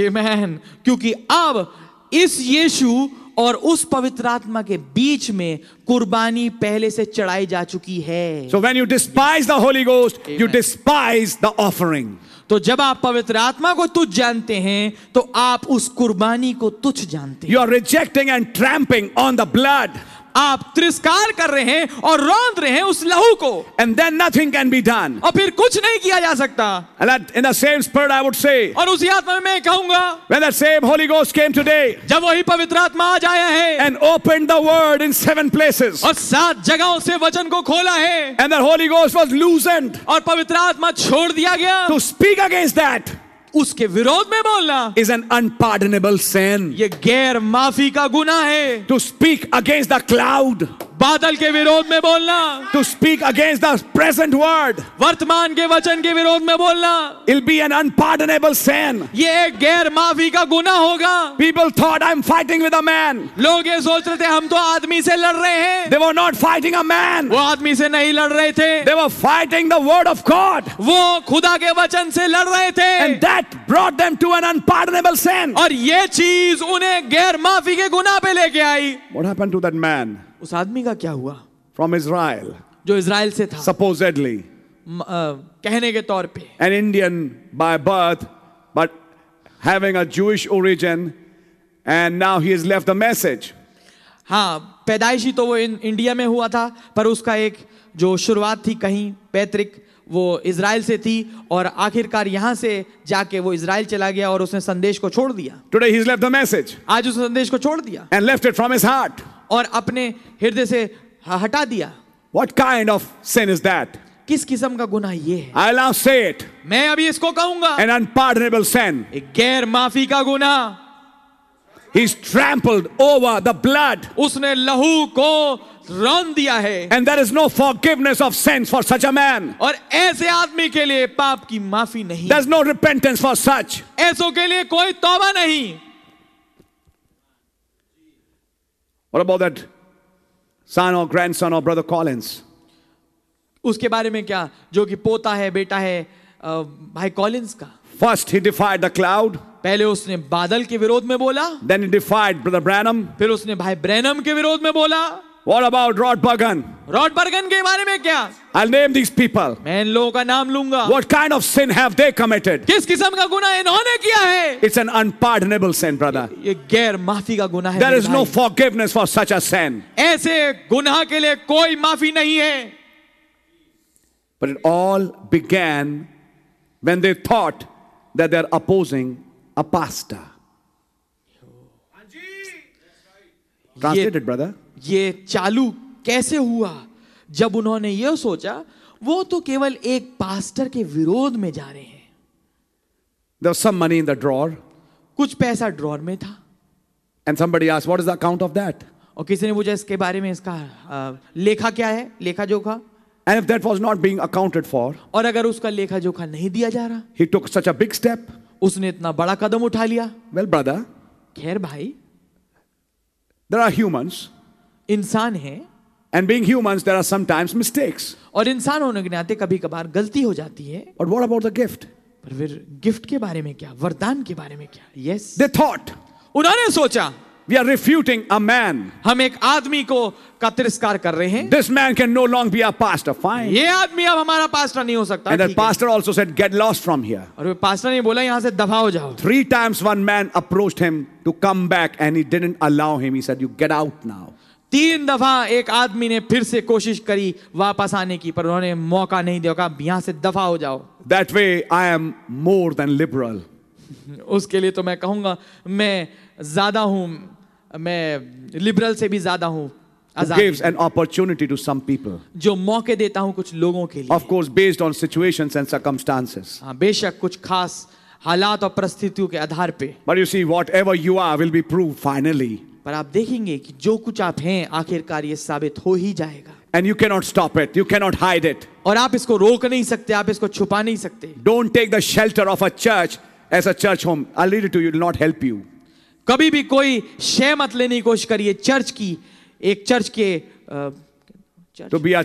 B: Amen. क्योंकि अब इस यीशु और उस पवित्र आत्मा के बीच में कुर्बानी पहले से चढ़ाई जा चुकी है
C: So when you despise the Holy Ghost, you despise the offering.
B: तो जब आप पवित्र आत्मा को तुच्छ जानते हैं तो आप उस कुर्बानी को तुच्छ जानते हैं
C: You are rejecting and tramping on the blood.
B: आप तिरस्कार कर रहे हैं और रौंद रहे हैं उस लहू को
C: And then nothing can be done.
B: और फिर कुछ नहीं किया जा सकता
C: And that, in the same spirit, I would say,
B: और उसी आत्मा में मैं कहूंगा
C: when that same Holy Ghost came today
B: जब वही पवित्र आत्मा आज आया है
C: and opened the word in seven places,
B: और सात जगहों से वचन को खोला है
C: and the Holy Ghost was loosened
B: और पवित्र आत्मा छोड़ दिया गया तो
C: to speak against that
B: उसके विरोध में बोलना
C: is an unpardonable sin.
B: ये गैर माफी का गुना है
C: To speak against the cloud,
B: बादल के विरोध में बोलना
C: to speak against the present word,
B: वर्तमान के वचन के विरोध में बोलना
C: it'll be an unpardonable sin.
B: ये एक गैर माफी का गुना होगा
C: People thought I'm fighting with a man.
B: लोग ये सोच रहे थे हम तो आदमी से लड़ रहे हैं
C: They were not fighting a man.
B: वो आदमी से नहीं लड़ रहे थे
C: They were fighting the word of God.
B: वो खुदा के वचन से लड़ रहे
C: And
B: थे
C: that brought them to an unpardonable sin.
B: और ये चीज उन्हें गैर माफी के गुना पे लेके आई
C: What happened to that man
B: उस आदमी का क्या हुआ
C: from Israel,
B: जो इसराइल से था
C: supposedly
B: म- अ, कहने के तौर पे
C: an Indian by birth, but having a Jewish origin, and now he has left the message.
B: हाँ पैदाइशी तो वो इन, इंडिया में हुआ था पर उसका एक जो शुरुआत थी कहीं पैतृक वो इसराइल से थी और आखिरकार यहाँ से जाके वो इसराइल चला गया और उसने संदेश को छोड़ दिया
C: Today he's left the message
B: आज उसने संदेश को छोड़ दिया
C: and left it from his heart.
B: और अपने हृदय से ह- हटा दिया
C: What kind of sin is that?
B: किस किस्म का गुनाह ये है
C: I'll now say it
B: मैं अभी इसको कहूंगा
C: an unpardonable sin.
B: एक गैर माफी का गुनाह
C: He's trampled over the blood,
B: उसने लहू को रौन दिया है
C: and there is no forgiveness of sins for such a man.
B: और ऐसे आदमी के लिए पाप की माफी नहीं
C: There's no repentance for such.
B: ऐसों के लिए कोई तौबा नहीं
C: What about that son or grandson or brother Collins?
B: उसके बारे में क्या जो कि पोता है बेटा है अ, भाई कॉलिंस का
C: First, he defied the cloud,
B: पहले उसने बादल के विरोध में बोला
C: then, he defied Brother Branham.
B: फिर उसने भाई ब्रैनम के विरोध में बोला
C: What about Rod Bugan?
B: रॉडबर्गन के बारे में क्या
C: I'll name these people.
B: मैं इन लोगों का नाम लूंगा
C: What kind of sin have they committed?
B: किस किस्म का गुना इन्होंने किया है
C: It's an unpardonable sin, brother.
B: ये गैर माफी का गुना है
C: There
B: मेरे
C: is no
B: भाई।
C: forgiveness for such a sin.
B: ऐसे गुनाह के लिए कोई माफी नहीं है
C: But it all began when they thought that they're opposing a pastor. Translated, brother.
B: ये चालू कैसे हुआ जब उन्होंने ये सोचा वो तो केवल एक पास्टर के विरोध में जा रहे हैं
C: There was some money in the drawer,
B: कुछ पैसा ड्रॉर में था
C: and somebody asked, What is the account of that?
B: और किसी ने पूछा इसके बारे में इसका अ, लेखा क्या है लेखा जोखा
C: And if that was not being accounted for,
B: और अगर उसका लेखा जोखा नहीं दिया जा रहा
C: he took such a big step.
B: उसने इतना बड़ा कदम उठा लिया
C: Well, brother,
B: खैर भाई
C: there are humans,
B: इंसान है
C: and being humans, there are sometimes mistakes.
B: और इंसान होने के नाते कभी कभार गलती हो जाती है
C: But what about the gift?
B: पर फिर गिफ्ट के बारे में क्या वरदान के बारे में क्या यस
C: They thought,
B: उन्होंने सोचा
C: We are refuting a man.
B: हम एक आदमी को का तिरस्कार कर रहे हैं
C: This man can no longer be our pastor. Fine.
B: ये आदमी अब हमारा पास्टर नहीं हो सकता
C: And that
B: ठीक है।
C: pastor also said, Get lost from here.
B: और वे पास्टर ने बोला यहाँ से दफा हो जाओ
C: Three times one man approached him to come back and he didn't allow him. He said, You get out now.
B: तीन दफा एक आदमी ने फिर से कोशिश करी वापस आने की पर उन्होंने मौका नहीं दिया कहा यहाँ से दफा हो जाओ
C: That way I am more than liberal.
B: उसके लिए तो मैं कहूंगा मैं ज्यादा हूं मैं लिबरल से भी ज्यादा हूं
C: Who
B: Azad
C: gives an opportunity to some people.
B: जो मौके देता हूं कुछ लोगों के लिए
C: Of course, based on situations and circumstances.
B: हाँ बेशक कुछ खास हालात और परिस्थितियों के आधार पे
C: But you see, whatever you are will be proved finally.
B: पर आप देखेंगे कि जो कुछ आप हैं आखिरकार ये साबित हो ही जाएगा
C: And you cannot stop it. You cannot hide it.
B: और आप इसको रोक नहीं सकते आप इसको छुपा नहीं सकते
C: Don't take the shelter of a church as a church home. I'll read it to you, it will not help you.
B: कभी भी कोई शय मत लेने की कोशिश करिए चर्च की एक चर्च के अ,
C: To
B: चर्च,
C: तो be a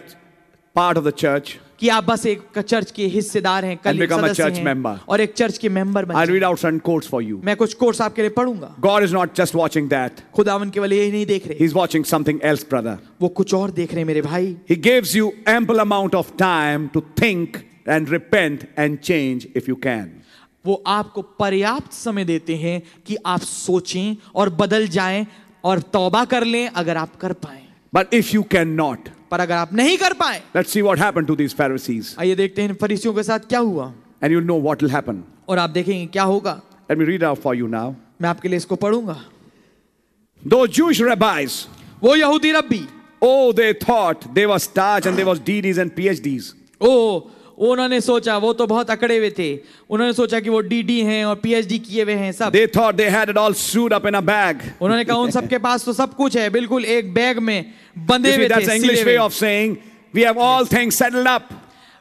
C: part of the church,
B: कि आप बस एक क- चर्च के हिस्सेदार हैं कल
C: become a
B: सदस्य
C: church
B: हैं
C: member.
B: और एक चर्च के मेंबर बन
C: I'll
B: जाएं।
C: read out some quotes for you.
B: मैं कुछ कोर्स आपके लिए पढ़ूंगा
C: God is not just watching that,
B: खुदावन केवल यही नहीं देख रहे
C: He's watching something else, brother.
B: वो कुछ और देख रहे हैं मेरे भाई
C: He gives you ample amount of time to think and repent and change if you can.
B: वो आपको पर्याप्त समय देते हैं कि आप सोचें और बदल जाएं और तौबा कर लें अगर आप कर पाए
C: But if you cannot,
B: पर अगर आप नहीं कर पाए
C: let's see what happened to these Pharisees,
B: आइए देखते हैं इन फरीसियों के साथ क्या हुआ
C: and you'll know what will happen.
B: और आप देखेंगे क्या होगा
C: Let me read out for you now.
B: मैं आपके लिए इसको पढ़ूंगा
C: Those Jewish rabbis,
B: वो यहूदी रब्बी
C: oh, they thought they were stars and they was DDs and PhDs.
B: ओ उन्होंने सोचा वो तो बहुत अकड़े हुए थे उन्होंने सोचा कि वो डीडी हैं और पीएचडी किए हुए हैं सब
C: They thought they had it all sewed up in a bag.
B: उन्होंने कहा उन सबके पास तो सब कुछ है बिल्कुल एक बैग में बंधे
C: You see,
B: हुए थे
C: that's the
B: सिले
C: English
B: हुए।
C: way of saying we have all things settled up.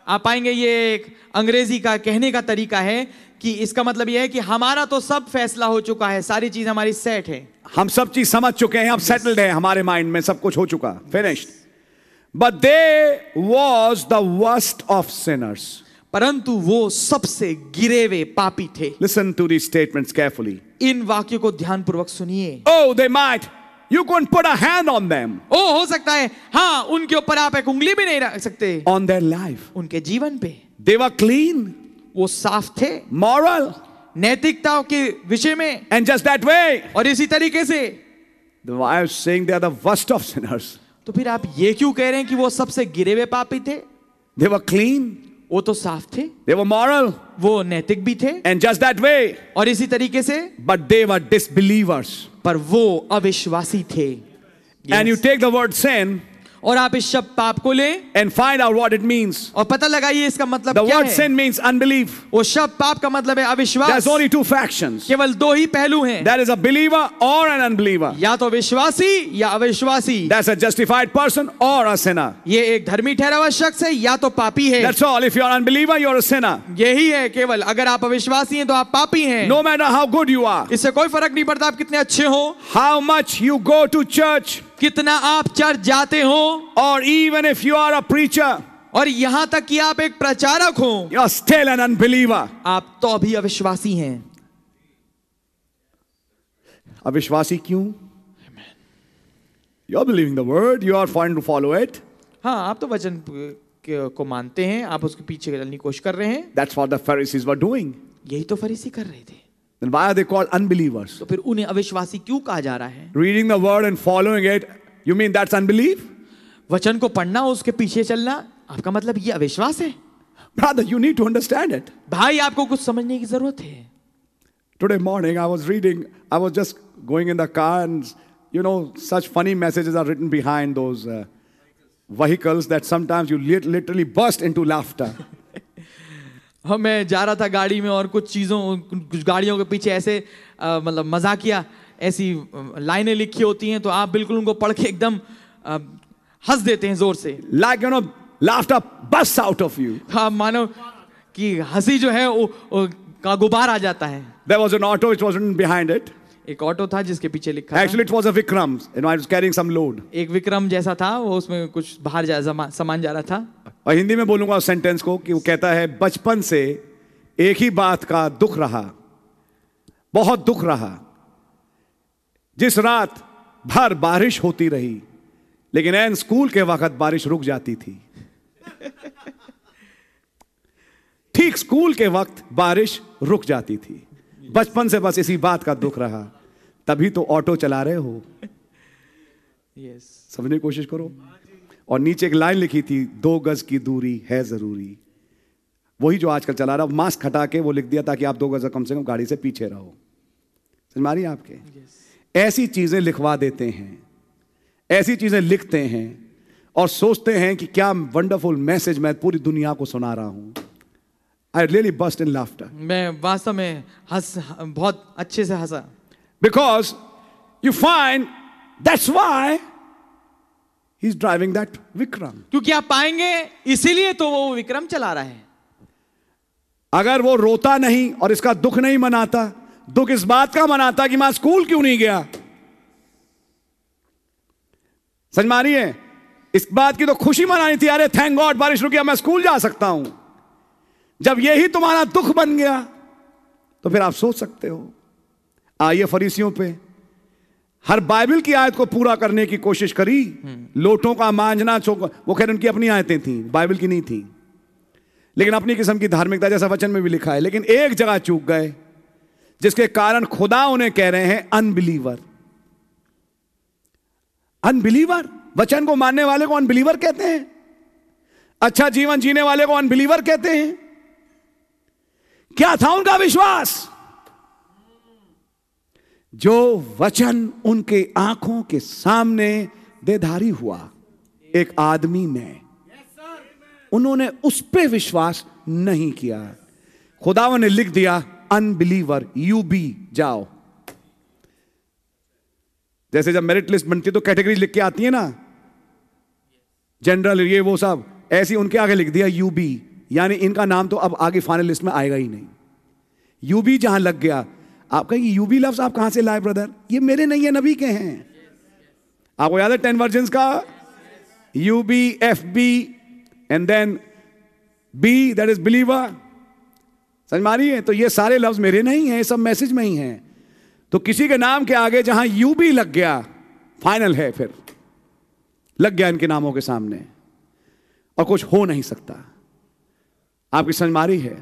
B: आप पाएंगे ये एक अंग्रेजी का कहने का तरीका है कि इसका मतलब यह है कि हमारा तो सब फैसला हो चुका है सारी चीज हमारी सेट है
C: हम सब चीज समझ चुके हैं अब सेटल्ड है हमारे माइंड में सब कुछ हो चुका finished but they was the worst of sinners
B: परंतु वो सबसे गिरे हुए पापी थे
C: listen to the statements carefully
B: इन वाक्यों को ध्यानपूर्वक सुनिए
C: oh they might you can put a hand on them
B: ओ हो सकता है हाँ उनके ऊपर आप एक उंगली भी नहीं रख सकते
C: ऑन देयर लाइफ
B: उनके जीवन पे
C: दे वर क्लीन
B: वो साफ थे
C: मॉरल
B: नैतिकता के विषय में
C: एंड जस्ट दैट वे
B: और इसी तरीके से
C: I am saying they are the worst of sinners
B: तो फिर आप ये क्यों कह रहे हैं कि वो सबसे गिरे हुए पापी थे
C: दे वर क्लीन
B: वो तो साफ थे
C: दे वर मॉरल
B: वो नैतिक भी थे
C: एंड जस्ट दैट वे
B: और इसी तरीके से
C: बट दे वर डिसबिलीवर्स
B: पर वो अविश्वासी थे
C: and you take the word sin
B: और आप इस शब्द पाप को लें
C: and find out what it means
B: और पता लगाइए इसका मतलब
C: The
B: क्या
C: word
B: है
C: sin means unbelief.
B: वो शब्द पाप का मतलब है
C: There's
B: अविश्वास
C: only two factions.
B: केवल दो ही पहलू हैं
C: There is a believer or an unbeliever.
B: या तो विश्वासी या अविश्वासी
C: That's a justified person or a sinner.
B: ये एक धर्मी ठहरा हुआ शख्स है या तो पापी है
C: That's all. If you're an unbeliever, you're a sinner.
B: यही है केवल अगर आप अविश्वासी हैं तो आप पापी हैं
C: No matter how good you are,
B: इससे कोई फर्क नहीं पड़ता आप कितने अच्छे हो
C: how much you go to church,
B: कितना आप चर्च जाते हो
C: or even if you are a preacher,
B: और यहाँ तक कि आप एक प्रचारक हो
C: you're still an unbeliever.
B: आप तो भी अविश्वासी हैं
C: अविश्वासी क्यों? You're believing the word. You are fine to follow it.
B: हाँ आप तो वचन के- को मानते हैं आप उसके पीछे चलने की कोशिश कर रहे हैं
C: That's what the Pharisees were doing.
B: यही तो फरीसी कर रहे थे
C: Then why are they called unbelievers?
B: तो फिर उन्हें अविश्वासी क्यों कहा जा रहा है
C: Reading the word and following it, you mean that's unbelief?
B: वचन को पढ़ना उसके पीछे चलना आपका मतलब ये अविश्वास है
C: Brother, you need to understand it.
B: भाई आपको कुछ समझने की जरूरत है
C: Today morning, I was reading, I was just going in the car, and you know, such funny messages are written behind those uh, vehicles that sometimes you lit- literally burst into laughter. [LAUGHS]
B: हाँ मैं जा रहा था गाड़ी में और कुछ चीज़ों कुछ गाड़ियों के पीछे ऐसे अ, मतलब मजाकिया ऐसी अ, लाइनें लिखी होती हैं तो आप बिल्कुल उनको पढ़ के एकदम अ, हंस देते हैं ज़ोर से
C: like, you know, laughter bursts out of you.
B: आप मानो कि हंसी जो है वो, वो का गुबार आ जाता है
C: There was an auto, it was written behind it.
B: एक ऑटो था जिसके पीछे लिखा था,
C: Actually, it was a Vikram. You know, I was carrying some load.
B: एक विक्रम जैसा था वो उसमें कुछ बाहर जा समा- सामान जा रहा था
C: और हिंदी में बोलूंगा उस सेंटेंस को कि वो कहता है बचपन से एक ही बात का दुख रहा बहुत दुख रहा जिस रात भर बारिश होती रही लेकिन एन स्कूल के वक्त बारिश रुक जाती थी ठीक स्कूल के वक्त बारिश रुक जाती थी बचपन से बस इसी बात का दुख रहा तभी तो ऑटो चला रहे हो
B: यस
C: समझने की कोशिश करो और नीचे एक लाइन लिखी थी दो गज की दूरी है जरूरी वही जो आजकल चला रहा मास्क हटा के वो लिख दिया ताकि आप दो गज कम से कम गाड़ी से पीछे रहो समझ मारी आपके ऐसी चीजें लिखवा देते हैं ऐसी चीजें लिखते हैं और सोचते हैं कि क्या वंडरफुल मैसेज मैं पूरी दुनिया को सुना रहा हूं I really burst in laughter
B: मैं वास्तव में हंस बहुत अच्छे से हंसा
C: Because you find that's why he's driving that Vikram.
B: क्योंकि आप पाएंगे इसीलिए तो वो विक्रम चला रहा है
C: अगर वो रोता नहीं और इसका दुख नहीं मनाता दुख इस बात का मनाता कि मैं स्कूल क्यों नहीं गया समझ मारिए इस बात की तो खुशी मनानी थी अरे थैंक गॉड बारिश रुकी अब मैं स्कूल जा सकता हूं जब यही तुम्हारा दुख बन गया तो फिर आप सोच सकते हो आइए फरीसियों पे हर बाइबल की आयत को पूरा करने की कोशिश करी लोटों का मांझना चोक वो खैर उनकी अपनी आयतें थी बाइबल की नहीं थी लेकिन अपनी किस्म की धार्मिकता जैसा वचन में भी लिखा है लेकिन एक जगह चूक गए जिसके कारण खुदा उन्हें कह रहे हैं अनबिलीवर अनबिलीवर वचन को मानने वाले को अनबिलीवर कहते हैं अच्छा जीवन जीने वाले को अनबिलीवर कहते हैं क्या था उनका विश्वास जो वचन उनके आंखों के सामने देधारी हुआ एक आदमी ने उन्होंने उस पर विश्वास नहीं किया खुदावा ने लिख दिया अनबिलीवर यू बी जाओ जैसे जब मेरिट लिस्ट बनती है तो कैटेगरी लिख के आती है ना जनरल ये वो सब ऐसी उनके आगे लिख दिया यूबी यानी इनका नाम तो अब आगे फाइनल लिस्ट में आएगा ही नहीं यूबी जहां लग गया आप कहेंगे यूबी लफ्ज आप कहां से लाए ब्रदर ये मेरे नहीं है नबी के हैं आपको याद है टेन वर्जन का U B F B and then B that is believer समझ मारी है तो ये सारे लफ्ज मेरे नहीं है सब मैसेज में ही हैं तो किसी के नाम के आगे जहां यूबी लग गया फाइनल है फिर लग गया इनके नामों के सामने और कुछ हो नहीं सकता आपकी समझ मारी है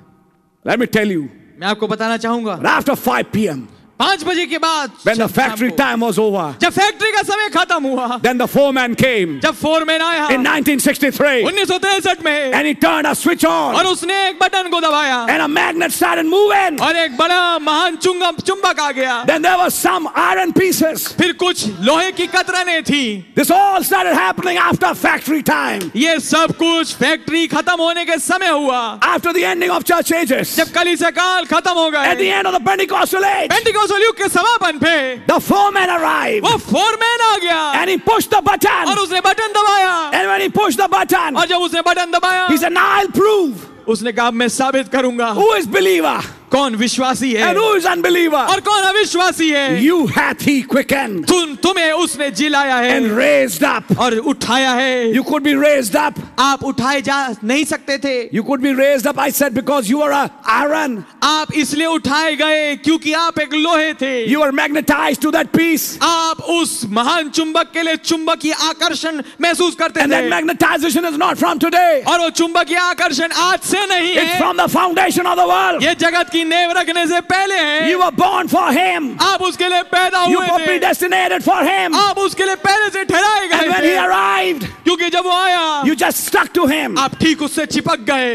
C: लेट मी टेल यू
B: मैं आपको बताना चाहूंगा
C: आफ्टर 5 पीएम
B: पांच बजे के बाद
C: when the
B: जब
C: factory
B: आपको-
C: time was over
B: जब फैक्ट्री का समय खत्म हुआ
C: then the foreman came
B: जब फोरमैन आया
C: in 1963
B: उन्नीस सौ तिरसठ में
C: and he turned a switch
B: और
C: on
B: उसने एक बटन को दबाया
C: and a magnet started moving
B: और एक बड़ा महान चुंगम चुंबक आ गया
C: then there were some iron pieces
B: फिर कुछ लोहे की कतरने थी
C: this all started happening after factory time
B: ये सब कुछ फैक्ट्री खत्म होने के समय हुआ
C: after the ending of church ages
B: जब कलीसिया काल खत्म हो
C: at the
B: गए
C: end of the pentecostal age
B: pentecostal युग के समापन पे
C: the foreman arrived
B: वो फोरमैन आ गया
C: and he pushed the
B: और
C: button
B: उसने बटन दबाया
C: and when he pushed the button
B: और जब उसने बटन दबाया
C: he said now I'll prove
B: उसने कहा मैं साबित करूंगा
C: who is believer
B: कौन विश्वासी है
C: and who is unbeliever
B: और कौन अविश्वासी है
C: you hath he quickened
B: तुम तुम्हें उसने जिलाया
C: and
B: है
C: raised up
B: और उठाया है
C: you could be raised up
B: आप उठाए जा नहीं सकते थे
C: You could be raised up, I said, because you were a iron.
B: आप इसलिए उठाए गए क्योंकि आप एक लोहे थे
C: You were magnetized to that piece.
B: आप उस महान चुंबक के लिए चुंबकीय आकर्षण महसूस करते
C: And that
B: थे
C: magnetization is not from today.
B: और वो चुंबकीय आकर्षण आज से नहीं
C: It's
B: है
C: from the foundation of the world.
B: ये जगत की नेव रखने से पहले है
C: You were born for him.
B: आप उसके लिए पैदा
C: You
B: हुए
C: were
B: थे
C: predestinated for him.
B: आप उसके लिए पहले से ठहराए
C: And
B: गए
C: when he
B: थे
C: arrived,
B: क्योंकि जब वो आया
C: you just stuck to him.
B: आप ठीक उससे चिपक गए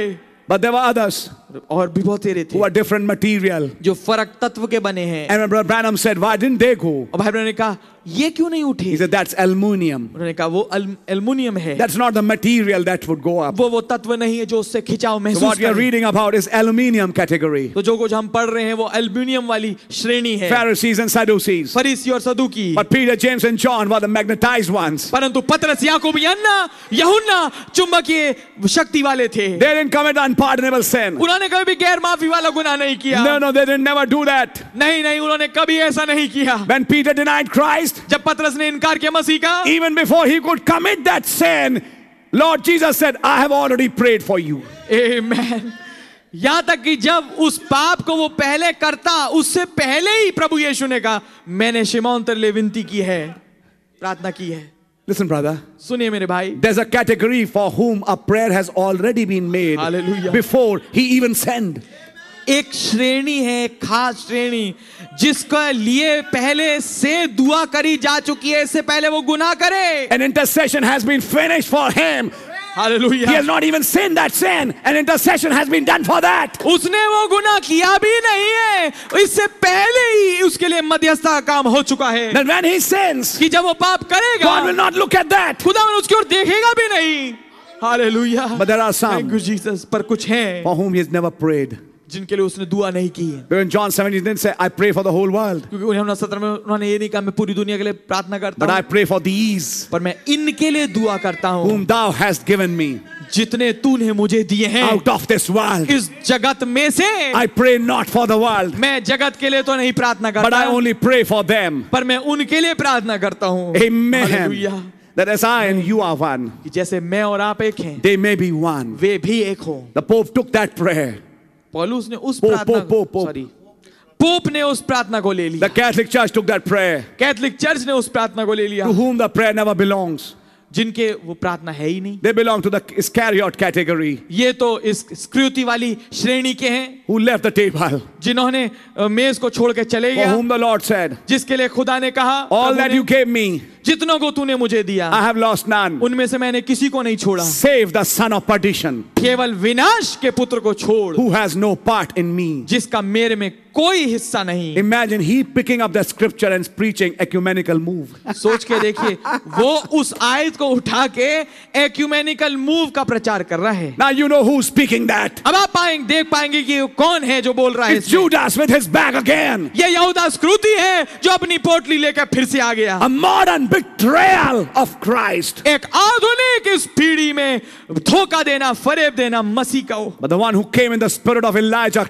C: But there were others
B: और भी बहुत तेरे
C: who were different material.
B: जो फर्क तत्व के बने हैं
C: And when Brother Branham said, Why didn't they go?
B: और भाई बहनों ने कहा ये क्यों नहीं उठे
C: He said, That's aluminium.
B: उन्होंने कहा वो अल- एल्युमिनियम है
C: That's not the material that would go up.
B: वो वो तत्व नहीं है जो उससे खिंचाव
C: So
B: महसूस
C: what we are
B: करे।
C: reading about is aluminium category.
B: तो जो कुछ हम पढ़ रहे हैं वो एल्युमिनियम वाली श्रेणी है
C: Pharisees and Sadducees.
B: फरीसी और सदुकी
C: But Peter, James, and John were the magnetized ones.
B: परंतु पतरस याकूब यन्ना यहुन्ना चुंबकीय शक्ति वाले थे
C: They didn't commit unpardonable sin.
B: उन्होंने कभी भी गैर माफी वाला गुनाह नहीं किया
C: No, no, they didn't never do that.
B: नहीं नहीं उन्होंने कभी ऐसा नहीं किया
C: When Peter denied Christ,
B: जब पतरस ने इनकार किया मसीह का
C: even before he could commit that sin, Lord Jesus said, I have already prayed for you.
B: Amen. यहां तक कि जब उस पाप को वो पहले करता उससे पहले ही प्रभु यीशु ने कहा मैंने शिमोन तेरे लिए विनती की है प्रार्थना की है
C: Listen, brother,
B: सुनिए मेरे भाई
C: there's a category for whom a prayer has already been made
B: Hallelujah.
C: before he even sinned.
B: एक श्रेणी है एक खास श्रेणी जिसका लिए पहले से दुआ करी जा चुकी है इससे पहले वो गुनाह करे
C: An intercession has been finished for him. He
B: hallelujah
C: has not even sinned that sin. An intercession has been done for that.
B: उसने वो गुनाह किया भी नहीं है इससे पहले ही उसके लिए मध्यस्थता का काम हो चुका है
C: Then when he sins,
B: कि जब वो पाप करेगा
C: God will not look at that.
B: खुदा उसकी ओर देखेगा भी नहीं hallelujah
C: But there are some
B: thank you Jesus पर कुछ हैं
C: for whom he has never prayed.
B: जिनके लिए उसने दुआ नहीं की है
C: Because in John 17, he didn't say, I pray for the whole world,
B: क्योंकि उन्हें सत्रह में उन्होंने ये नहीं कहा मैं पूरी दुनिया के लिए प्रार्थना
C: but
B: करता
C: I
B: हूँ
C: pray for these
B: पर मैं इनके लिए दुआ करता हूँ
C: whom thou hast given me
B: जितने तूने मुझे दिए हैं
C: out of this world.
B: इस जगत में से
C: I pray not for the world,
B: मैं जगत के लिए तो नहीं प्रार्थना
C: but
B: करता
C: I only pray for them.
B: पर मैं उनके लिए प्रार्थना करता हूँ
C: Amen. that as I and you are one,
B: कि जैसे मैं और आप एक हैं
C: they may be one.
B: वे भी एक हो
C: The Pope took that prayer.
B: पॉलूस ने उस
C: पोप,
B: प्रार्थना
C: पोप, पोप।
B: सॉरी पोप ने उस प्रार्थना को ले
C: The
B: लिया
C: Catholic Church took that prayer.
B: Catholic church ने उस प्रार्थना को ले लिया
C: To whom the prayer never belongs.
B: जिनके वो प्रार्थना है ही नहीं
C: They belong to the Iscariot category
B: ये तो इस स्क्रूति वाली श्रेणी के हैं
C: who left the table.
B: जिन्होंने अ, मेज को छोड़ के चले
C: For
B: गया
C: whom the Lord said,
B: जिसके लिए खुदा ने कहा
C: All
B: प्रभु
C: that
B: ने,
C: you gave me,
B: जितनों को तूने मुझे दिया
C: I have lost none.
B: उनमें से मैंने किसी को नहीं छोड़ा
C: Save the son of perdition
B: केवल विनाश के पुत्र को छोड़
C: who has no part in me.
B: जिसका मेरे में कोई हिस्सा नहीं
C: Imagine he picking up that scripture and preaching ecumenical move.
B: सोच के देखिए वो उस आयत को उठा के एक्यूमेनिकल मूव का प्रचार कर रहा है
C: Now you know who's speaking that.
B: अब आप पाएंगे देख पाएंगे कि कौन है जो बोल रहा है
C: It's
B: इसमें।
C: Judas with his bag again.
B: ये यहूदा स्क्रूति है जो अपनी पोटली लेकर फिर से आ गया
C: A modern betrayal of Christ.
B: एक आधुनिक इस पीढ़ी में धोखा देना फरेब देना मसीह का हो
C: But the one who came in the spirit of Elijah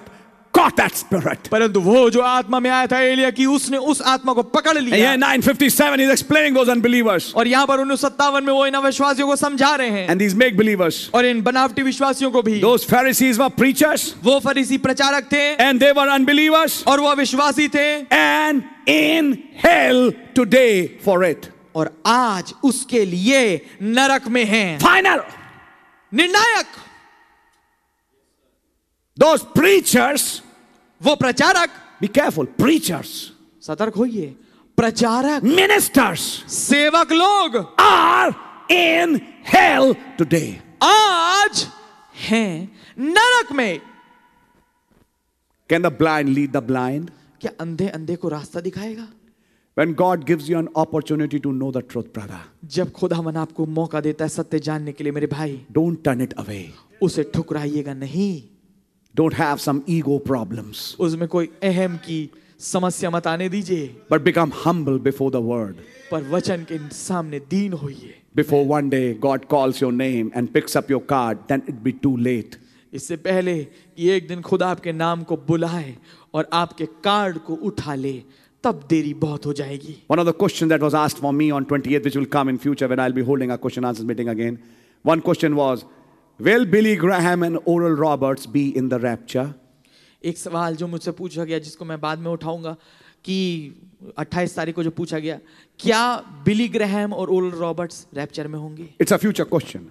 C: caught that spirit.
B: परंतु वो जो आत्मा में आया था एलिया की उसने उस आत्मा को पकड़
C: And here
B: लिया
C: in 957, he's explaining those unbelievers
B: और यहाँ पर उन्नीस सत्तावन में वो इन अविश्वासियों को समझा रहे हैं
C: and these make believers.
B: और इन बनावटी विश्वासियों को भी
C: Those Pharisees were preachers
B: वो फरीसी प्रचारक थे
C: and they were unbelievers
B: और वो अविश्वासी थे
C: and in hell today for it.
B: और आज उसके लिए नरक में हैं
C: Final.
B: निर्णायक
C: Those preachers,
B: वो प्रचारक
C: be careful, preachers,
B: सतर्क होइए प्रचारक
C: ministers
B: सेवक लोग
C: are in hell today.
B: आज हैं नरक में
C: Can the blind lead the blind?
B: क्या अंधे अंधे को रास्ता दिखाएगा
C: When God gives you an opportunity to know the truth, brother,
B: जब खुदा मन आपको मौका देता है सत्य जानने के लिए मेरे भाई
C: don't turn it away.
B: उसे ठुकराइएगा नहीं
C: Don't have some ego problems,
B: तो उसमें कोई अहम की समस्या मत आने दीजिए
C: but become humble before the word.
B: पर वचन के सामने दीन होइए
C: Before one day God calls your name and picks up your card, then it'd be too late.
B: इससे पहले कि एक दिन खुदा आपके नाम को बुलाए और आपके कार्ड को उठा ले तब देरी बहुत हो जाएगी
C: One of the questions that was asked for me on 28th, which will come in future when I'll be holding a question answers meeting again. One question was, will Billy Graham and Oral Roberts be in the rapture?
B: एक सवाल जो मुझसे पूछा गया जिसको मैं बाद में उठाऊंगा कि 28 तारीख को जो पूछा गया क्या बिली ग्रहम और ओल रॉबर्ट्स रैप्चर में होंगे
C: It's a future question.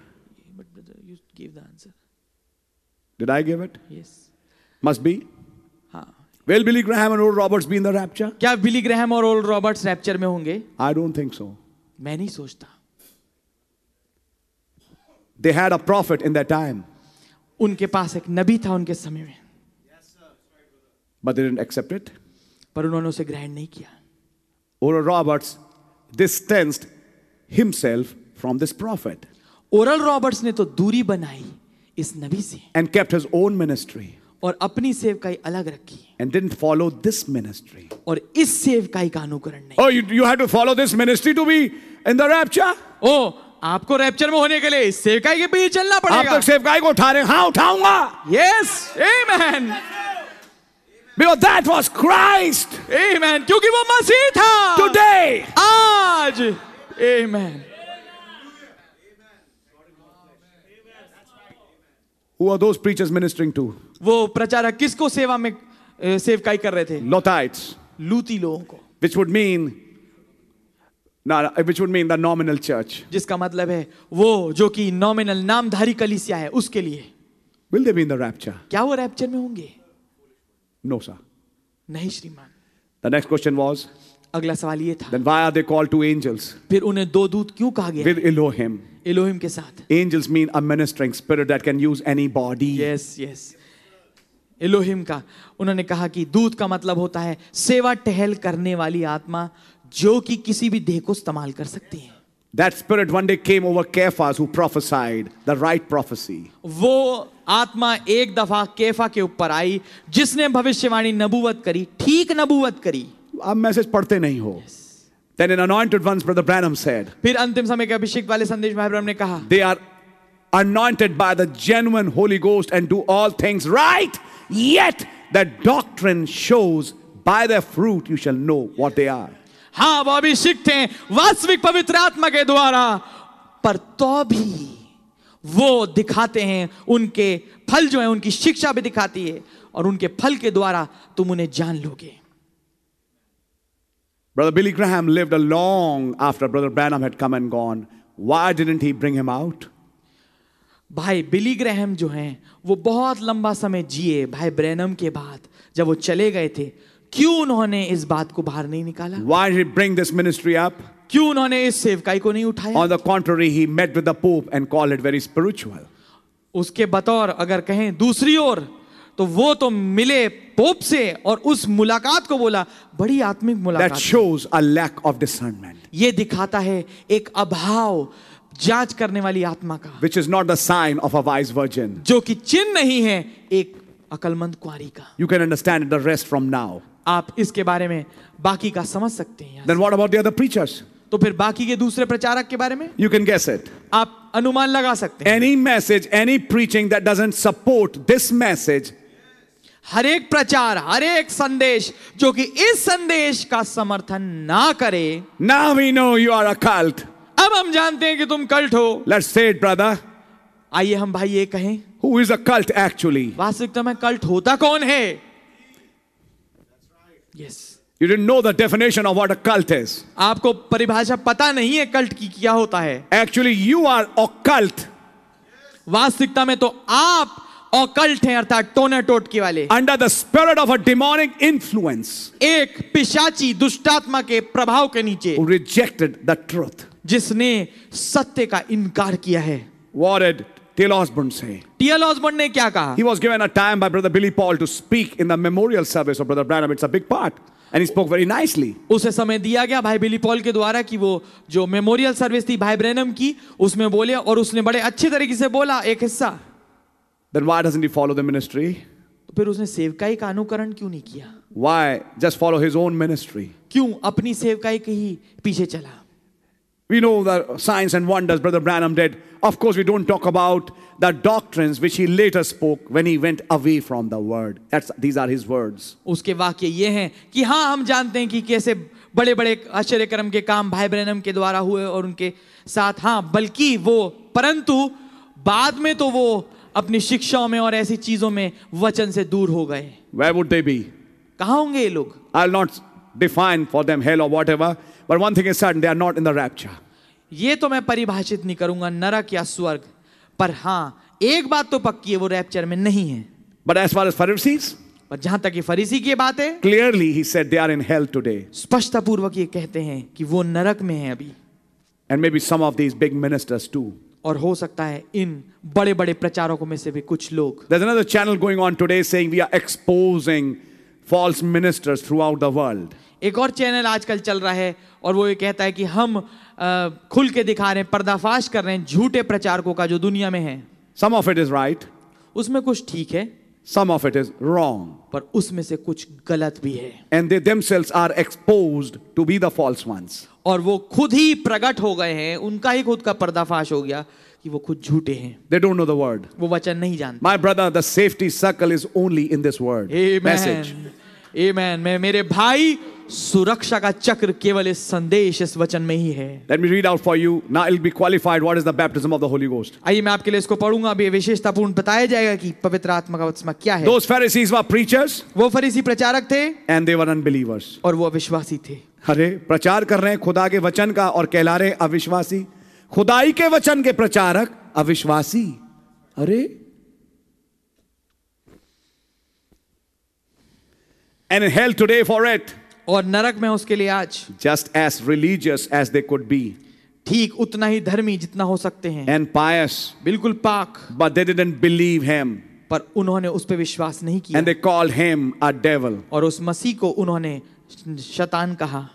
B: But brother you give the answer
C: Did I give it?
B: Yes
C: Must be.
B: हाँ
C: Will Billy Graham and Oral Roberts be in the rapture?
B: क्या बिली ग्रहम और ओल रॉबर्ट्स रैप्चर में होंगे
C: I don't think so.
B: मैं नहीं सोचता
C: They had a prophet in their time,
B: उनके पास एक नबी था उनके समय में
C: but they didn't accept it.
B: पर उन्होंने उसे ग्रहण नहीं किया
C: Oral Roberts distanced himself from this prophet
B: Oral Roberts ने तो दूरी बनाई इस नबी से
C: and kept his own ministry
B: और अपनी सेवकाई अलग रखी
C: and didn't follow this ministry.
B: और इस सेवकाई का अनुकरण नहीं
C: Oh, you, you have to follow this ministry to be in the rapture?
B: ओ आपको रैप्चर में होने के लिए इस सेवकाई के पीछे चलना
C: आप
B: पड़ेगा
C: तक सेवकाई को उठा रहे हैं हाँ उठाऊंगा
B: yes amen
C: because that was Christ
B: amen क्योंकि वो मसीह था
C: today
B: आज आमेन
C: who are those preachers ministering to
B: वो प्रचारक किसको सेवा में अ, सेवकाई कर रहे थे
C: Lothites
B: लूती लोगों को
C: which would mean no, no, which would mean the nominal church
B: जिसका मतलब है वो जो कि नॉमिनल नामधारी कलीसिया है उसके लिए
C: will they be in the rapture
B: क्या वो रैप्चर में होंगे
C: no sir
B: नहीं श्रीमान
C: the next question was
B: अगला सवाल ये था
C: then why are they called two angels
B: फिर उन्हें दो दूत क्यों कहा गया
C: with Elohim
B: एलोहिम के साथ
C: angels mean a ministering spirit that can use any body
B: yes yes Elohim का उन्होंने कहा कि दूत का मतलब होता है सेवा टहल करने वाली आत्मा जो कि किसी भी देह को इस्तेमाल कर सकती है
C: that spirit one day came over Cephas who prophesied the right prophecy
B: वो आत्मा एक दफा केफा के ऊपर आई जिसने भविष्यवाणी नबूवत करी ठीक नबूवत करी
C: आप मैसेज पढ़ते नहीं हो Then an anointed ones, Brother Branham said,
B: फिर अंतिम समय के अभिषेक वाले संदेश में अब्राहम ने कहा
C: they are anointed by the genuine Holy Ghost and do all things right. Yet the doctrine shows by their fruit you shall know what they are.
B: हाँ अब अभिषिक्त हैं वास्तविक पवित्र आत्मा के द्वारा पर तो भी वो दिखाते हैं उनके फल जो है उनकी शिक्षा भी दिखाती है और उनके फल के द्वारा तुम उन्हें जान लोगे
C: Brother Billy Graham lived a long after Brother Branham had come and gone. Why didn't he bring him out?
B: भाई बिली ग्रहम जो हैं वो बहुत लंबा समय जिए भाई ब्रैनम के बाद जब वो चले गए थे क्यों उन्होंने इस बात को बाहर नहीं निकाला
C: Why did he bring this ministry up?
B: क्यों उन्होंने इस सेवकाई को नहीं उठाया
C: On the contrary, he met with the Pope and called it very spiritual.
B: उसके बतौर अगर कहें दूसरी ओर तो वो तो मिले पोप से और उस मुलाकात को बोला बड़ी आत्मिक
C: That
B: मुलाकात
C: shows a lack of discernment,
B: ये दिखाता है एक अभाव जांच करने वाली आत्मा का
C: which is not the sign of a wise virgin.
B: जो कि चिन्ह नहीं है एक अकलमंद कुआरी का
C: You can understand the rest from now.
B: आप इसके बारे में बाकी का समझ सकते हैं
C: Then what about the other preachers?
B: तो फिर बाकी के दूसरे प्रचारक के बारे में
C: You can guess it.
B: आप अनुमान लगा सकते हैं
C: Any message, any preaching that doesn't support this message
B: हर एक प्रचार हर एक संदेश जो कि इस संदेश का समर्थन ना करे
C: Now we know you are a cult.
B: अब हम जानते हैं कि तुम कल्ट हो
C: Let's say it, brother.
B: आइए हम भाई ये कहें
C: Who is a cult actually?
B: वास्तविकता में कल्ट होता कौन है yes
C: You didn't know the definition of what a cult is.
B: आपको परिभाषा पता नहीं है कल्ट की क्या होता है
C: Actually, you are occult
B: वास्तविकता में तो आप ऑकल्ट हैं अर्थात टोने टोटके वाले
C: under the spirit of a demonic influence
B: एक पिशाची दुष्टात्मा के प्रभाव के नीचे
C: who rejected the truth.
B: जिसने सत्य का इनकार किया है
C: What did Till Osborne say?
B: T L Osborne ने क्या कहा
C: He was given a time by Brother Billy Paul to speak in the memorial service of Brother Branham. It's a big part. And he spoke very nicely.
B: उसे समय दिया गया भाई बिली पॉल के द्वारा कि वो जो मेमोरियल सर्विस थी भाई ब्रैनम की उसमें बोले और उसने बड़े अच्छे तरीके से बोला एक हिस्सा
C: Then why doesn't he follow the ministry?
B: तो फिर उसने सेवकाई का अनुकरण क्यों नहीं किया
C: Why just follow his own ministry?
B: क्यों अपनी सेवकाई के ही पीछे चला
C: We know the signs and wonders Brother Branham did. Of course, we don't talk about the doctrines which he later spoke when he went away from the word. That's, these are his words.
B: उसके वाक्य ये हैं कि हाँ हम जानते हैं कि कैसे बड़े बड़े आश्चर्यक्रम के काम भाई ब्रैनम के द्वारा हुए और उनके साथ हाँ बल्कि वो परंतु बाद में तो वो अपनी शिक्षाओं में और ऐसी चीजों में वचन से दूर हो गए
C: Where would they be?
B: कहाँ होंगे ये लोग
C: I'll not define for them hell or whatever, but one thing is certain they are not in the rapture.
B: ये तो मैं परिभाषित नहीं करूंगा नरक या स्वर्ग पर हाँ एक बात तो पक्की है वो रैप्चर में नहीं है
C: But as far as Pharisees,
B: पर जहां तक ये फरीसी की बात है
C: clearly he said they are in hell today.
B: स्पष्टतापूर्वक ये कहते हैं कि वो नरक में है अभी
C: And maybe some of these big ministers too.
B: और हो सकता है इन बड़े बड़े प्रचारकों में से भी कुछ लोग
C: There's another channel going on today saying we are exposing false ministers throughout the world.
B: एक और चैनल आजकल चल रहा है और वो ये कहता है कि हम अ, खुल के दिखा रहे हैं पर्दाफाश कर रहे हैं झूठे प्रचारकों का जो दुनिया में है
C: Some of it is right,
B: उसमें कुछ ठीक है
C: some of it is wrong.
B: पर उसमें से कुछ गलत भी है
C: and they themselves are exposed to be the false ones.
B: और वो खुद ही प्रकट हो गए हैं उनका ही खुद का पर्दाफाश हो गया कि वो खुद झूठे हैं
C: They don't know the word.
B: वो वचन नहीं जानते
C: My brother, the safety circle is only in this word. Message.
B: Amen. Amen. मैं मेरे भाई सुरक्षा का चक्र केवल इस संदेश इस वचन में ही है
C: Let me read out for you. Now it'll be qualified what is the baptism of the Holy Ghost.
B: आइए मैं आपके लिए इसको पढ़ूंगा अभी विशेषतापूर्ण बताया जाएगा कि पवित्र आत्मा का बपतिस्मा क्या है
C: Those Pharisees were preachers
B: वो फरीसी प्रचारक थे
C: and they were unbelievers.
B: और वो अविश्वासी थे
C: अरे प्रचार कर रहे हैं खुदा के वचन का और कहला रहे हैं अविश्वासी खुदाई के वचन के प्रचारक अविश्वासी अरे And in hell today for it.
B: और नरक में उसके लिए आज
C: just as religious as they could be
B: ठीक उतना ही धर्मी जितना हो सकते हैं
C: and pious,
B: बिल्कुल पाक
C: but they didn't believe him
B: पर उन्होंने उस पर विश्वास नहीं किया
C: and they called him a devil.
B: और उस मसीह को उन्होंने शतान कहा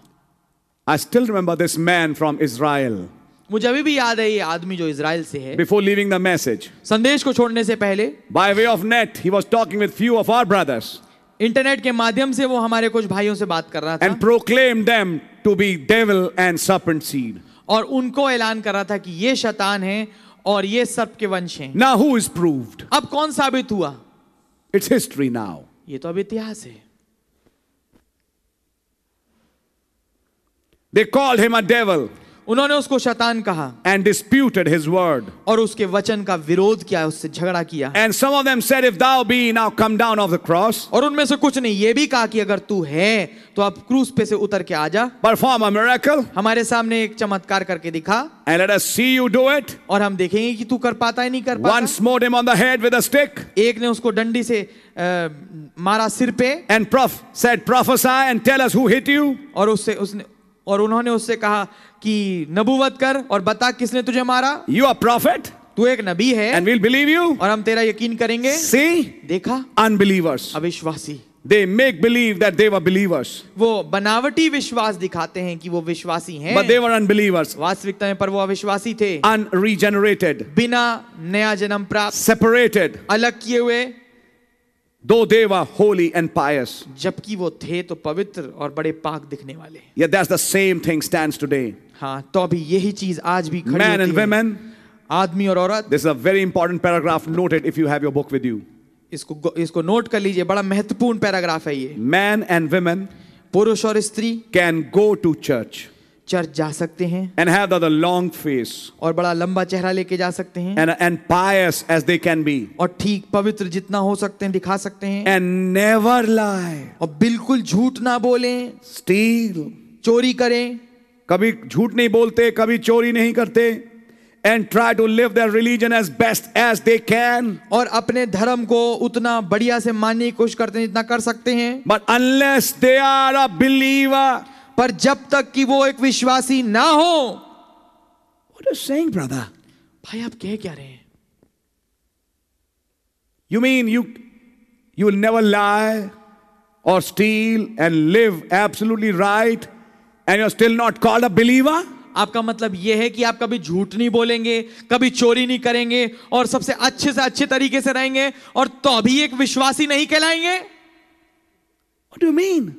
C: I still remember this man from Israel
B: मुझे अभी भी याद है ये आदमी जो इसराइल से है
C: before leaving the message.
B: संदेश को छोड़ने से पहले
C: By way of net, he was talking with few of our brothers
B: internet के माध्यम से वो हमारे कुछ भाइयों से बात कर रहा था
C: and proclaimed them to be devil and serpent seed.
B: और उनको ऐलान कर रहा था कि ये शतान है और ये सर्प के वंश हैं
C: Now, who is proved?
B: अब कौन साबित हुआ
C: It's history now.
B: ये तो अब इतिहास है
C: They called him a devil
B: उन्होंने उसको शैतान कहा
C: and disputed his word.
B: और उसके वचन का विरोध किया उससे झगड़ा किया
C: And some of them said, If thou be now come down off the cross,
B: और उनमें से कुछ ने यह भी कहा कि अगर तू है तो अब क्रूज पे से उतर के आ जा
C: perform a miracle,
B: हमारे सामने एक चमत्कार करके दिखा
C: and let us see you do it.
B: और हम देखेंगे कि तू कर पाता है नहीं कर
C: One
B: पाता
C: smote him on the head with a stick,
B: एक ने उसको डंडी से अ, मारा सिर पे
C: and prof- said, Prophesy and tell us who hit you.
B: और उससे उसने और उन्होंने उससे कहा कि नबूवत कर और बता किसने तुझे मारा
C: You are prophet,
B: तू एक नबी है
C: and we'll believe you.
B: और हम तेरा यकीन करेंगे
C: See,
B: देखा
C: unbelievers.
B: अविश्वासी
C: They make believe that they were believers,
B: वो बनावटी विश्वास दिखाते हैं कि वो विश्वासी हैं
C: but they were unbelievers,
B: वास्तविकता में पर वो अविश्वासी थे
C: unregenerated,
B: बिना नया जन्म प्राप्त
C: separated,
B: अलग किए हुए
C: though they were holy and pious.
B: जबकि वो थे तो पवित्र और बड़े पाक दिखने वाले
C: Yet that's the same thing stands today.
B: हाँ तो अभी यही चीज आज भी खड़ी
C: Men
B: होती
C: and
B: है।
C: women,
B: आदमी और औरत
C: This is a very important paragraph. Note it if you have your book with you.
B: इसको गो- इसको नोट कर लीजिए बड़ा महत्वपूर्ण पैराग्राफ है ये
C: Man and women
B: पुरुष और स्त्री
C: can go to church
B: church जा सकते हैं
C: and have the, the long face
B: और बड़ा लंबा चेहरा लेके जा सकते हैं
C: and, and pious as they can be
B: और ठीक पवित्र जितना हो सकते हैं दिखा सकते हैं
C: and never lie,
B: और बिल्कुल झूठ ना बोलें
C: steal.
B: चोरी करें
C: कभी झूठ नहीं बोलते कभी चोरी नहीं करते and try to live their religion as best as they can.
B: और अपने धर्म को उतना बढ़िया से मानने की कोशिश करते हैं जितना कर सकते हैं
C: But unless they are a believer,
B: पर जब तक कि वो एक विश्वासी ना हो
C: what are you saying, brother?
B: भाई आप कह क्या रहे हैं
C: You mean you you will never lie or steal and live absolutely right and you're still not called a believer?
B: आपका मतलब यह है कि आप कभी झूठ नहीं बोलेंगे कभी चोरी नहीं करेंगे और सबसे अच्छे से अच्छे तरीके से रहेंगे और तो भी एक विश्वासी नहीं कहलाएंगे
C: What do you mean?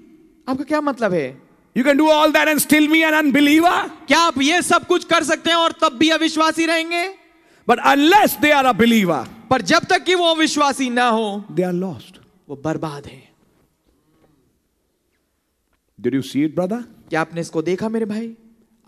B: आपका क्या मतलब है
C: You can do all that and still be an unbeliever?
B: क्या आप ये सब कुछ कर सकते हैं और तब भी अविश्वासी रहेंगे
C: But unless they are a believer,
B: पर जब तक कि वो अविश्वासी ना हो
C: they are lost.
B: वो बर्बाद है
C: Did you see it, brother?
B: क्या आपने इसको देखा मेरे भाई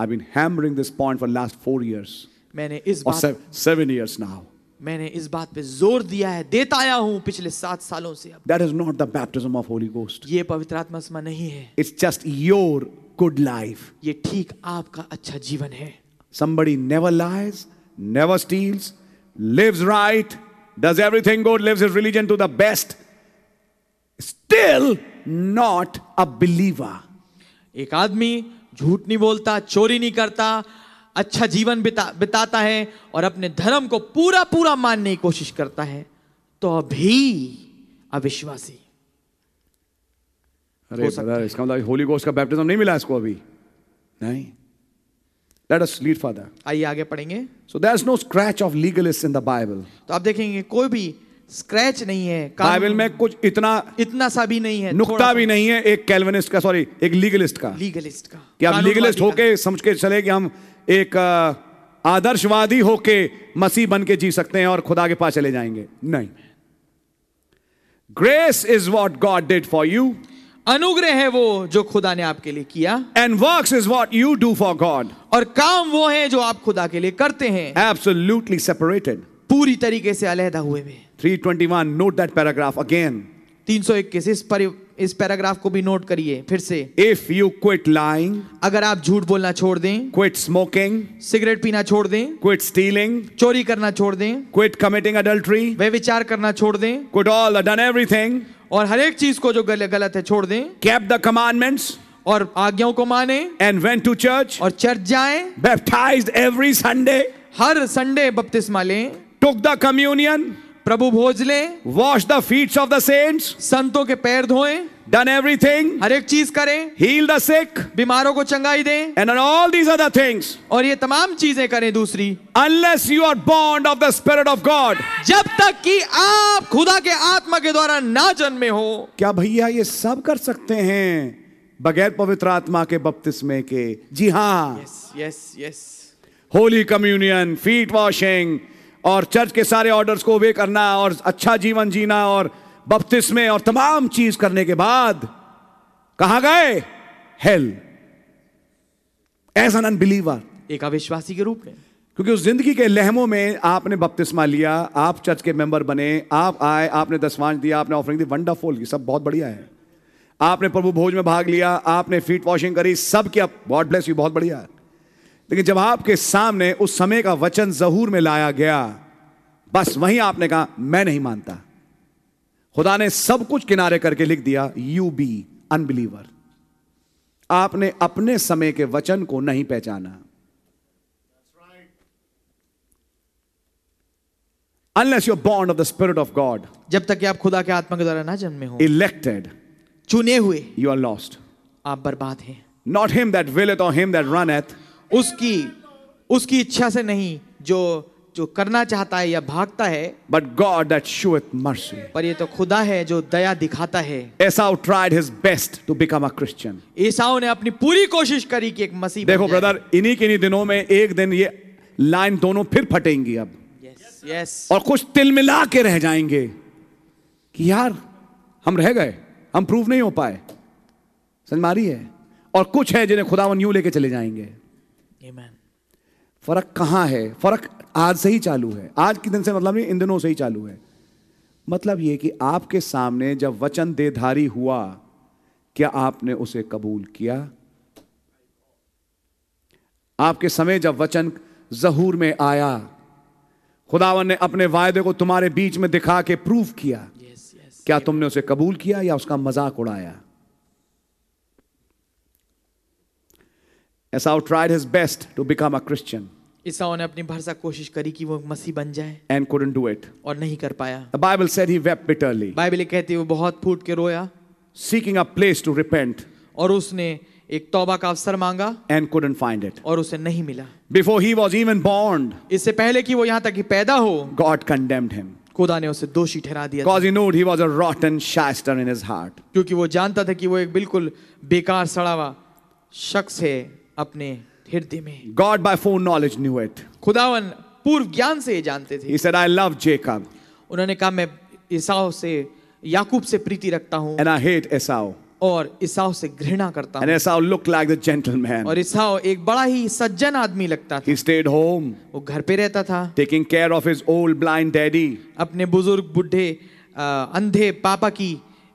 C: I've been hammering this point for last four years
B: मैंने इस
C: or
B: बात
C: sev- seven years now.
B: मैंने इस बात पे जोर दिया है देता आया हूं पिछले सात सालों से अब
C: That is not the baptism of Holy Ghost.
B: ये पवित्र आत्मा स्मा नहीं है
C: It's just your good life.
B: ये ठीक आपका अच्छा जीवन है
C: Somebody never lies, never steals, lives right, does everything good, lives his religion to the best. Still not a believer.
B: एक आदमी झूठ नहीं बोलता चोरी नहीं करता अच्छा जीवन बिता बिताता है और अपने धर्म को पूरा पूरा मानने की कोशिश करता है तो भी अविश्वासी
C: अरे
B: हो सकता
C: brother, इसका मतलब होली गोस्ट का बैप्टिज्म नहीं मिला इसको अभी नहीं लेट अस लीड फादर
B: आइए आगे पढ़ेंगे
C: so there is no scratch of legalist in the Bible
B: तो आप देखेंगे कोई भी स्क्रैच नहीं है कानून
C: बाइबल में कुछ इतना
B: इतना सा भी नहीं है
C: नुक्ता भी नहीं है एक कैलविनिस्ट का सॉरी एक लीगलिस्ट का
B: लीगलिस्ट का
C: कि आप
B: कानूनवादी
C: लीगलिस्ट
B: का।
C: होके समझ के चले कि हम एक अ, आदर्शवादी होके मसीह बन के जी सकते हैं और खुदा के पास चले जाएंगे नहीं grace is what God did for you
B: अनुग्रह है वो जो खुदा ने आपके लिए किया
C: and work is what you do for God
B: और काम वो है जो आप खुदा के लिए करते हैं
C: एब्सोल्यूटली सेपरेटेड
B: पूरी तरीके से अलहदा हुए हुए
C: 321 note that paragraph again
B: तीन सौ इक्कीस इस पर इस पैराग्राफ को भी नोट करिए फिर से
C: if you quit lying
B: अगर आप झूठ बोलना छोड़ दें
C: quit smoking
B: सिगरेट पीना छोड़ दें
C: quit stealing
B: चोरी करना छोड़ दें
C: quit committing adultery
B: वे विचार करना छोड़ दें
C: quit all done everything
B: और हर एक चीज को जो गल, गलत है छोड़ दें
C: kept the commandments
B: और आज्ञाओं को माने
C: and went to church
B: और चर्च जाएं
C: baptized every sunday
B: हर संडे बपतिस्मा लें
C: took the communion,
B: प्रभु भोज लें
C: washed the feet of the saints,
B: संतों के पैर धोएं
C: done everything,
B: हर एक चीज करें
C: healed the sick,
B: बीमारों को चंगाई दें
C: and on all these other things,
B: और ये तमाम चीजें करें दूसरी
C: unless you are born of the Spirit of God.
B: जब तक कि आप खुदा के आत्मा के द्वारा ना जन्मे हो
C: क्या भैया ये सब कर सकते हैं बगैर पवित्र आत्मा के बपतिस्मे के जी हाँ
B: yes yes
C: holy communion feet washing और चर्च के सारे ऑर्डर्स को वे करना और अच्छा जीवन जीना और बपतिस्मे और तमाम चीज करने के बाद कहा गए हेल as an unbeliever.
B: एक अविश्वासी के रूप में
C: क्योंकि उस जिंदगी के लहमों में आपने बपतिस्मा लिया आप चर्च के मेंबर बने आप आए आपने दसवांश दिया आपने ऑफरिंग दी वंडरफुल ये सब बहुत बढ़िया है आपने प्रभु भोज में भाग लिया आपने फीट वॉशिंग करी सब किया गॉड ब्लेस यू बहुत बढ़िया है लेकिन जब आपके सामने उस समय का वचन जहूर में लाया गया बस वहीं आपने कहा मैं नहीं मानता खुदा ने सब कुछ किनारे करके लिख दिया यू बी अनबिलीवर आपने अपने समय के वचन को नहीं पहचाना unless you're born of the Spirit of God,
B: जब तक कि आप खुदा के आत्मा के द्वारा ना जन्मे हो
C: elected,
B: चुने हुए
C: you are lost.
B: आप बर्बाद हैं
C: Not him that willeth or him that runneth,
B: उसकी उसकी इच्छा से नहीं जो जो करना चाहता है या भागता है
C: but God that sheweth mercy.
B: पर ये तो खुदा है जो दया दिखाता है
C: Esau tried his best to become a Christian.
B: ईसाओ ने अपनी पूरी कोशिश करी कि एक मसीह बन
C: देखो
B: जाए।
C: ब्रदर इन्हीं किन्हीं दिनों में एक दिन ये लाइन दोनों फिर फटेंगी अब
B: यस यस
C: और कुछ तिल मिला के रह जाएंगे कि यार हम रह गए हम प्रूव नहीं हो पाए समझ मारी है और कुछ है जिन्हें खुदावन यूं लेके चले जाएंगे
B: आमेन
C: फर्क कहाँ है फर्क आज से ही चालू है आज के दिन से मतलब नहीं इन दिनों से ही चालू है मतलब ये कि आपके सामने जब वचन देधारी हुआ क्या आपने उसे कबूल किया आपके समय जब वचन जहूर में आया खुदावन ने अपने वायदे को तुम्हारे बीच में दिखा के प्रूव किया
B: यस यस
C: क्या तुमने उसे कबूल किया या उसका मजाक उड़ाया एसाउ tried his best to become a Christian
B: ईसाओ ने अपनी भरसा कोशिश करी कि वो मसीह बन जाए
C: and couldn't do it.
B: और नहीं कर पाया
C: The Bible said he wept bitterly,
B: Bible ये कहती है वो बहुत फूट के रोया
C: seeking a place to repent
B: और उसने एक तौबा का अवसर मांगा
C: and couldn't find it.
B: और उसे नहीं मिला
C: Before he was even born,
B: इससे पहले कि वो यहाँ तक कि पैदा हो
C: God condemned him
B: खुदा ने उसे दोषी ठहरा दिया था,
C: because he knew he was a rotten shyster in his heart.
B: क्योंकि वो जानता था कि वो एक बिल्कुल बेकार सड़ावा शख्स है अपने हृदय में
C: God, by foreknowledge, knew it.
B: खुदावन पूर्व ज्ञान से ये जानते थे
C: He said, I love Jacob
B: उन्होंने कहा मैं ईसाओ से याकूब से प्रीति रखता हूँ
C: and I hate Esau.
B: और ईसाओ से घृणा करता
C: And
B: हूँ
C: Esau looked like the gentleman.
B: और ईसाओ एक बड़ा ही सज्जन आदमी लगता था
C: He stayed home.
B: वो घर पे रहता था
C: taking care of his old blind daddy,
B: अपने बुजुर्ग बुढ़े अ, अंधे पापा की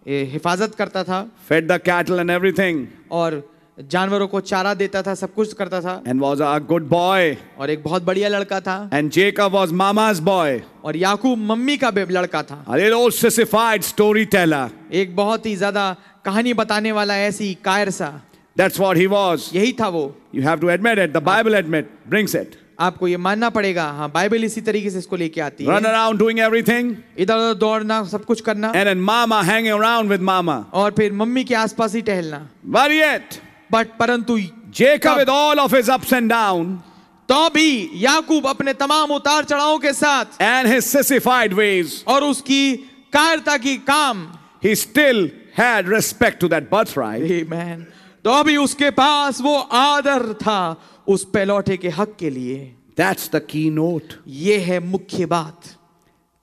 B: ए, हिफाजत करता था
C: fed the cattle and everything,
B: और जानवरों को चारा देता था सब कुछ करता था
C: and was a good boy.
B: और एक बहुत बढ़िया लड़का था
C: And Jacob was mama's boy,
B: और याकूब मम्मी का बे- लड़का था
C: a little sissified storyteller.
B: एक बहुत ही ज्यादा कहानी बताने वाला ऐसी कायर सा
C: That's what he was.
B: यही था वो
C: You have to admit it. The Bible admit brings it.
B: आपको ये मानना पड़ेगा हाँ बाइबल इसी तरीके से इसको लेके आती है
C: Run around doing everything,
B: इधर उधर दौड़ना सब कुछ करना
C: and then mama hanging around with mama.
B: और फिर मम्मी के आसपास ही टहलना
C: But yet,
B: बट परंतु
C: Jacob, with all of his ups and downs
B: तो भी याकूब अपने तमाम उतार चढ़ाव के साथ
C: and his sissified ways,
B: और उसकी कायरता की काम
C: he still had respect to that birthright.
B: Amen. तो भी उसके पास वो आदर था उस पेलौटे के हक के लिए
C: That's the keynote.
B: ये है मुख्य बात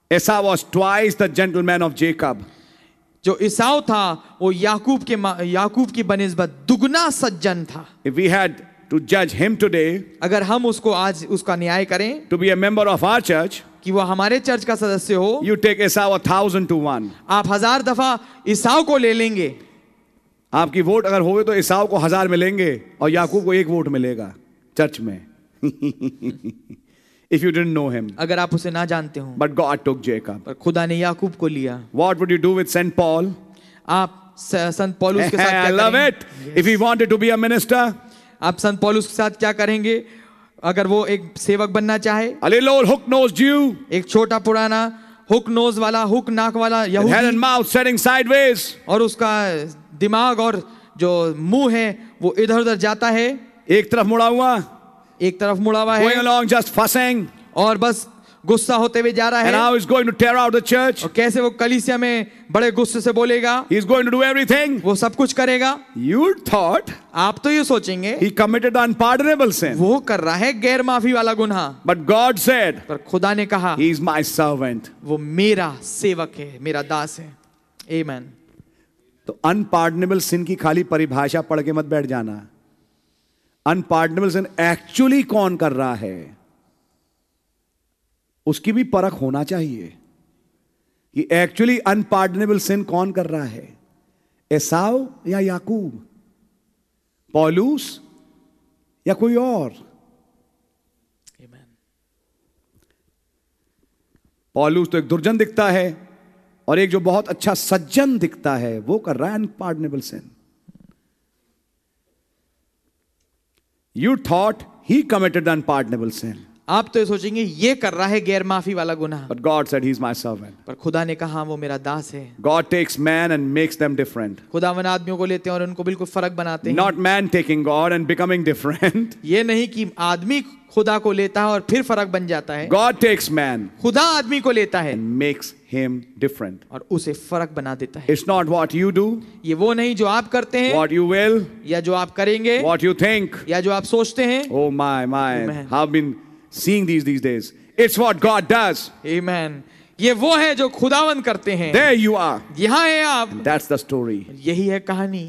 C: Esau was twice the gentleman of Jacob.
B: जो ईसाव था वो याकूब के मा- याकूब की बनस्बत दुगना सज्जन था
C: If we had to judge him today
B: अगर हम उसको आज उसका न्याय करें
C: to be a member of our church,
B: कि वो हमारे चर्च का सदस्य हो
C: you take Esau a thousand to one.
B: आप हजार दफा ईसाव को ले लेंगे
C: आपकी वोट अगर होगी तो ईसाओ को हजार मिलेंगे और याकूब को एक वोट मिलेगा चर्च में [LAUGHS] if you didn't know him.
B: अगर आप उसे ना जानते हो
C: But God took Jacob.
B: पर खुदा ने याकूब को लिया
C: What would you do with St. Paul?
B: आप स- संत पौलुस के साथ
C: [LAUGHS] I
B: क्या
C: love
B: करेंगे?
C: it. If he wanted to be a minister,
B: आप संत पौलुस के साथ क्या करेंगे अगर वो एक सेवक बनना चाहे
C: a little old hook nosed Jew,
B: एक छोटा पुराना हुक नोज वाला हुक नाक वाला
C: with head and
B: यहूदी
C: mouth setting sideways,
B: और उसका दिमाग और जो मुंह है वो इधर उधर जाता है
C: एक तरफ मुड़ा हुआ,
B: एक तरफ मुड़ा हुआ
C: going
B: है
C: along just fussing,
B: और बस गुस्सा होते हुए जा रहा
C: and
B: है
C: how he's going to tear out the church.
B: और कैसे वो कलीसिया में बड़े गुस्से से बोलेगा
C: He's going to do everything.
B: वो सब कुछ करेगा
C: You thought
B: आप तो ये सोचेंगे
C: he committed unpardonable sin.
B: वो कर रहा है गैर माफी वाला गुनाह
C: But God said,
B: पर खुदा ने कहा
C: He's my servant.
B: वो मेरा सेवक है मेरा दास है आमेन
C: तो अनपार्डनेबल सिन की खाली परिभाषा पढ़ के मत बैठ जाना अनपार्डनेबल सिन एक्चुअली कौन कर रहा है उसकी भी परख होना चाहिए कि एक्चुअली अनपार्डनेबल सिन कौन कर रहा है एसाव या याकूब पॉलूस या कोई और
B: Amen.
C: पॉलूस तो एक दुर्जन दिखता है और एक जो बहुत अच्छा सज्जन दिखता है वो कर रहा है unpardonable sin you thought he committed unpardonable sin
B: आप तो ये सोचेंगे ये कर रहा है गैर माफी वाला गुनाह
C: but God said he is my servant
B: पर खुदा ने कहा वो मेरा दास है
C: God takes man and makes them different.
B: खुदावन आदमियों को लेते हैं और उनको बिल्कुल फर्क बनाते हैं
C: Not man taking God and becoming different. [LAUGHS]
B: ये नहीं कि आदमी खुदा को लेता है और फिर फर्क बन जाता है
C: God takes man
B: खुदा आदमी को लेता है
C: and makes him different.
B: और उसे फर्क बना देता है
C: It's not what you do,
B: ये वो नहीं जो आप करते हैं
C: what you will,
B: या जो आप करेंगे
C: what you think.
B: या जो आप सोचते हैं
C: Oh my, my.
B: Amen.
C: I've been seeing these these days. It's what God does.
B: Amen. ये वो है जो खुदावन करते हैं
C: There you are.
B: यहाँ है आप
C: That's the story.
B: यही है कहानी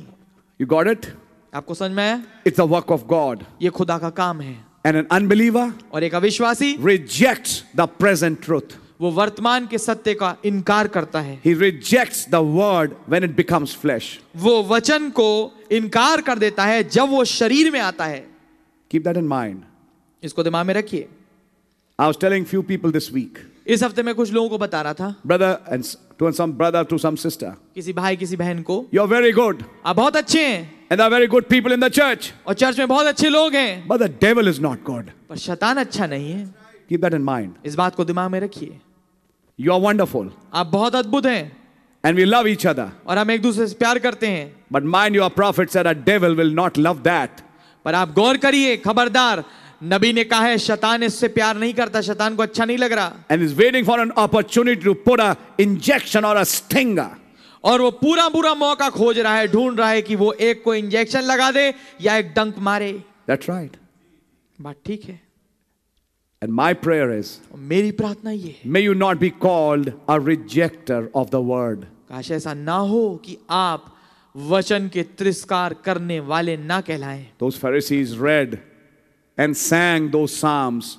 C: You got it?
B: आपको समझ में आया
C: It's the work of God.
B: ये खुदा का काम है
C: And an unbeliever
B: और एक अविश्वासी
C: rejects the present truth.
B: वो वर्तमान के सत्य का इनकार करता है
C: He rejects the word when it becomes flesh.
B: वो वचन को इनकार कर देता है जब वो शरीर में आता है
C: Keep that in mind.
B: इसको दिमाग में रखिए
C: I was telling few people this week,
B: इस हफ्ते मैं कुछ लोगों को बता रहा था
C: brother and s- to some brother to some sister.
B: किसी भाई किसी बहन को
C: You're very good,
B: आप बहुत अच्छे हैं
C: and there are very good people in the church,
B: और चर्च में बहुत अच्छे लोग हैं
C: but the devil is not good.
B: पर शैतान अच्छा नहीं है
C: Keep that in mind.
B: इस बात को दिमाग में रखिए
C: You are wonderful,
B: आप बहुत अद्भुत हैं
C: and we love each other.
B: और हम एक दूसरे से प्यार करते हैं
C: But mind your prophet said a devil will not love that.
B: पर आप गौर करिए खबरदार नबी ने कहा है शैतान इससे प्यार नहीं करता शैतान को अच्छा नहीं लग रहा
C: And is waiting for an opportunity to put a injection or a stinger.
B: और वो पूरा पूरा मौका खोज रहा है ढूंढ रहा है कि वो एक को इंजेक्शन लगा दे या एक डंक मारे
C: That's right.
B: बात ठीक है
C: And my prayer is
B: और मेरी प्रार्थना ये है
C: may you not be called a rejecter of the word.
B: काश ऐसा ना हो कि आप वचन के तिरस्कार करने वाले ना कहलाएं
C: Those Pharisees read and sang those Psalms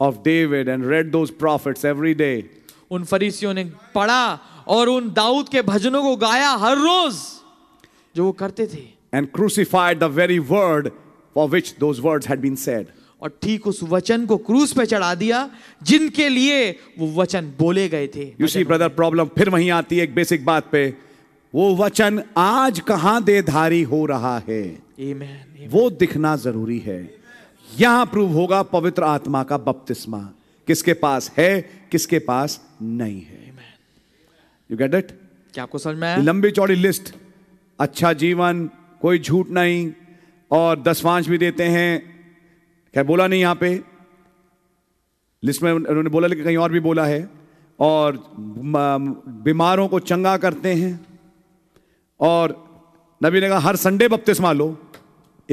C: of David and read those prophets every day.
B: उन फरीसियों ने पढ़ा और उन दाऊद के भजनों को गाया हर रोज जो वो करते थे
C: and crucified the very word for which those words had been said.
B: और ठीक उस वचन को क्रूस पे चढ़ा दिया जिनके लिए वो वचन बोले गए थे
C: You see, brother, problem फिर वहीं आती है एक बेसिक बात पे वो वचन आज कहाँ देधारी हो रहा है
B: Amen, amen.
C: वो दिखना जरूरी है यहां प्रूव होगा पवित्र आत्मा का बपतिस्मा किसके पास है किसके पास नहीं है यू गेट इट
B: क्या आपको समझ में आया
C: ये लंबी चौड़ी लिस्ट अच्छा जीवन कोई झूठ नहीं और दसवांश भी देते हैं क्या बोला नहीं यहाँ पे लिस्ट में उन्होंने बोला लेकिन कहीं और भी बोला है और म- बीमारों को चंगा करते हैं और नबी ने कहा हर संडे बपतिस्मा लो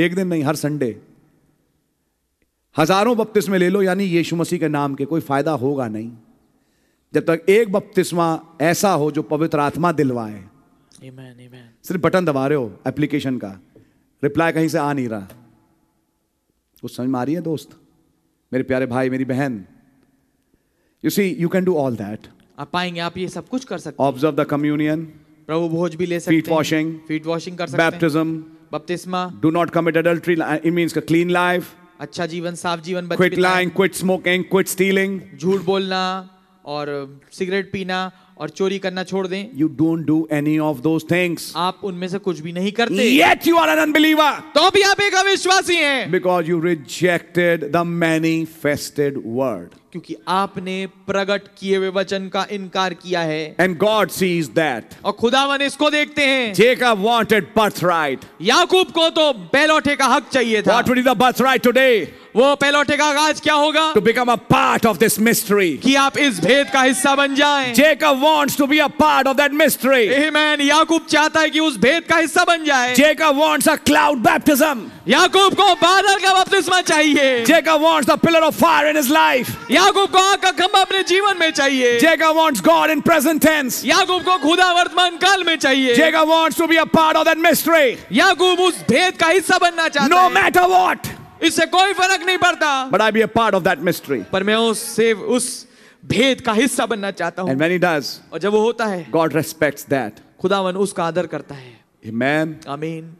C: एक दिन नहीं हर संडे हजारों बपतिस्मे ले लो यानी यीशु मसीह के नाम के कोई फायदा होगा नहीं जब तक एक बपतिस्मा ऐसा हो जो पवित्र आत्मा दिलवाए
B: Amen, amen.
C: सिर्फ बटन दबा रहे हो एप्लीकेशन का रिप्लाई कहीं से आ नहीं रहा कुछ समझ में आ रही है दोस्त मेरे प्यारे भाई मेरी बहन you see you can do all that
B: आप पाएंगे आप ये सब कुछ कर सकते
C: ऑब्जर्व द कम्युनियन
B: हैं प्रभु भोज भी ले सकते
C: Feet washing,
B: फीट वॉशिंग कर सकते हैं
C: बैप्टिज्म
B: बपतिस्मा
C: do not commit adultery it means clean life
B: अच्छा जीवन साफ जीवन बच
C: क्विट
B: बिताना,
C: lying quit smoking quit stealing
B: झूठ बोलना और सिगरेट पीना और चोरी करना छोड़ दें
C: you don't do any of those things
B: आप उनमें से कुछ भी नहीं करते
C: yet you are an unbeliever
B: तो भी आप एक अविश्वासी हैं
C: because you rejected the manifested word
B: क्योंकि आपने प्रकट किए हुए वचन का इनकार किया है
C: and god sees that
B: और खुदावन इसको देखते हैं
C: Jacob wanted birthright.
B: याकूब को तो बेलौटे का हक चाहिए था
C: What will be the birthright today?
B: वो बेलौटे का आज क्या होगा
C: To become a part of this mystery.
B: कि आप इस भेद का हिस्सा बन जाएं
C: Jacob wants to be a part of that mystery.
B: Amen. याकूब चाहता है कि उस भेद का हिस्सा बन जाए
C: Jacob wants a cloud baptism.
B: याकूब को बादल का बपतिस्मा चाहिए
C: Jacob wants the pillar of fire in his life.
B: याकूब को आग का खंभा अपने जीवन में चाहिए
C: Jacob wants God in present tense.
B: याकूब को खुदा वर्तमान काल में चाहिए
C: Jacob wants to be a part of that mystery.
B: याकूब उस भेद का हिस्सा बनना चाहता
C: No
B: है
C: matter what.
B: इससे कोई फर्क नहीं पड़ता
C: But I be a part of that mystery.
B: पर मैं उससे उस भेद का हिस्सा बनना चाहता हूँ
C: And when he does,
B: और जब वो होता है
C: God respects that.
B: खुदावन उसका आदर करता है
C: Amen.
B: आमीन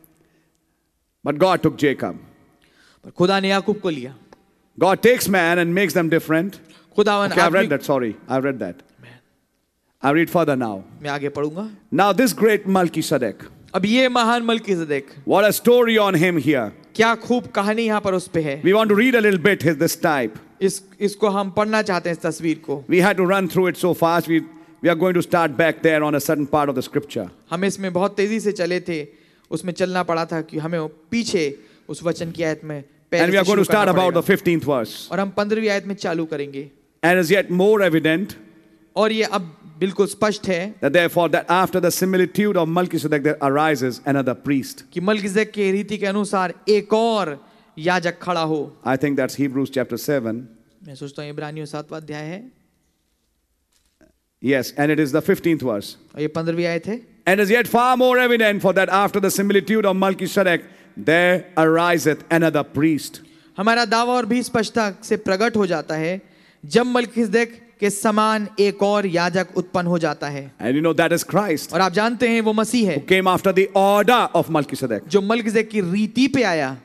C: But God took Jacob.
B: पर खुदा ने याकूब को लिया
C: God takes man and makes them different.
B: खुदावन
C: Okay, I've read
B: आदमी-
C: that. Sorry, I've read that.
B: Amen.
C: I read further now.
B: मैं आगे पढ़ूंगा
C: Now, this great Melchizedek,
B: अब ये महान Melchizedek
C: what a story on him here.
B: क्या खूब कहानी यहाँ पर उस पे है
C: We want to read a little bit his this type.
B: इस इसको हम पढ़ना चाहते हैं इस तस्वीर को
C: We had to run through it so fast. We, we are going to start back there on a certain part of the scripture.
B: हम इसमें बहुत तेजी से चले थे उसमें चलना पड़ा था कि हमें वो पीछे उस वचन की आयत में पहले
C: And we
B: से
C: are going to
B: शुरू करना
C: start about the
B: पड़ेगा।
C: 15th verse.
B: और हम पंद्रहवीं आयत में चालू करेंगे
C: And as yet more evident
B: और ये अब बिल्कुल स्पष्ट है
C: that therefore that after the similitude of Melchizedek there arises another priest.
B: कि मलकिजक के रीति के अनुसार एक और याजक खड़ा हो
C: I think that's Hebrews chapter 7.
B: मैं सोचता हूँ इब्रानियों सातवा अध्याय है
C: Yes, and it is the 15th verse.
B: और ये पंद्रहवीं आयत है
C: And is yet far more evident for that after the similitude of Melchizedek, there ariseth another priest.
B: हमारा दावा और भी स्पष्टता से प्रकट हो जाता है जब मलकिसदेक के समान एक और याजक उत्पन्न हो जाता है
C: And you know that is Christ,
B: और आप जानते हैं वो मसीह
C: who
B: है
C: came after the order of Melchizedek.
B: जो मलकिसदेक की रीति पे आया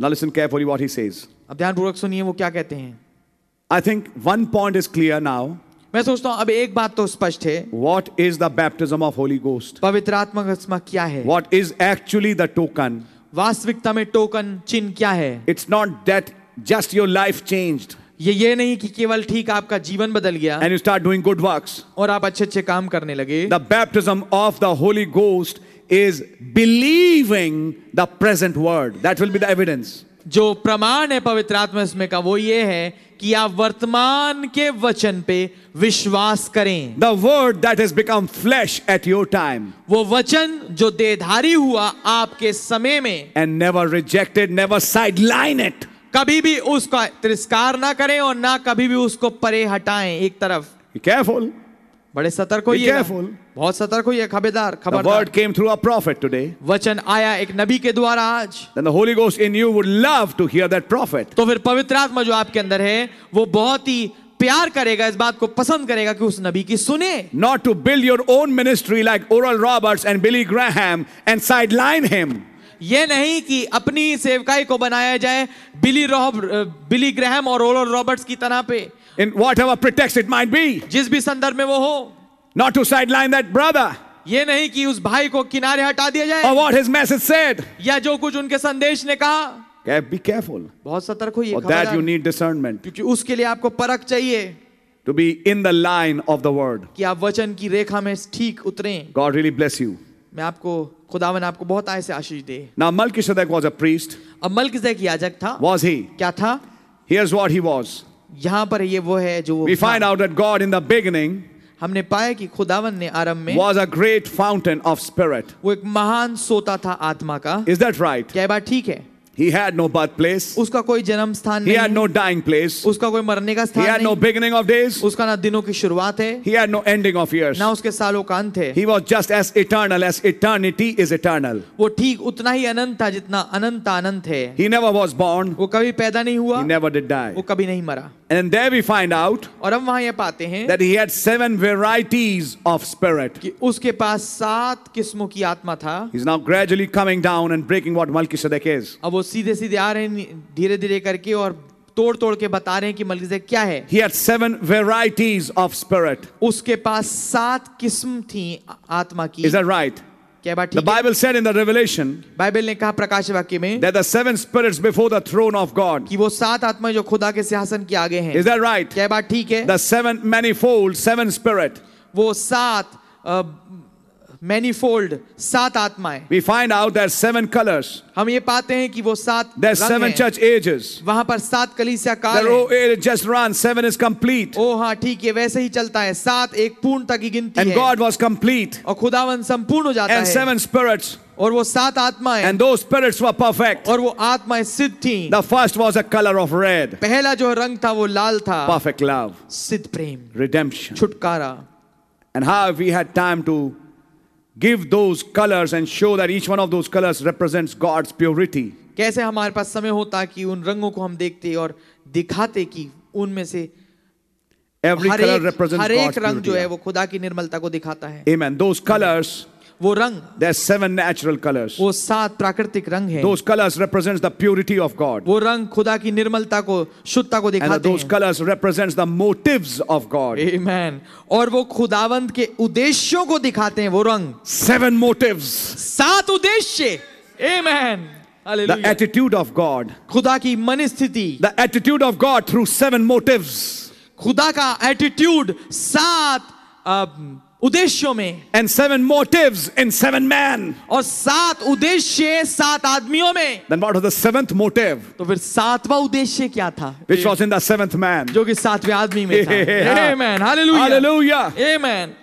C: Now listen carefully what he says.
B: अब ध्यानपूर्वक सुनिए वो क्या कहते हैं
C: I think one point is clear now.
B: मैं सोचता हूँ अब एक बात तो स्पष्ट है
C: What is the baptism of Holy Ghost?
B: पवित्र आत्मा का स्मा क्या है
C: What is actually the token?
B: वास्तविकता में टोकन चिन्ह क्या है
C: It's not that just your life changed
B: ये ये नहीं कि केवल ठीक आपका जीवन बदल गया
C: and you start doing good works.
B: और आप अच्छे अच्छे काम करने लगे
C: The baptism of the Holy Ghost is believing the present word. That will be the evidence.
B: जो प्रमाण है पवित्र आत्मा इसमें का वो ये है कि आप वर्तमान के वचन पे विश्वास करें
C: The word that has become flesh at your time
B: वो वचन जो देधारी हुआ आपके समय में
C: and never rejected, never sideline it.
B: कभी भी उसका तिरस्कार ना करें और ना कभी भी उसको परे हटाएं एक तरफ
C: Be careful.
B: बड़े सतर्क
C: Be
B: होइए
C: careful.
B: बहुत सतर्क होइए खबरदार
C: The
B: खबरदार
C: word came through a prophet today.
B: वचन आया एक नबी के द्वारा आज
C: Then the Holy Ghost in you would love to hear that prophet.
B: तो फिर पवित्र आत्मा जो आपके अंदर है वो बहुत ही प्यार करेगा इस बात को पसंद करेगा कि उस नबी की सुने
C: Not to build your own ministry like Oral Roberts and Billy Graham and sideline him.
B: ये नहीं कि अपनी सेवकाई को बनाया जाए बिली रॉब बिली ग्रहम और रोलर रॉबर्ट्स की तरह पे
C: in whatever pretext it might be,
B: जिस भी संदर्भ में वो हो
C: not to sideline that brother
B: ये नहीं कि उस भाई को किनारे हटा दिया
C: or
B: जाए
C: what his message said.
B: या जो कुछ उनके संदेश ने कहा
C: Okay, be careful.
B: बहुत सतर्क होइए
C: For that, you
B: खबरदार।
C: need discernment
B: क्योंकि उसके लिए आपको परख चाहिए
C: to be in the line of the word.
B: कि आप वचन की रेखा में ठीक उतरे
C: God really bless you.
B: मैं आपको खुदावन आपको बहुत आय से आशीष दे
C: Now, Melchizedek was a priest,
B: अब मलकिजक याजक था
C: was he?
B: क्या था
C: Here's what he was.
B: यहाँ पर ये वो है जो वो
C: We find
B: था।
C: out that God, in the beginning,
B: हमने पाया कि खुदावन ने आरंभ में
C: was a great fountain of spirit.
B: वो एक महान सोता था आत्मा का
C: Is that right?
B: क्या ये बात ठीक है
C: He had no birthplace,
B: उसका कोई जन्म स्थान
C: he had
B: नहीं
C: no dying place,
B: उसका कोई मरने का
C: he
B: स्थान
C: had no
B: नहीं
C: beginning of days,
B: उसका ना दिनों की शुरुआत है
C: he had no ending of years.
B: ना उसके सालों का अंत है
C: He was just as eternal as eternity is eternal.
B: वो ठीक उतना ही अनंत था जितना अनंत अनंत है
C: He never was born,
B: वो कभी पैदा नहीं हुआ
C: He never did die.
B: वो कभी नहीं मरा
C: And there we find out
B: और हम वहां ये पाते हैं
C: that he had seven varieties of spirit.
B: कि उसके पास सात किस्मों की आत्मा था
C: He's now gradually coming down and breaking what Melchizedek is.
B: अब वो सीधे सीधे आ रहे हैं धीरे धीरे करके और तोड़ तोड़ के बता रहे हैं कि मलकिजक क्या है
C: He had seven varieties of spirit.
B: उसके पास सात किस्म थी आत्मा की
C: Is that right?
B: क्या बात
C: The
B: ठीक है?
C: Bible said in the Revelation
B: Bible ने कहा प्रकाश वाक्य में
C: that the seven spirits before the throne of God.
B: कि वो सात आत्माएं जो खुदा के सिंहासन के आगे हैं
C: Is that right?
B: क्या ये बात ठीक है
C: The seven manifold, seven spirit.
B: वो सात मैनिफोल्ड सात आत्माएं
C: We find out there's seven colors.
B: हम ये पाते हैं कि वो सात
C: There's
B: रंग
C: seven
B: हैं।
C: church ages.
B: वहां पर सात कलीसिया काल
C: There
B: हैं।
C: oh, it just runs. Seven is complete.
B: ओ हाँ ठीक है वैसे ही चलता है सात एक पूर्णता की गिनती
C: And
B: है
C: God was complete.
B: और खुदावन संपूर्ण हो जाता
C: And
B: है
C: seven spirits.
B: और वो सात आत्माएं
C: And those spirits were perfect.
B: और वो आत्माएं सिद्ध थी
C: The first was a color of red.
B: पहला जो रंग था वो लाल था
C: Perfect love,
B: सिद्ध प्रेम
C: redemption.
B: छुटकारा
C: And how if we had time to give those colors and show that each one of those colors represents God's purity.
B: कैसे हमारे पास समय हो ताकि उन रंगों को हम देखते और दिखाते कि उनमें से
C: Every
B: हर
C: color
B: एक,
C: represents
B: हर
C: God's
B: एक रंग जो है
C: purity.
B: वो खुदा की निर्मलता को दिखाता है
C: Amen. Those colors,
B: वो रंग
C: there's seven natural colors.
B: वो सात प्राकृतिक रंग है
C: Those colors represents the purity of God.
B: वो रंग खुदा की निर्मलता को शुद्धता को
C: And
B: दिखाते
C: those
B: हैं
C: colors represents the motives of God.
B: Amen. और वो खुदावंत के उद्देश्यों को दिखाते हैं वो रंग
C: Seven motives.
B: सात उद्देश्य Amen.
C: The
B: Hallelujah.
C: attitude of God.
B: खुदा की मनस्थिति
C: The attitude of God through seven motives.
B: खुदा का एटीट्यूड सात अम, उद्देश्यों में
C: And seven motives in seven men.
B: और सात उद्देश्य सात आदमियों में
C: Then what was the seventh motive?
B: तो फिर सातवां उद्देश्य क्या था
C: Which was in the seventh man.
B: जो कि सातवें आदमी में था
C: Yeah.
B: Amen. Hallelujah.
C: Hallelujah.
B: Amen.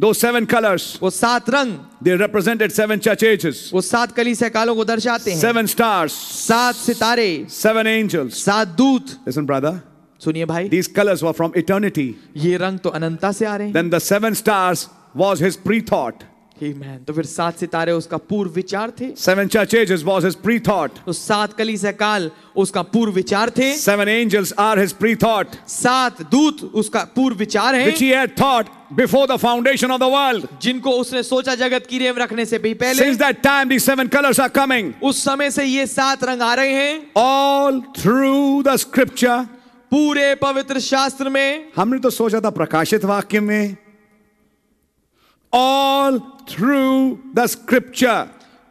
C: Those seven colors,
B: वो सात रंग
C: they represented seven church ages,
B: वो सात कलीसिया कालों को दर्शाते हैं
C: seven stars,
B: सात सितारे
C: seven angels.
B: सात दूत
C: Listen, brother,
B: सुनिए भाई
C: these colors were from eternity.
B: ये रंग तो अनंतता से आ रहे हैं
C: Then the seven stars was his pre thought,
B: Amen. तो फिर सात सितारे उसका पूर्व विचार थे
C: seven church ages was his pre thought,
B: तो सात कलीसिया काल उसका पूर्व विचार थे
C: seven angels are his pre thought,
B: सात दूत उसका पूर्व विचार
C: which
B: है
C: he had thought before the foundation of the world.
B: जिनको उसने सोचा जगत की रेव रखने से भी पहले
C: Since that time, these seven colors are coming.
B: उस समय से ये सात रंग आ रहे हैं
C: All through the scripture.
B: पूरे पवित्र शास्त्र में
C: हमने तो सोचा था प्रकाशित वाक्य में ऑल थ्रू द स्क्रिप्चर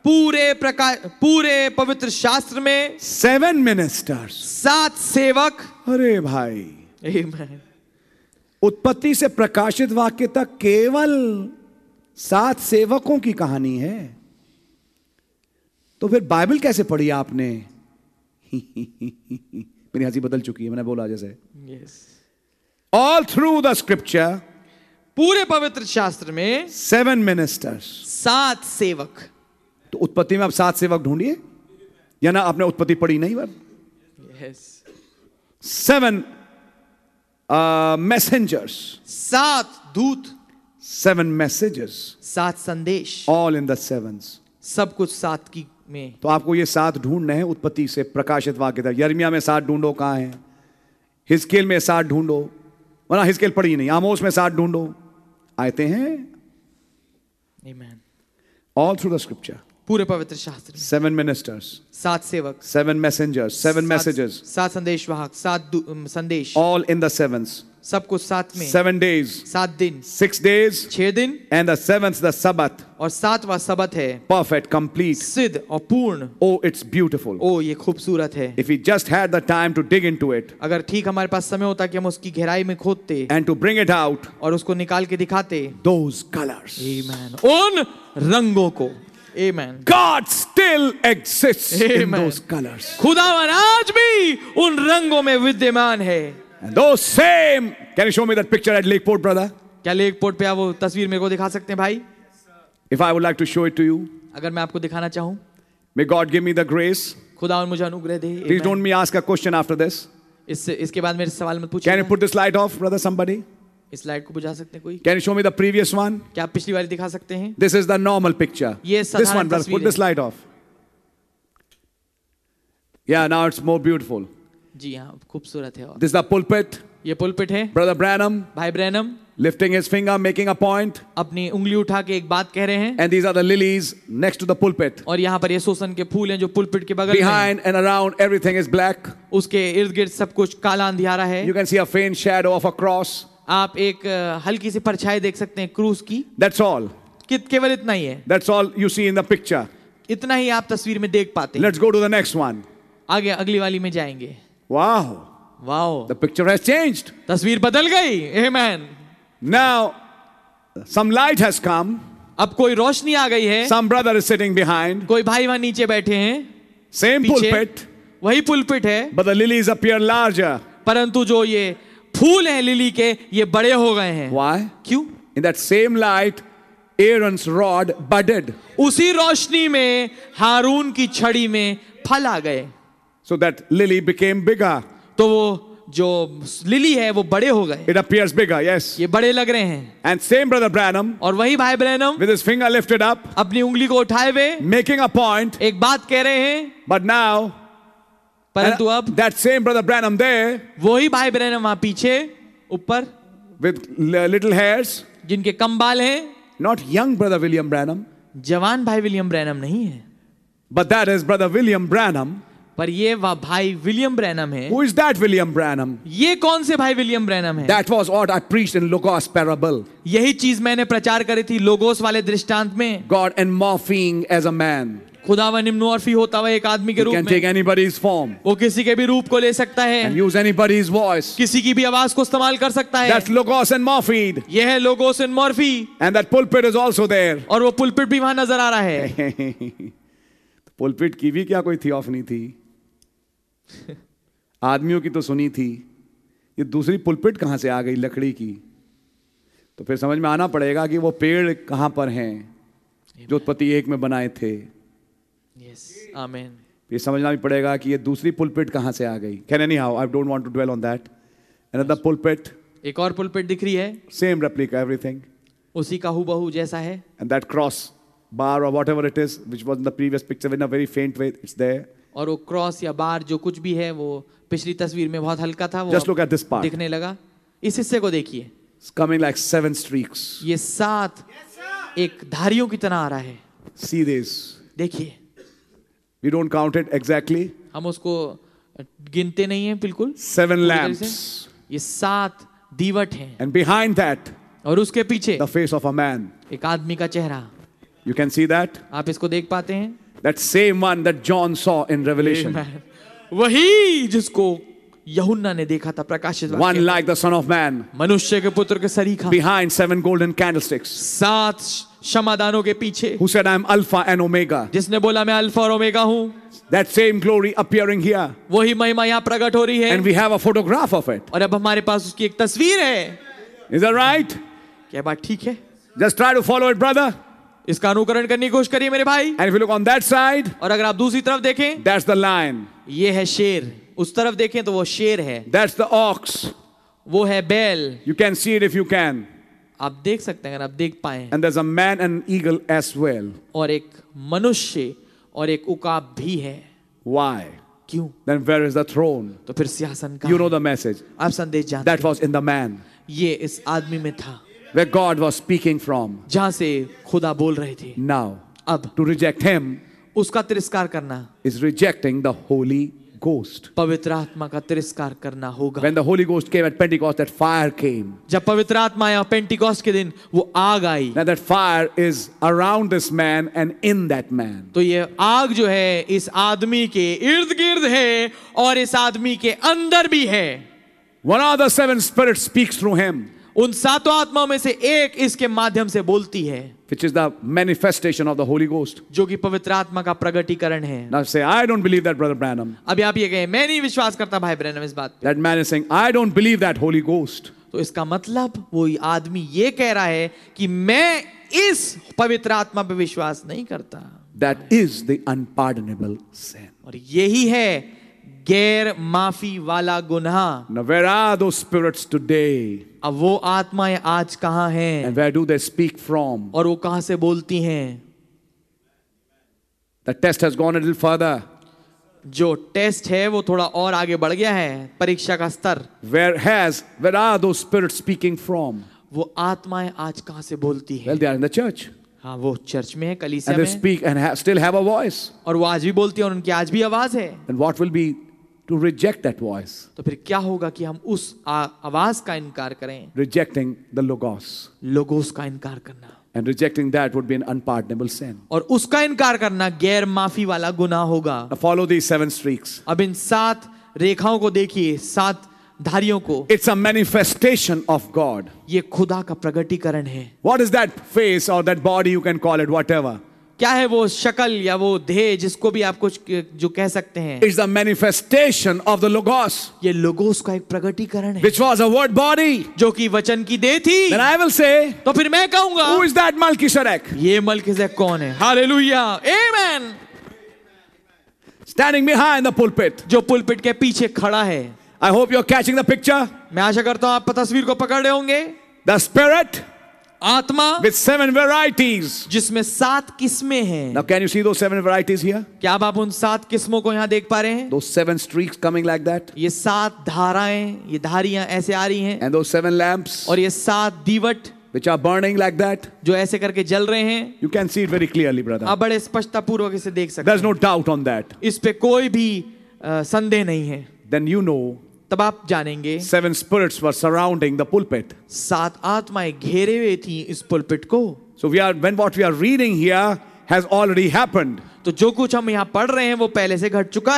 B: पूरे प्रकाश पूरे पवित्र शास्त्र में
C: सेवन मिनिस्टर्स
B: सात सेवक
C: अरे भाई
B: Amen.
C: उत्पत्ति से प्रकाशित वाक्य तक केवल सात सेवकों की कहानी है तो फिर बाइबल कैसे पढ़ी आपने [LAUGHS] मेरी हंसी बदल चुकी है मैंने बोला जैसे
B: Yes.
C: All through the scripture
B: पूरे पवित्र शास्त्र में
C: सेवन मिनिस्टर्स
B: सात सेवक
C: तो उत्पत्ति में आप सात सेवक ढूंढिए या ना आपने उत्पत्ति पढ़ी नहीं बार
B: yes.
C: seven uh, messengers,
B: सात दूत
C: seven messages,
B: सात संदेश
C: all in the sevens.
B: सब कुछ सात की में
C: तो आपको ये सात ढूंढने हैं उत्पत्ति से प्रकाशित वाक्य तक यर्मिया में सात ढूंढो कहाँ है हिस्केल में सात ढूंढो वरना हिस्केल पढ़ी नहीं आमोस में सात ढूंढो आते हैं
B: Amen.
C: All through the scripture
B: पूरे पवित्र शास्त्र में
C: सेवन मिनिस्टर्स
B: सात सेवक
C: सेवन मैसेंजर्स सेवन
B: सात-
C: मैसेजेस
B: सात संदेश वाहक सात दू- अम, संदेश
C: ऑल इन द sevens
B: सब कुछ साथ में
C: seven days
B: सात दिन
C: six days
B: छह दिन
C: and the seventh the sabbath
B: और सातवां सबत है
C: perfect complete
B: सिद्ध और पूर्ण
C: oh it's beautiful
B: ओ ये खूबसूरत है
C: If we just had the time to dig into it
B: अगर ठीक हमारे पास समय होता कि हम उसकी गहराई में खोदते
C: and to bring it out,
B: और उसको निकाल के दिखाते
C: those colors.
B: Amen. उन रंगों को Amen.
C: God still exists in
B: Amen.
C: those colors.
B: खुदावन आज भी उन रंगों में विद्यमान है
C: And those same. Can you show me that picture at Lakeport, brother?
B: क्या लेखपोर्ट पे आप वो तस्वीर मेरे को दिखा सकते हैं भाई
C: If I would like to show it to you,
B: अगर मैं आपको दिखाना चाहूँ
C: may God give me the grace.
B: खुदावन मुझे अनुग्रह दे
C: Please
B: Amen.
C: don't me ask a question after this.
B: इससे इसके बाद मेरे से सवाल मत
C: Can you
B: पूछिए
C: put this light off, brother? Somebody?
B: इस लाइट को बुझा सकते हैं कोई
C: Can you show me the previous one?
B: क्या आप पिछली बारी दिखा सकते हैं
C: This is the normal picture.
B: ये
C: This
B: साधारण
C: one, brother. Put
B: तस्वीर
C: this
B: है।
C: light off. Yeah, now it's more beautiful.
B: जी हाँ खूबसूरत है और
C: This is the pulpit.
B: ये पुलपिट है
C: Brother Branham
B: भाई Branham
C: lifting his finger, making a point.
B: अपनी उंगली उठा के एक बात कह रहे हैं
C: And these are the lilies next to the pulpit.
B: और यहाँ पर ये सोसन के फूल हैं जो पुलपिट के बगल में हैं।
C: Behind and around, everything is black.
B: उसके इर्द गिर्द सब कुछ काला अंधियारा है
C: You can see a faint shadow of a cross.
B: आप एक अ, हल्की सी परछाई देख सकते हैं क्रूस की
C: That's all.
B: कि केवल इतना ही है
C: That's all you see in the picture.
B: इतना ही आप तस्वीर में देख पाते हैं
C: Let's go to the next one.
B: आगे अगली वाली में जाएंगे
C: Wow,
B: wow
C: the picture has changed.
B: तस्वीर बदल गई आमेन
C: Now, some light has come.
B: अब कोई रोशनी आ गई है
C: Some brother is sitting behind.
B: कोई भाई वहां नीचे बैठे हैं
C: Same
B: पीछे
C: pulpit,
B: वही पुलपिट है
C: but the lilies appear larger.
B: परंतु जो ये फूल हैं लिली के ये बड़े हो गए हैं
C: Why?
B: क्यों
C: In that same light, Aaron's rod budded.
B: उसी रोशनी में हारून की छड़ी में फल आ गए
C: So that lily became bigger.
B: तो वो जो लिली है वो बड़े हो गए
C: It appears bigger, yes.
B: ये बड़े लग रहे हैं
C: And same brother Branham,
B: और वही भाई Branham
C: with his finger lifted up,
B: अपनी उंगली को उठाए हुए
C: making a point.
B: एक बात कह रहे हैं
C: But now,
B: परंतु
C: and
B: अब
C: that same brother Branham there,
B: वही भाई ब्रैनम वहां पीछे ऊपर
C: with l- little hairs,
B: जिनके कम बाल हैं
C: not young brother William Branham,
B: जवान भाई विलियम ब्रैनम नहीं है
C: but that is brother William Branham.
B: पर ये वह भाई विलियम ब्रैनम है
C: Who is that William Branham?
B: ये कौन से भाई विलियम ब्रैनम है
C: That was what I preached in Logos parable.
B: यही चीज मैंने प्रचार करी थी लोगोस वाले दृष्टांत में
C: God enmorphing as a man.
B: खुदावन निम्नोर्फी होता हुआ एक आदमी के
C: He
B: रूप
C: can take
B: में
C: anybody's form
B: वो किसी के भी रूप को ले सकता
C: and
B: है
C: use anybody's voice.
B: किसी की भी आवाज को इस्तेमाल कर सकता है
C: That's Logos and Morphed.
B: यह है logos and Morphy
C: And that pulpit is also there. [LAUGHS]
B: और वो पुलपिट भी वहां नजर आ रहा है
C: पुलपिट की भी क्या कोई थियोफनी थी [LAUGHS] आदमियों की तो सुनी थी ये दूसरी पुलपिट कहाँ से आ गई लकड़ी की तो फिर समझ में आना पड़ेगा कि वो पेड़ कहाँ पर हैं जो उत्पत्ति एक में बनाए थे
B: यस आमेन
C: ये समझना भी पड़ेगा कि ये दूसरी पुलपिट कहाँ से आ गई can anyhow I don't want to dwell on that another pulpit
B: एक और पुलपिट दिख रही है
C: same replica everything
B: उसी का हूबहू जैसा है
C: and that cross bar or whatever it is which was in the previous picture in a very faint way it's there
B: और वो क्रॉस या बार जो कुछ भी है वो पिछली तस्वीर में बहुत हल्का था वो
C: Just
B: अब
C: look at this part.
B: दिखने लगा इस हिस्से को देखिए
C: it's coming like seven streaks
B: ये सात एक धारियों की तरह आ रहा है
C: see this
B: देखिए
C: we don't count it exactly
B: हम उसको गिनते नहीं हैं बिल्कुल
C: seven
B: पूरी तरह से।
C: lamps
B: ये सात दीवट हैं
C: and behind that
B: और उसके पीछे
C: the face of a man
B: एक आदमी का चेहरा
C: you can see that
B: आप इसको देख पाते हैं
C: that same one that john saw in revelation
B: वही जिसको यहुन्ना ने देखा था प्रकाशित वाक्य
C: one
B: में।
C: like the son of man
B: मनुष्य के पुत्र के सरीखा
C: behind seven golden candlesticks
B: सात क्षमादानों के पीछे
C: who said i'm alpha and omega
B: जिसने बोला मैं अल्फा और ओमेगा हूँ
C: that same glory appearing here
B: वही महिमा यहाँ प्रकट हो रही है
C: and we have a photograph of it
B: और अब हमारे पास उसकी एक तस्वीर है
C: is that right
B: क्या बात ठीक है
C: just try to follow it brother
B: इसका अनुकरण करने की कोशिश करिए मेरे भाई
C: And if you look on that side,
B: और अगर आप दूसरी तरफ देखें
C: that's the lion,
B: ये है शेर उस तरफ देखें तो वो शेर है
C: that's the ox.
B: वो है बैल
C: You can see it if you can.
B: आप देख सकते हैं अगर आप देख पाए
C: And there's a man and an eagle as well.
B: और एक मनुष्य और एक उकाब भी है
C: Why?
B: क्यों
C: Then where is the throne?
B: तो फिर सियासन का
C: You know the message.
B: आप संदेश जानते
C: That was in the man,
B: ये इस आदमी में था
C: where God was speaking from.
B: जहां से खुदा बोल रहे थे
C: Now,
B: अब
C: to reject him
B: उसका तिरस्कार करना
C: is rejecting the Holy Ghost.
B: पवित्र आत्मा का तिरस्कार करना होगा
C: When the Holy Ghost came at Pentecost, that fire came.
B: जब पवित्र आत्मा आया पेंटिकॉस्ट के दिन वो आग आई
C: Now, that fire is around this man and in that man.
B: तो ये आग जो है इस आदमी के इर्द गिर्द है और इस आदमी के अंदर भी है
C: One of the seven spirits speaks through him,
B: उन सातों आत्माओं में से एक इसके माध्यम से बोलती है
C: which is the manifestation of the Holy Ghost.
B: जो कि पवित्र आत्मा का प्रगटीकरण है
C: Now say, I don't believe that, Brother Branham.
B: अभी आप ये कहें मैं नहीं विश्वास करता भाई ब्रैनम इस बात पे
C: That man is saying, I don't बelieve that Holy Ghost.
B: तो इसका मतलब वो ये आदमी ये कह रहा है कि मैं इस पवित्र आत्मा पे विश्वास नहीं करता
C: That is the unpardonable sin.
B: और यही है गैर माफी वाला गुनाह
C: Now, where are those spirits today?
B: अब वो आत्माएं आज कहाँ हैं
C: And where do they speak from?
B: और वो कहाँ से बोलती हैं
C: The test has gone a little further.
B: जो टेस्ट है वो थोड़ा और आगे बढ़ गया है परीक्षा का स्तर
C: Where has, where are those spirits speaking from?
B: वो आत्माएं आज कहाँ से बोलती है
C: Well, they are in the church.
B: हाँ वो चर्च में है कलीसिया
C: And they
B: में है,
C: speak and ha- still have a voice.
B: और वो आज भी बोलती है और उनकी आज भी आवाज है
C: And what will be to reject that voice?
B: तो फिर क्या होगा कि हम उस आ, आवाज का इनकार करें
C: Rejecting the Logos.
B: लोगों का इनकार करना
C: And rejecting that would be an unpardonable sin.
B: और उसका इनकार करना गैर माफी वाला गुनाह होगा
C: Now, follow these seven streaks.
B: अब इन सात रेखाओं को देखिए सात धारियों को
C: It's a manifestation of God.
B: ये खुदा का प्रगटीकरण है
C: What is that face or that body, you can call it whatever.
B: क्या है वो शक्ल या वो ध्येय जिसको भी आप कुछ जो कह सकते हैं
C: It's the manifestation of the Logos,
B: ये लोगोस का एक प्रगटीकरण है
C: which was a word body.
B: जो कि वचन की दे थी
C: Then I will say,
B: तो फिर मैं कहूंगा
C: Who is that Melchizedek
B: ये मलकिसेक कौन है hallelujah amen
C: standing behind the pulpit?
B: जो पुलपिट के पीछे खड़ा है
C: I hope you're catching the picture.
B: मैं आशा करता हूं आप तस्वीर को पकड़ रहे होंगे
C: The spirit
B: आत्मा
C: with seven varieties.
B: जिसमें सात किस्में हैं
C: Now, can you see those seven varieties here?
B: क्या अब आप उन सात किस्मों को यहाँ देख पा रहे हैं
C: Those seven streaks coming like that,
B: ये सात धाराएं ये धारियां ऐसे आ रही हैं
C: and those seven lamps
B: और ये सात दीवट
C: which are burning like that.
B: जो ऐसे करके जल रहे हैं
C: You can see it very clearly, brother.
B: आप बड़े स्पष्टता पूर्वक इसे देख सकते
C: There's no doubt on that.
B: हैं इस पे कोई भी अ, संदेह नहीं है
C: Then you know
B: तब आप जानेंगे
C: seven spirits were surrounding the pulpit.
B: सात आत्माएं घेरे हुए थी इस पुलपिट को
C: So we are when what we are reading here has already happened.
B: तो जो कुछ हम यहाँ पढ़ रहे हैं वो पहले से घट चुका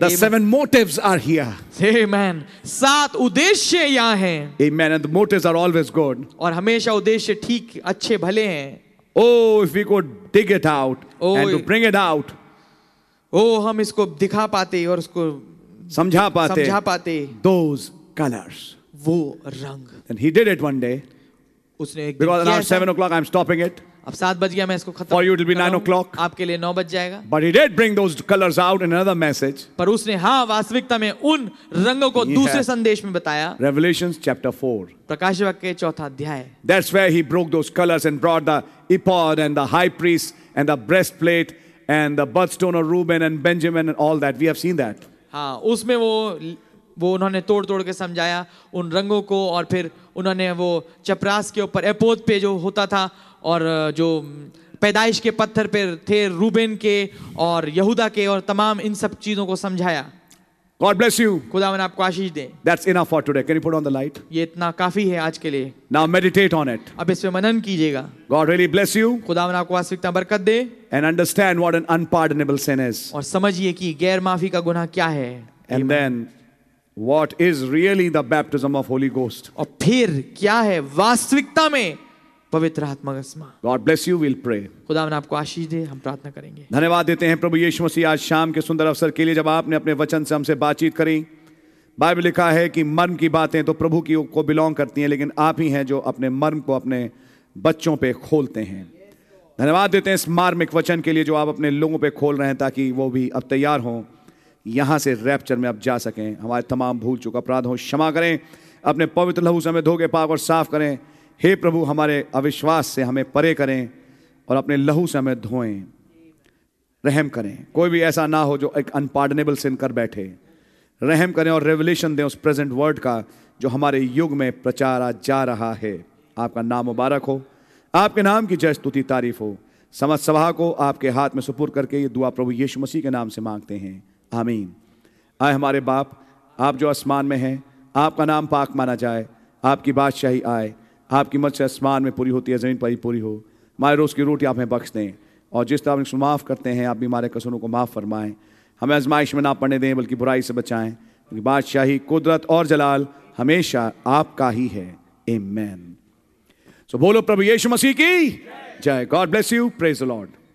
C: The
B: है
C: seven motives are here.
B: Amen. सात उद्देश्य यहाँ हैं
C: Amen. And the motives are always good.
B: और hमेशा उद्देश्य ठीक अच्छे भले हैं
C: Oh, if we could dig it out
B: Oh,
C: and to
B: yeah.
C: bring it out.
B: ओ हम इसको दिखा पाते और उसको
C: Samjha pate.
B: समझा पाते
C: Those colors.
B: वो रंग
C: And he did it one day.
B: उसने एक दिन किया
C: Because now
B: ऐसा।
C: 7 o'clock, I'm stopping it.
B: अब सात बज गया मैं इसको खत्म
C: For you it will be
B: कर रहा
C: nine
B: हूं।
C: o'clock.
B: आपके लिए नौ बज जाएगा
C: But he did bring those colors out in another message.
B: पर उसने हाँ वास्तविकता में उन रंगों को
C: Yeah.
B: दूसरे संदेश में बताया
C: Revelations chapter 4.
B: प्रकाश वाक्य के चौथा अध्याय
C: That's where he broke those colors and brought the ephod and the high priest and the breastplate and the birthstone of Reuben and Benjamin and all that. We have seen that.
B: हाँ उसमें वो वो उन्होंने तोड़ तोड़ के समझाया उन रंगों को और फिर उन्होंने वो चपरास के ऊपर एपोद पे जो होता था और जो पैदाइश के पत्थर पे थे रूबेन के और यहूदा के और तमाम इन सब चीज़ों को समझाया
C: God bless you.
B: खुदा मैंने आपको आशीष दें
C: That's enough for today. Can you put on the light?
B: ये इतना काफ़ी है आज के लिए
C: Now meditate on it.
B: अब इस पे मनन कीजिएगा
C: God really bless you
B: खुदा मैंने आपको वास्तविकता बरकत दे
C: and understand what an unpardonable sin is.
B: और समझिए कि गैर माफी का गुनाह क्या है
C: And then what is really the baptism of Holy Ghost.
B: और फिर क्या है वास्तविकता में पवित्र आत्मा का स्मा
C: God bless you. We'll pray.
B: खुदा ने आपको आशीष दे हम प्रार्थना करेंगे
C: धन्यवाद देते हैं प्रभु यीशु मसीह आज शाम के सुंदर अवसर के लिए जब आपने अपने वचन से हमसे बातचीत करी बाइबल लिखा है कि मर्म की बातें तो प्रभु की को बिलोंग करती हैं लेकिन आप ही हैं जो अपने मर्म को अपने बच्चों पे खोलते हैं धन्यवाद देते हैं इस मार्मिक वचन के लिए जो आप अपने लोगों पे खोल रहे हैं ताकि वो भी अब तैयार हों यहाँ से रैप्चर में आप जा सकें हमारे तमाम भूल चुक अपराध हों क्षमा करें अपने पवित्र लहू से हमें धोके पाक और साफ करें हे प्रभु हमारे अविश्वास से हमें परे करें और अपने लहू से हमें धोएं रहम करें कोई भी ऐसा ना हो जो एक अनपार्डनेबल सिन कर बैठे रहम करें और रेवलेशन दें उस प्रेजेंट वर्ड का जो हमारे युग में प्रचारा जा रहा है आपका नाम मुबारक हो आपके नाम की जय स्तुति तारीफ हो समझ सभा को आपके हाथ में सुपुर करके ये दुआ प्रभु यीशु मसीह के नाम से मांगते हैं आमीन आए हमारे बाप आप जो आसमान में हैं आपका नाम पाक माना जाए आपकी बादशाही आए आपकी मर्जी आसमान में पूरी होती है ज़मीन पर ही पूरी हो हमारे रोज़ की रोटी आप हमें बख्श दें और जिस तरह आप इसको माफ़ करते हैं आप भी हमारे कसूरों को माफ़ फरमाएं हमें आजमाइश में ना पड़ने दें बल्कि बुराई से बचाएं क्योंकि बादशाही कुदरत और जलाल हमेशा आपका ही है ए मैन सो बोलो प्रभु यीशु मसीह की जय God bless you praise the Lord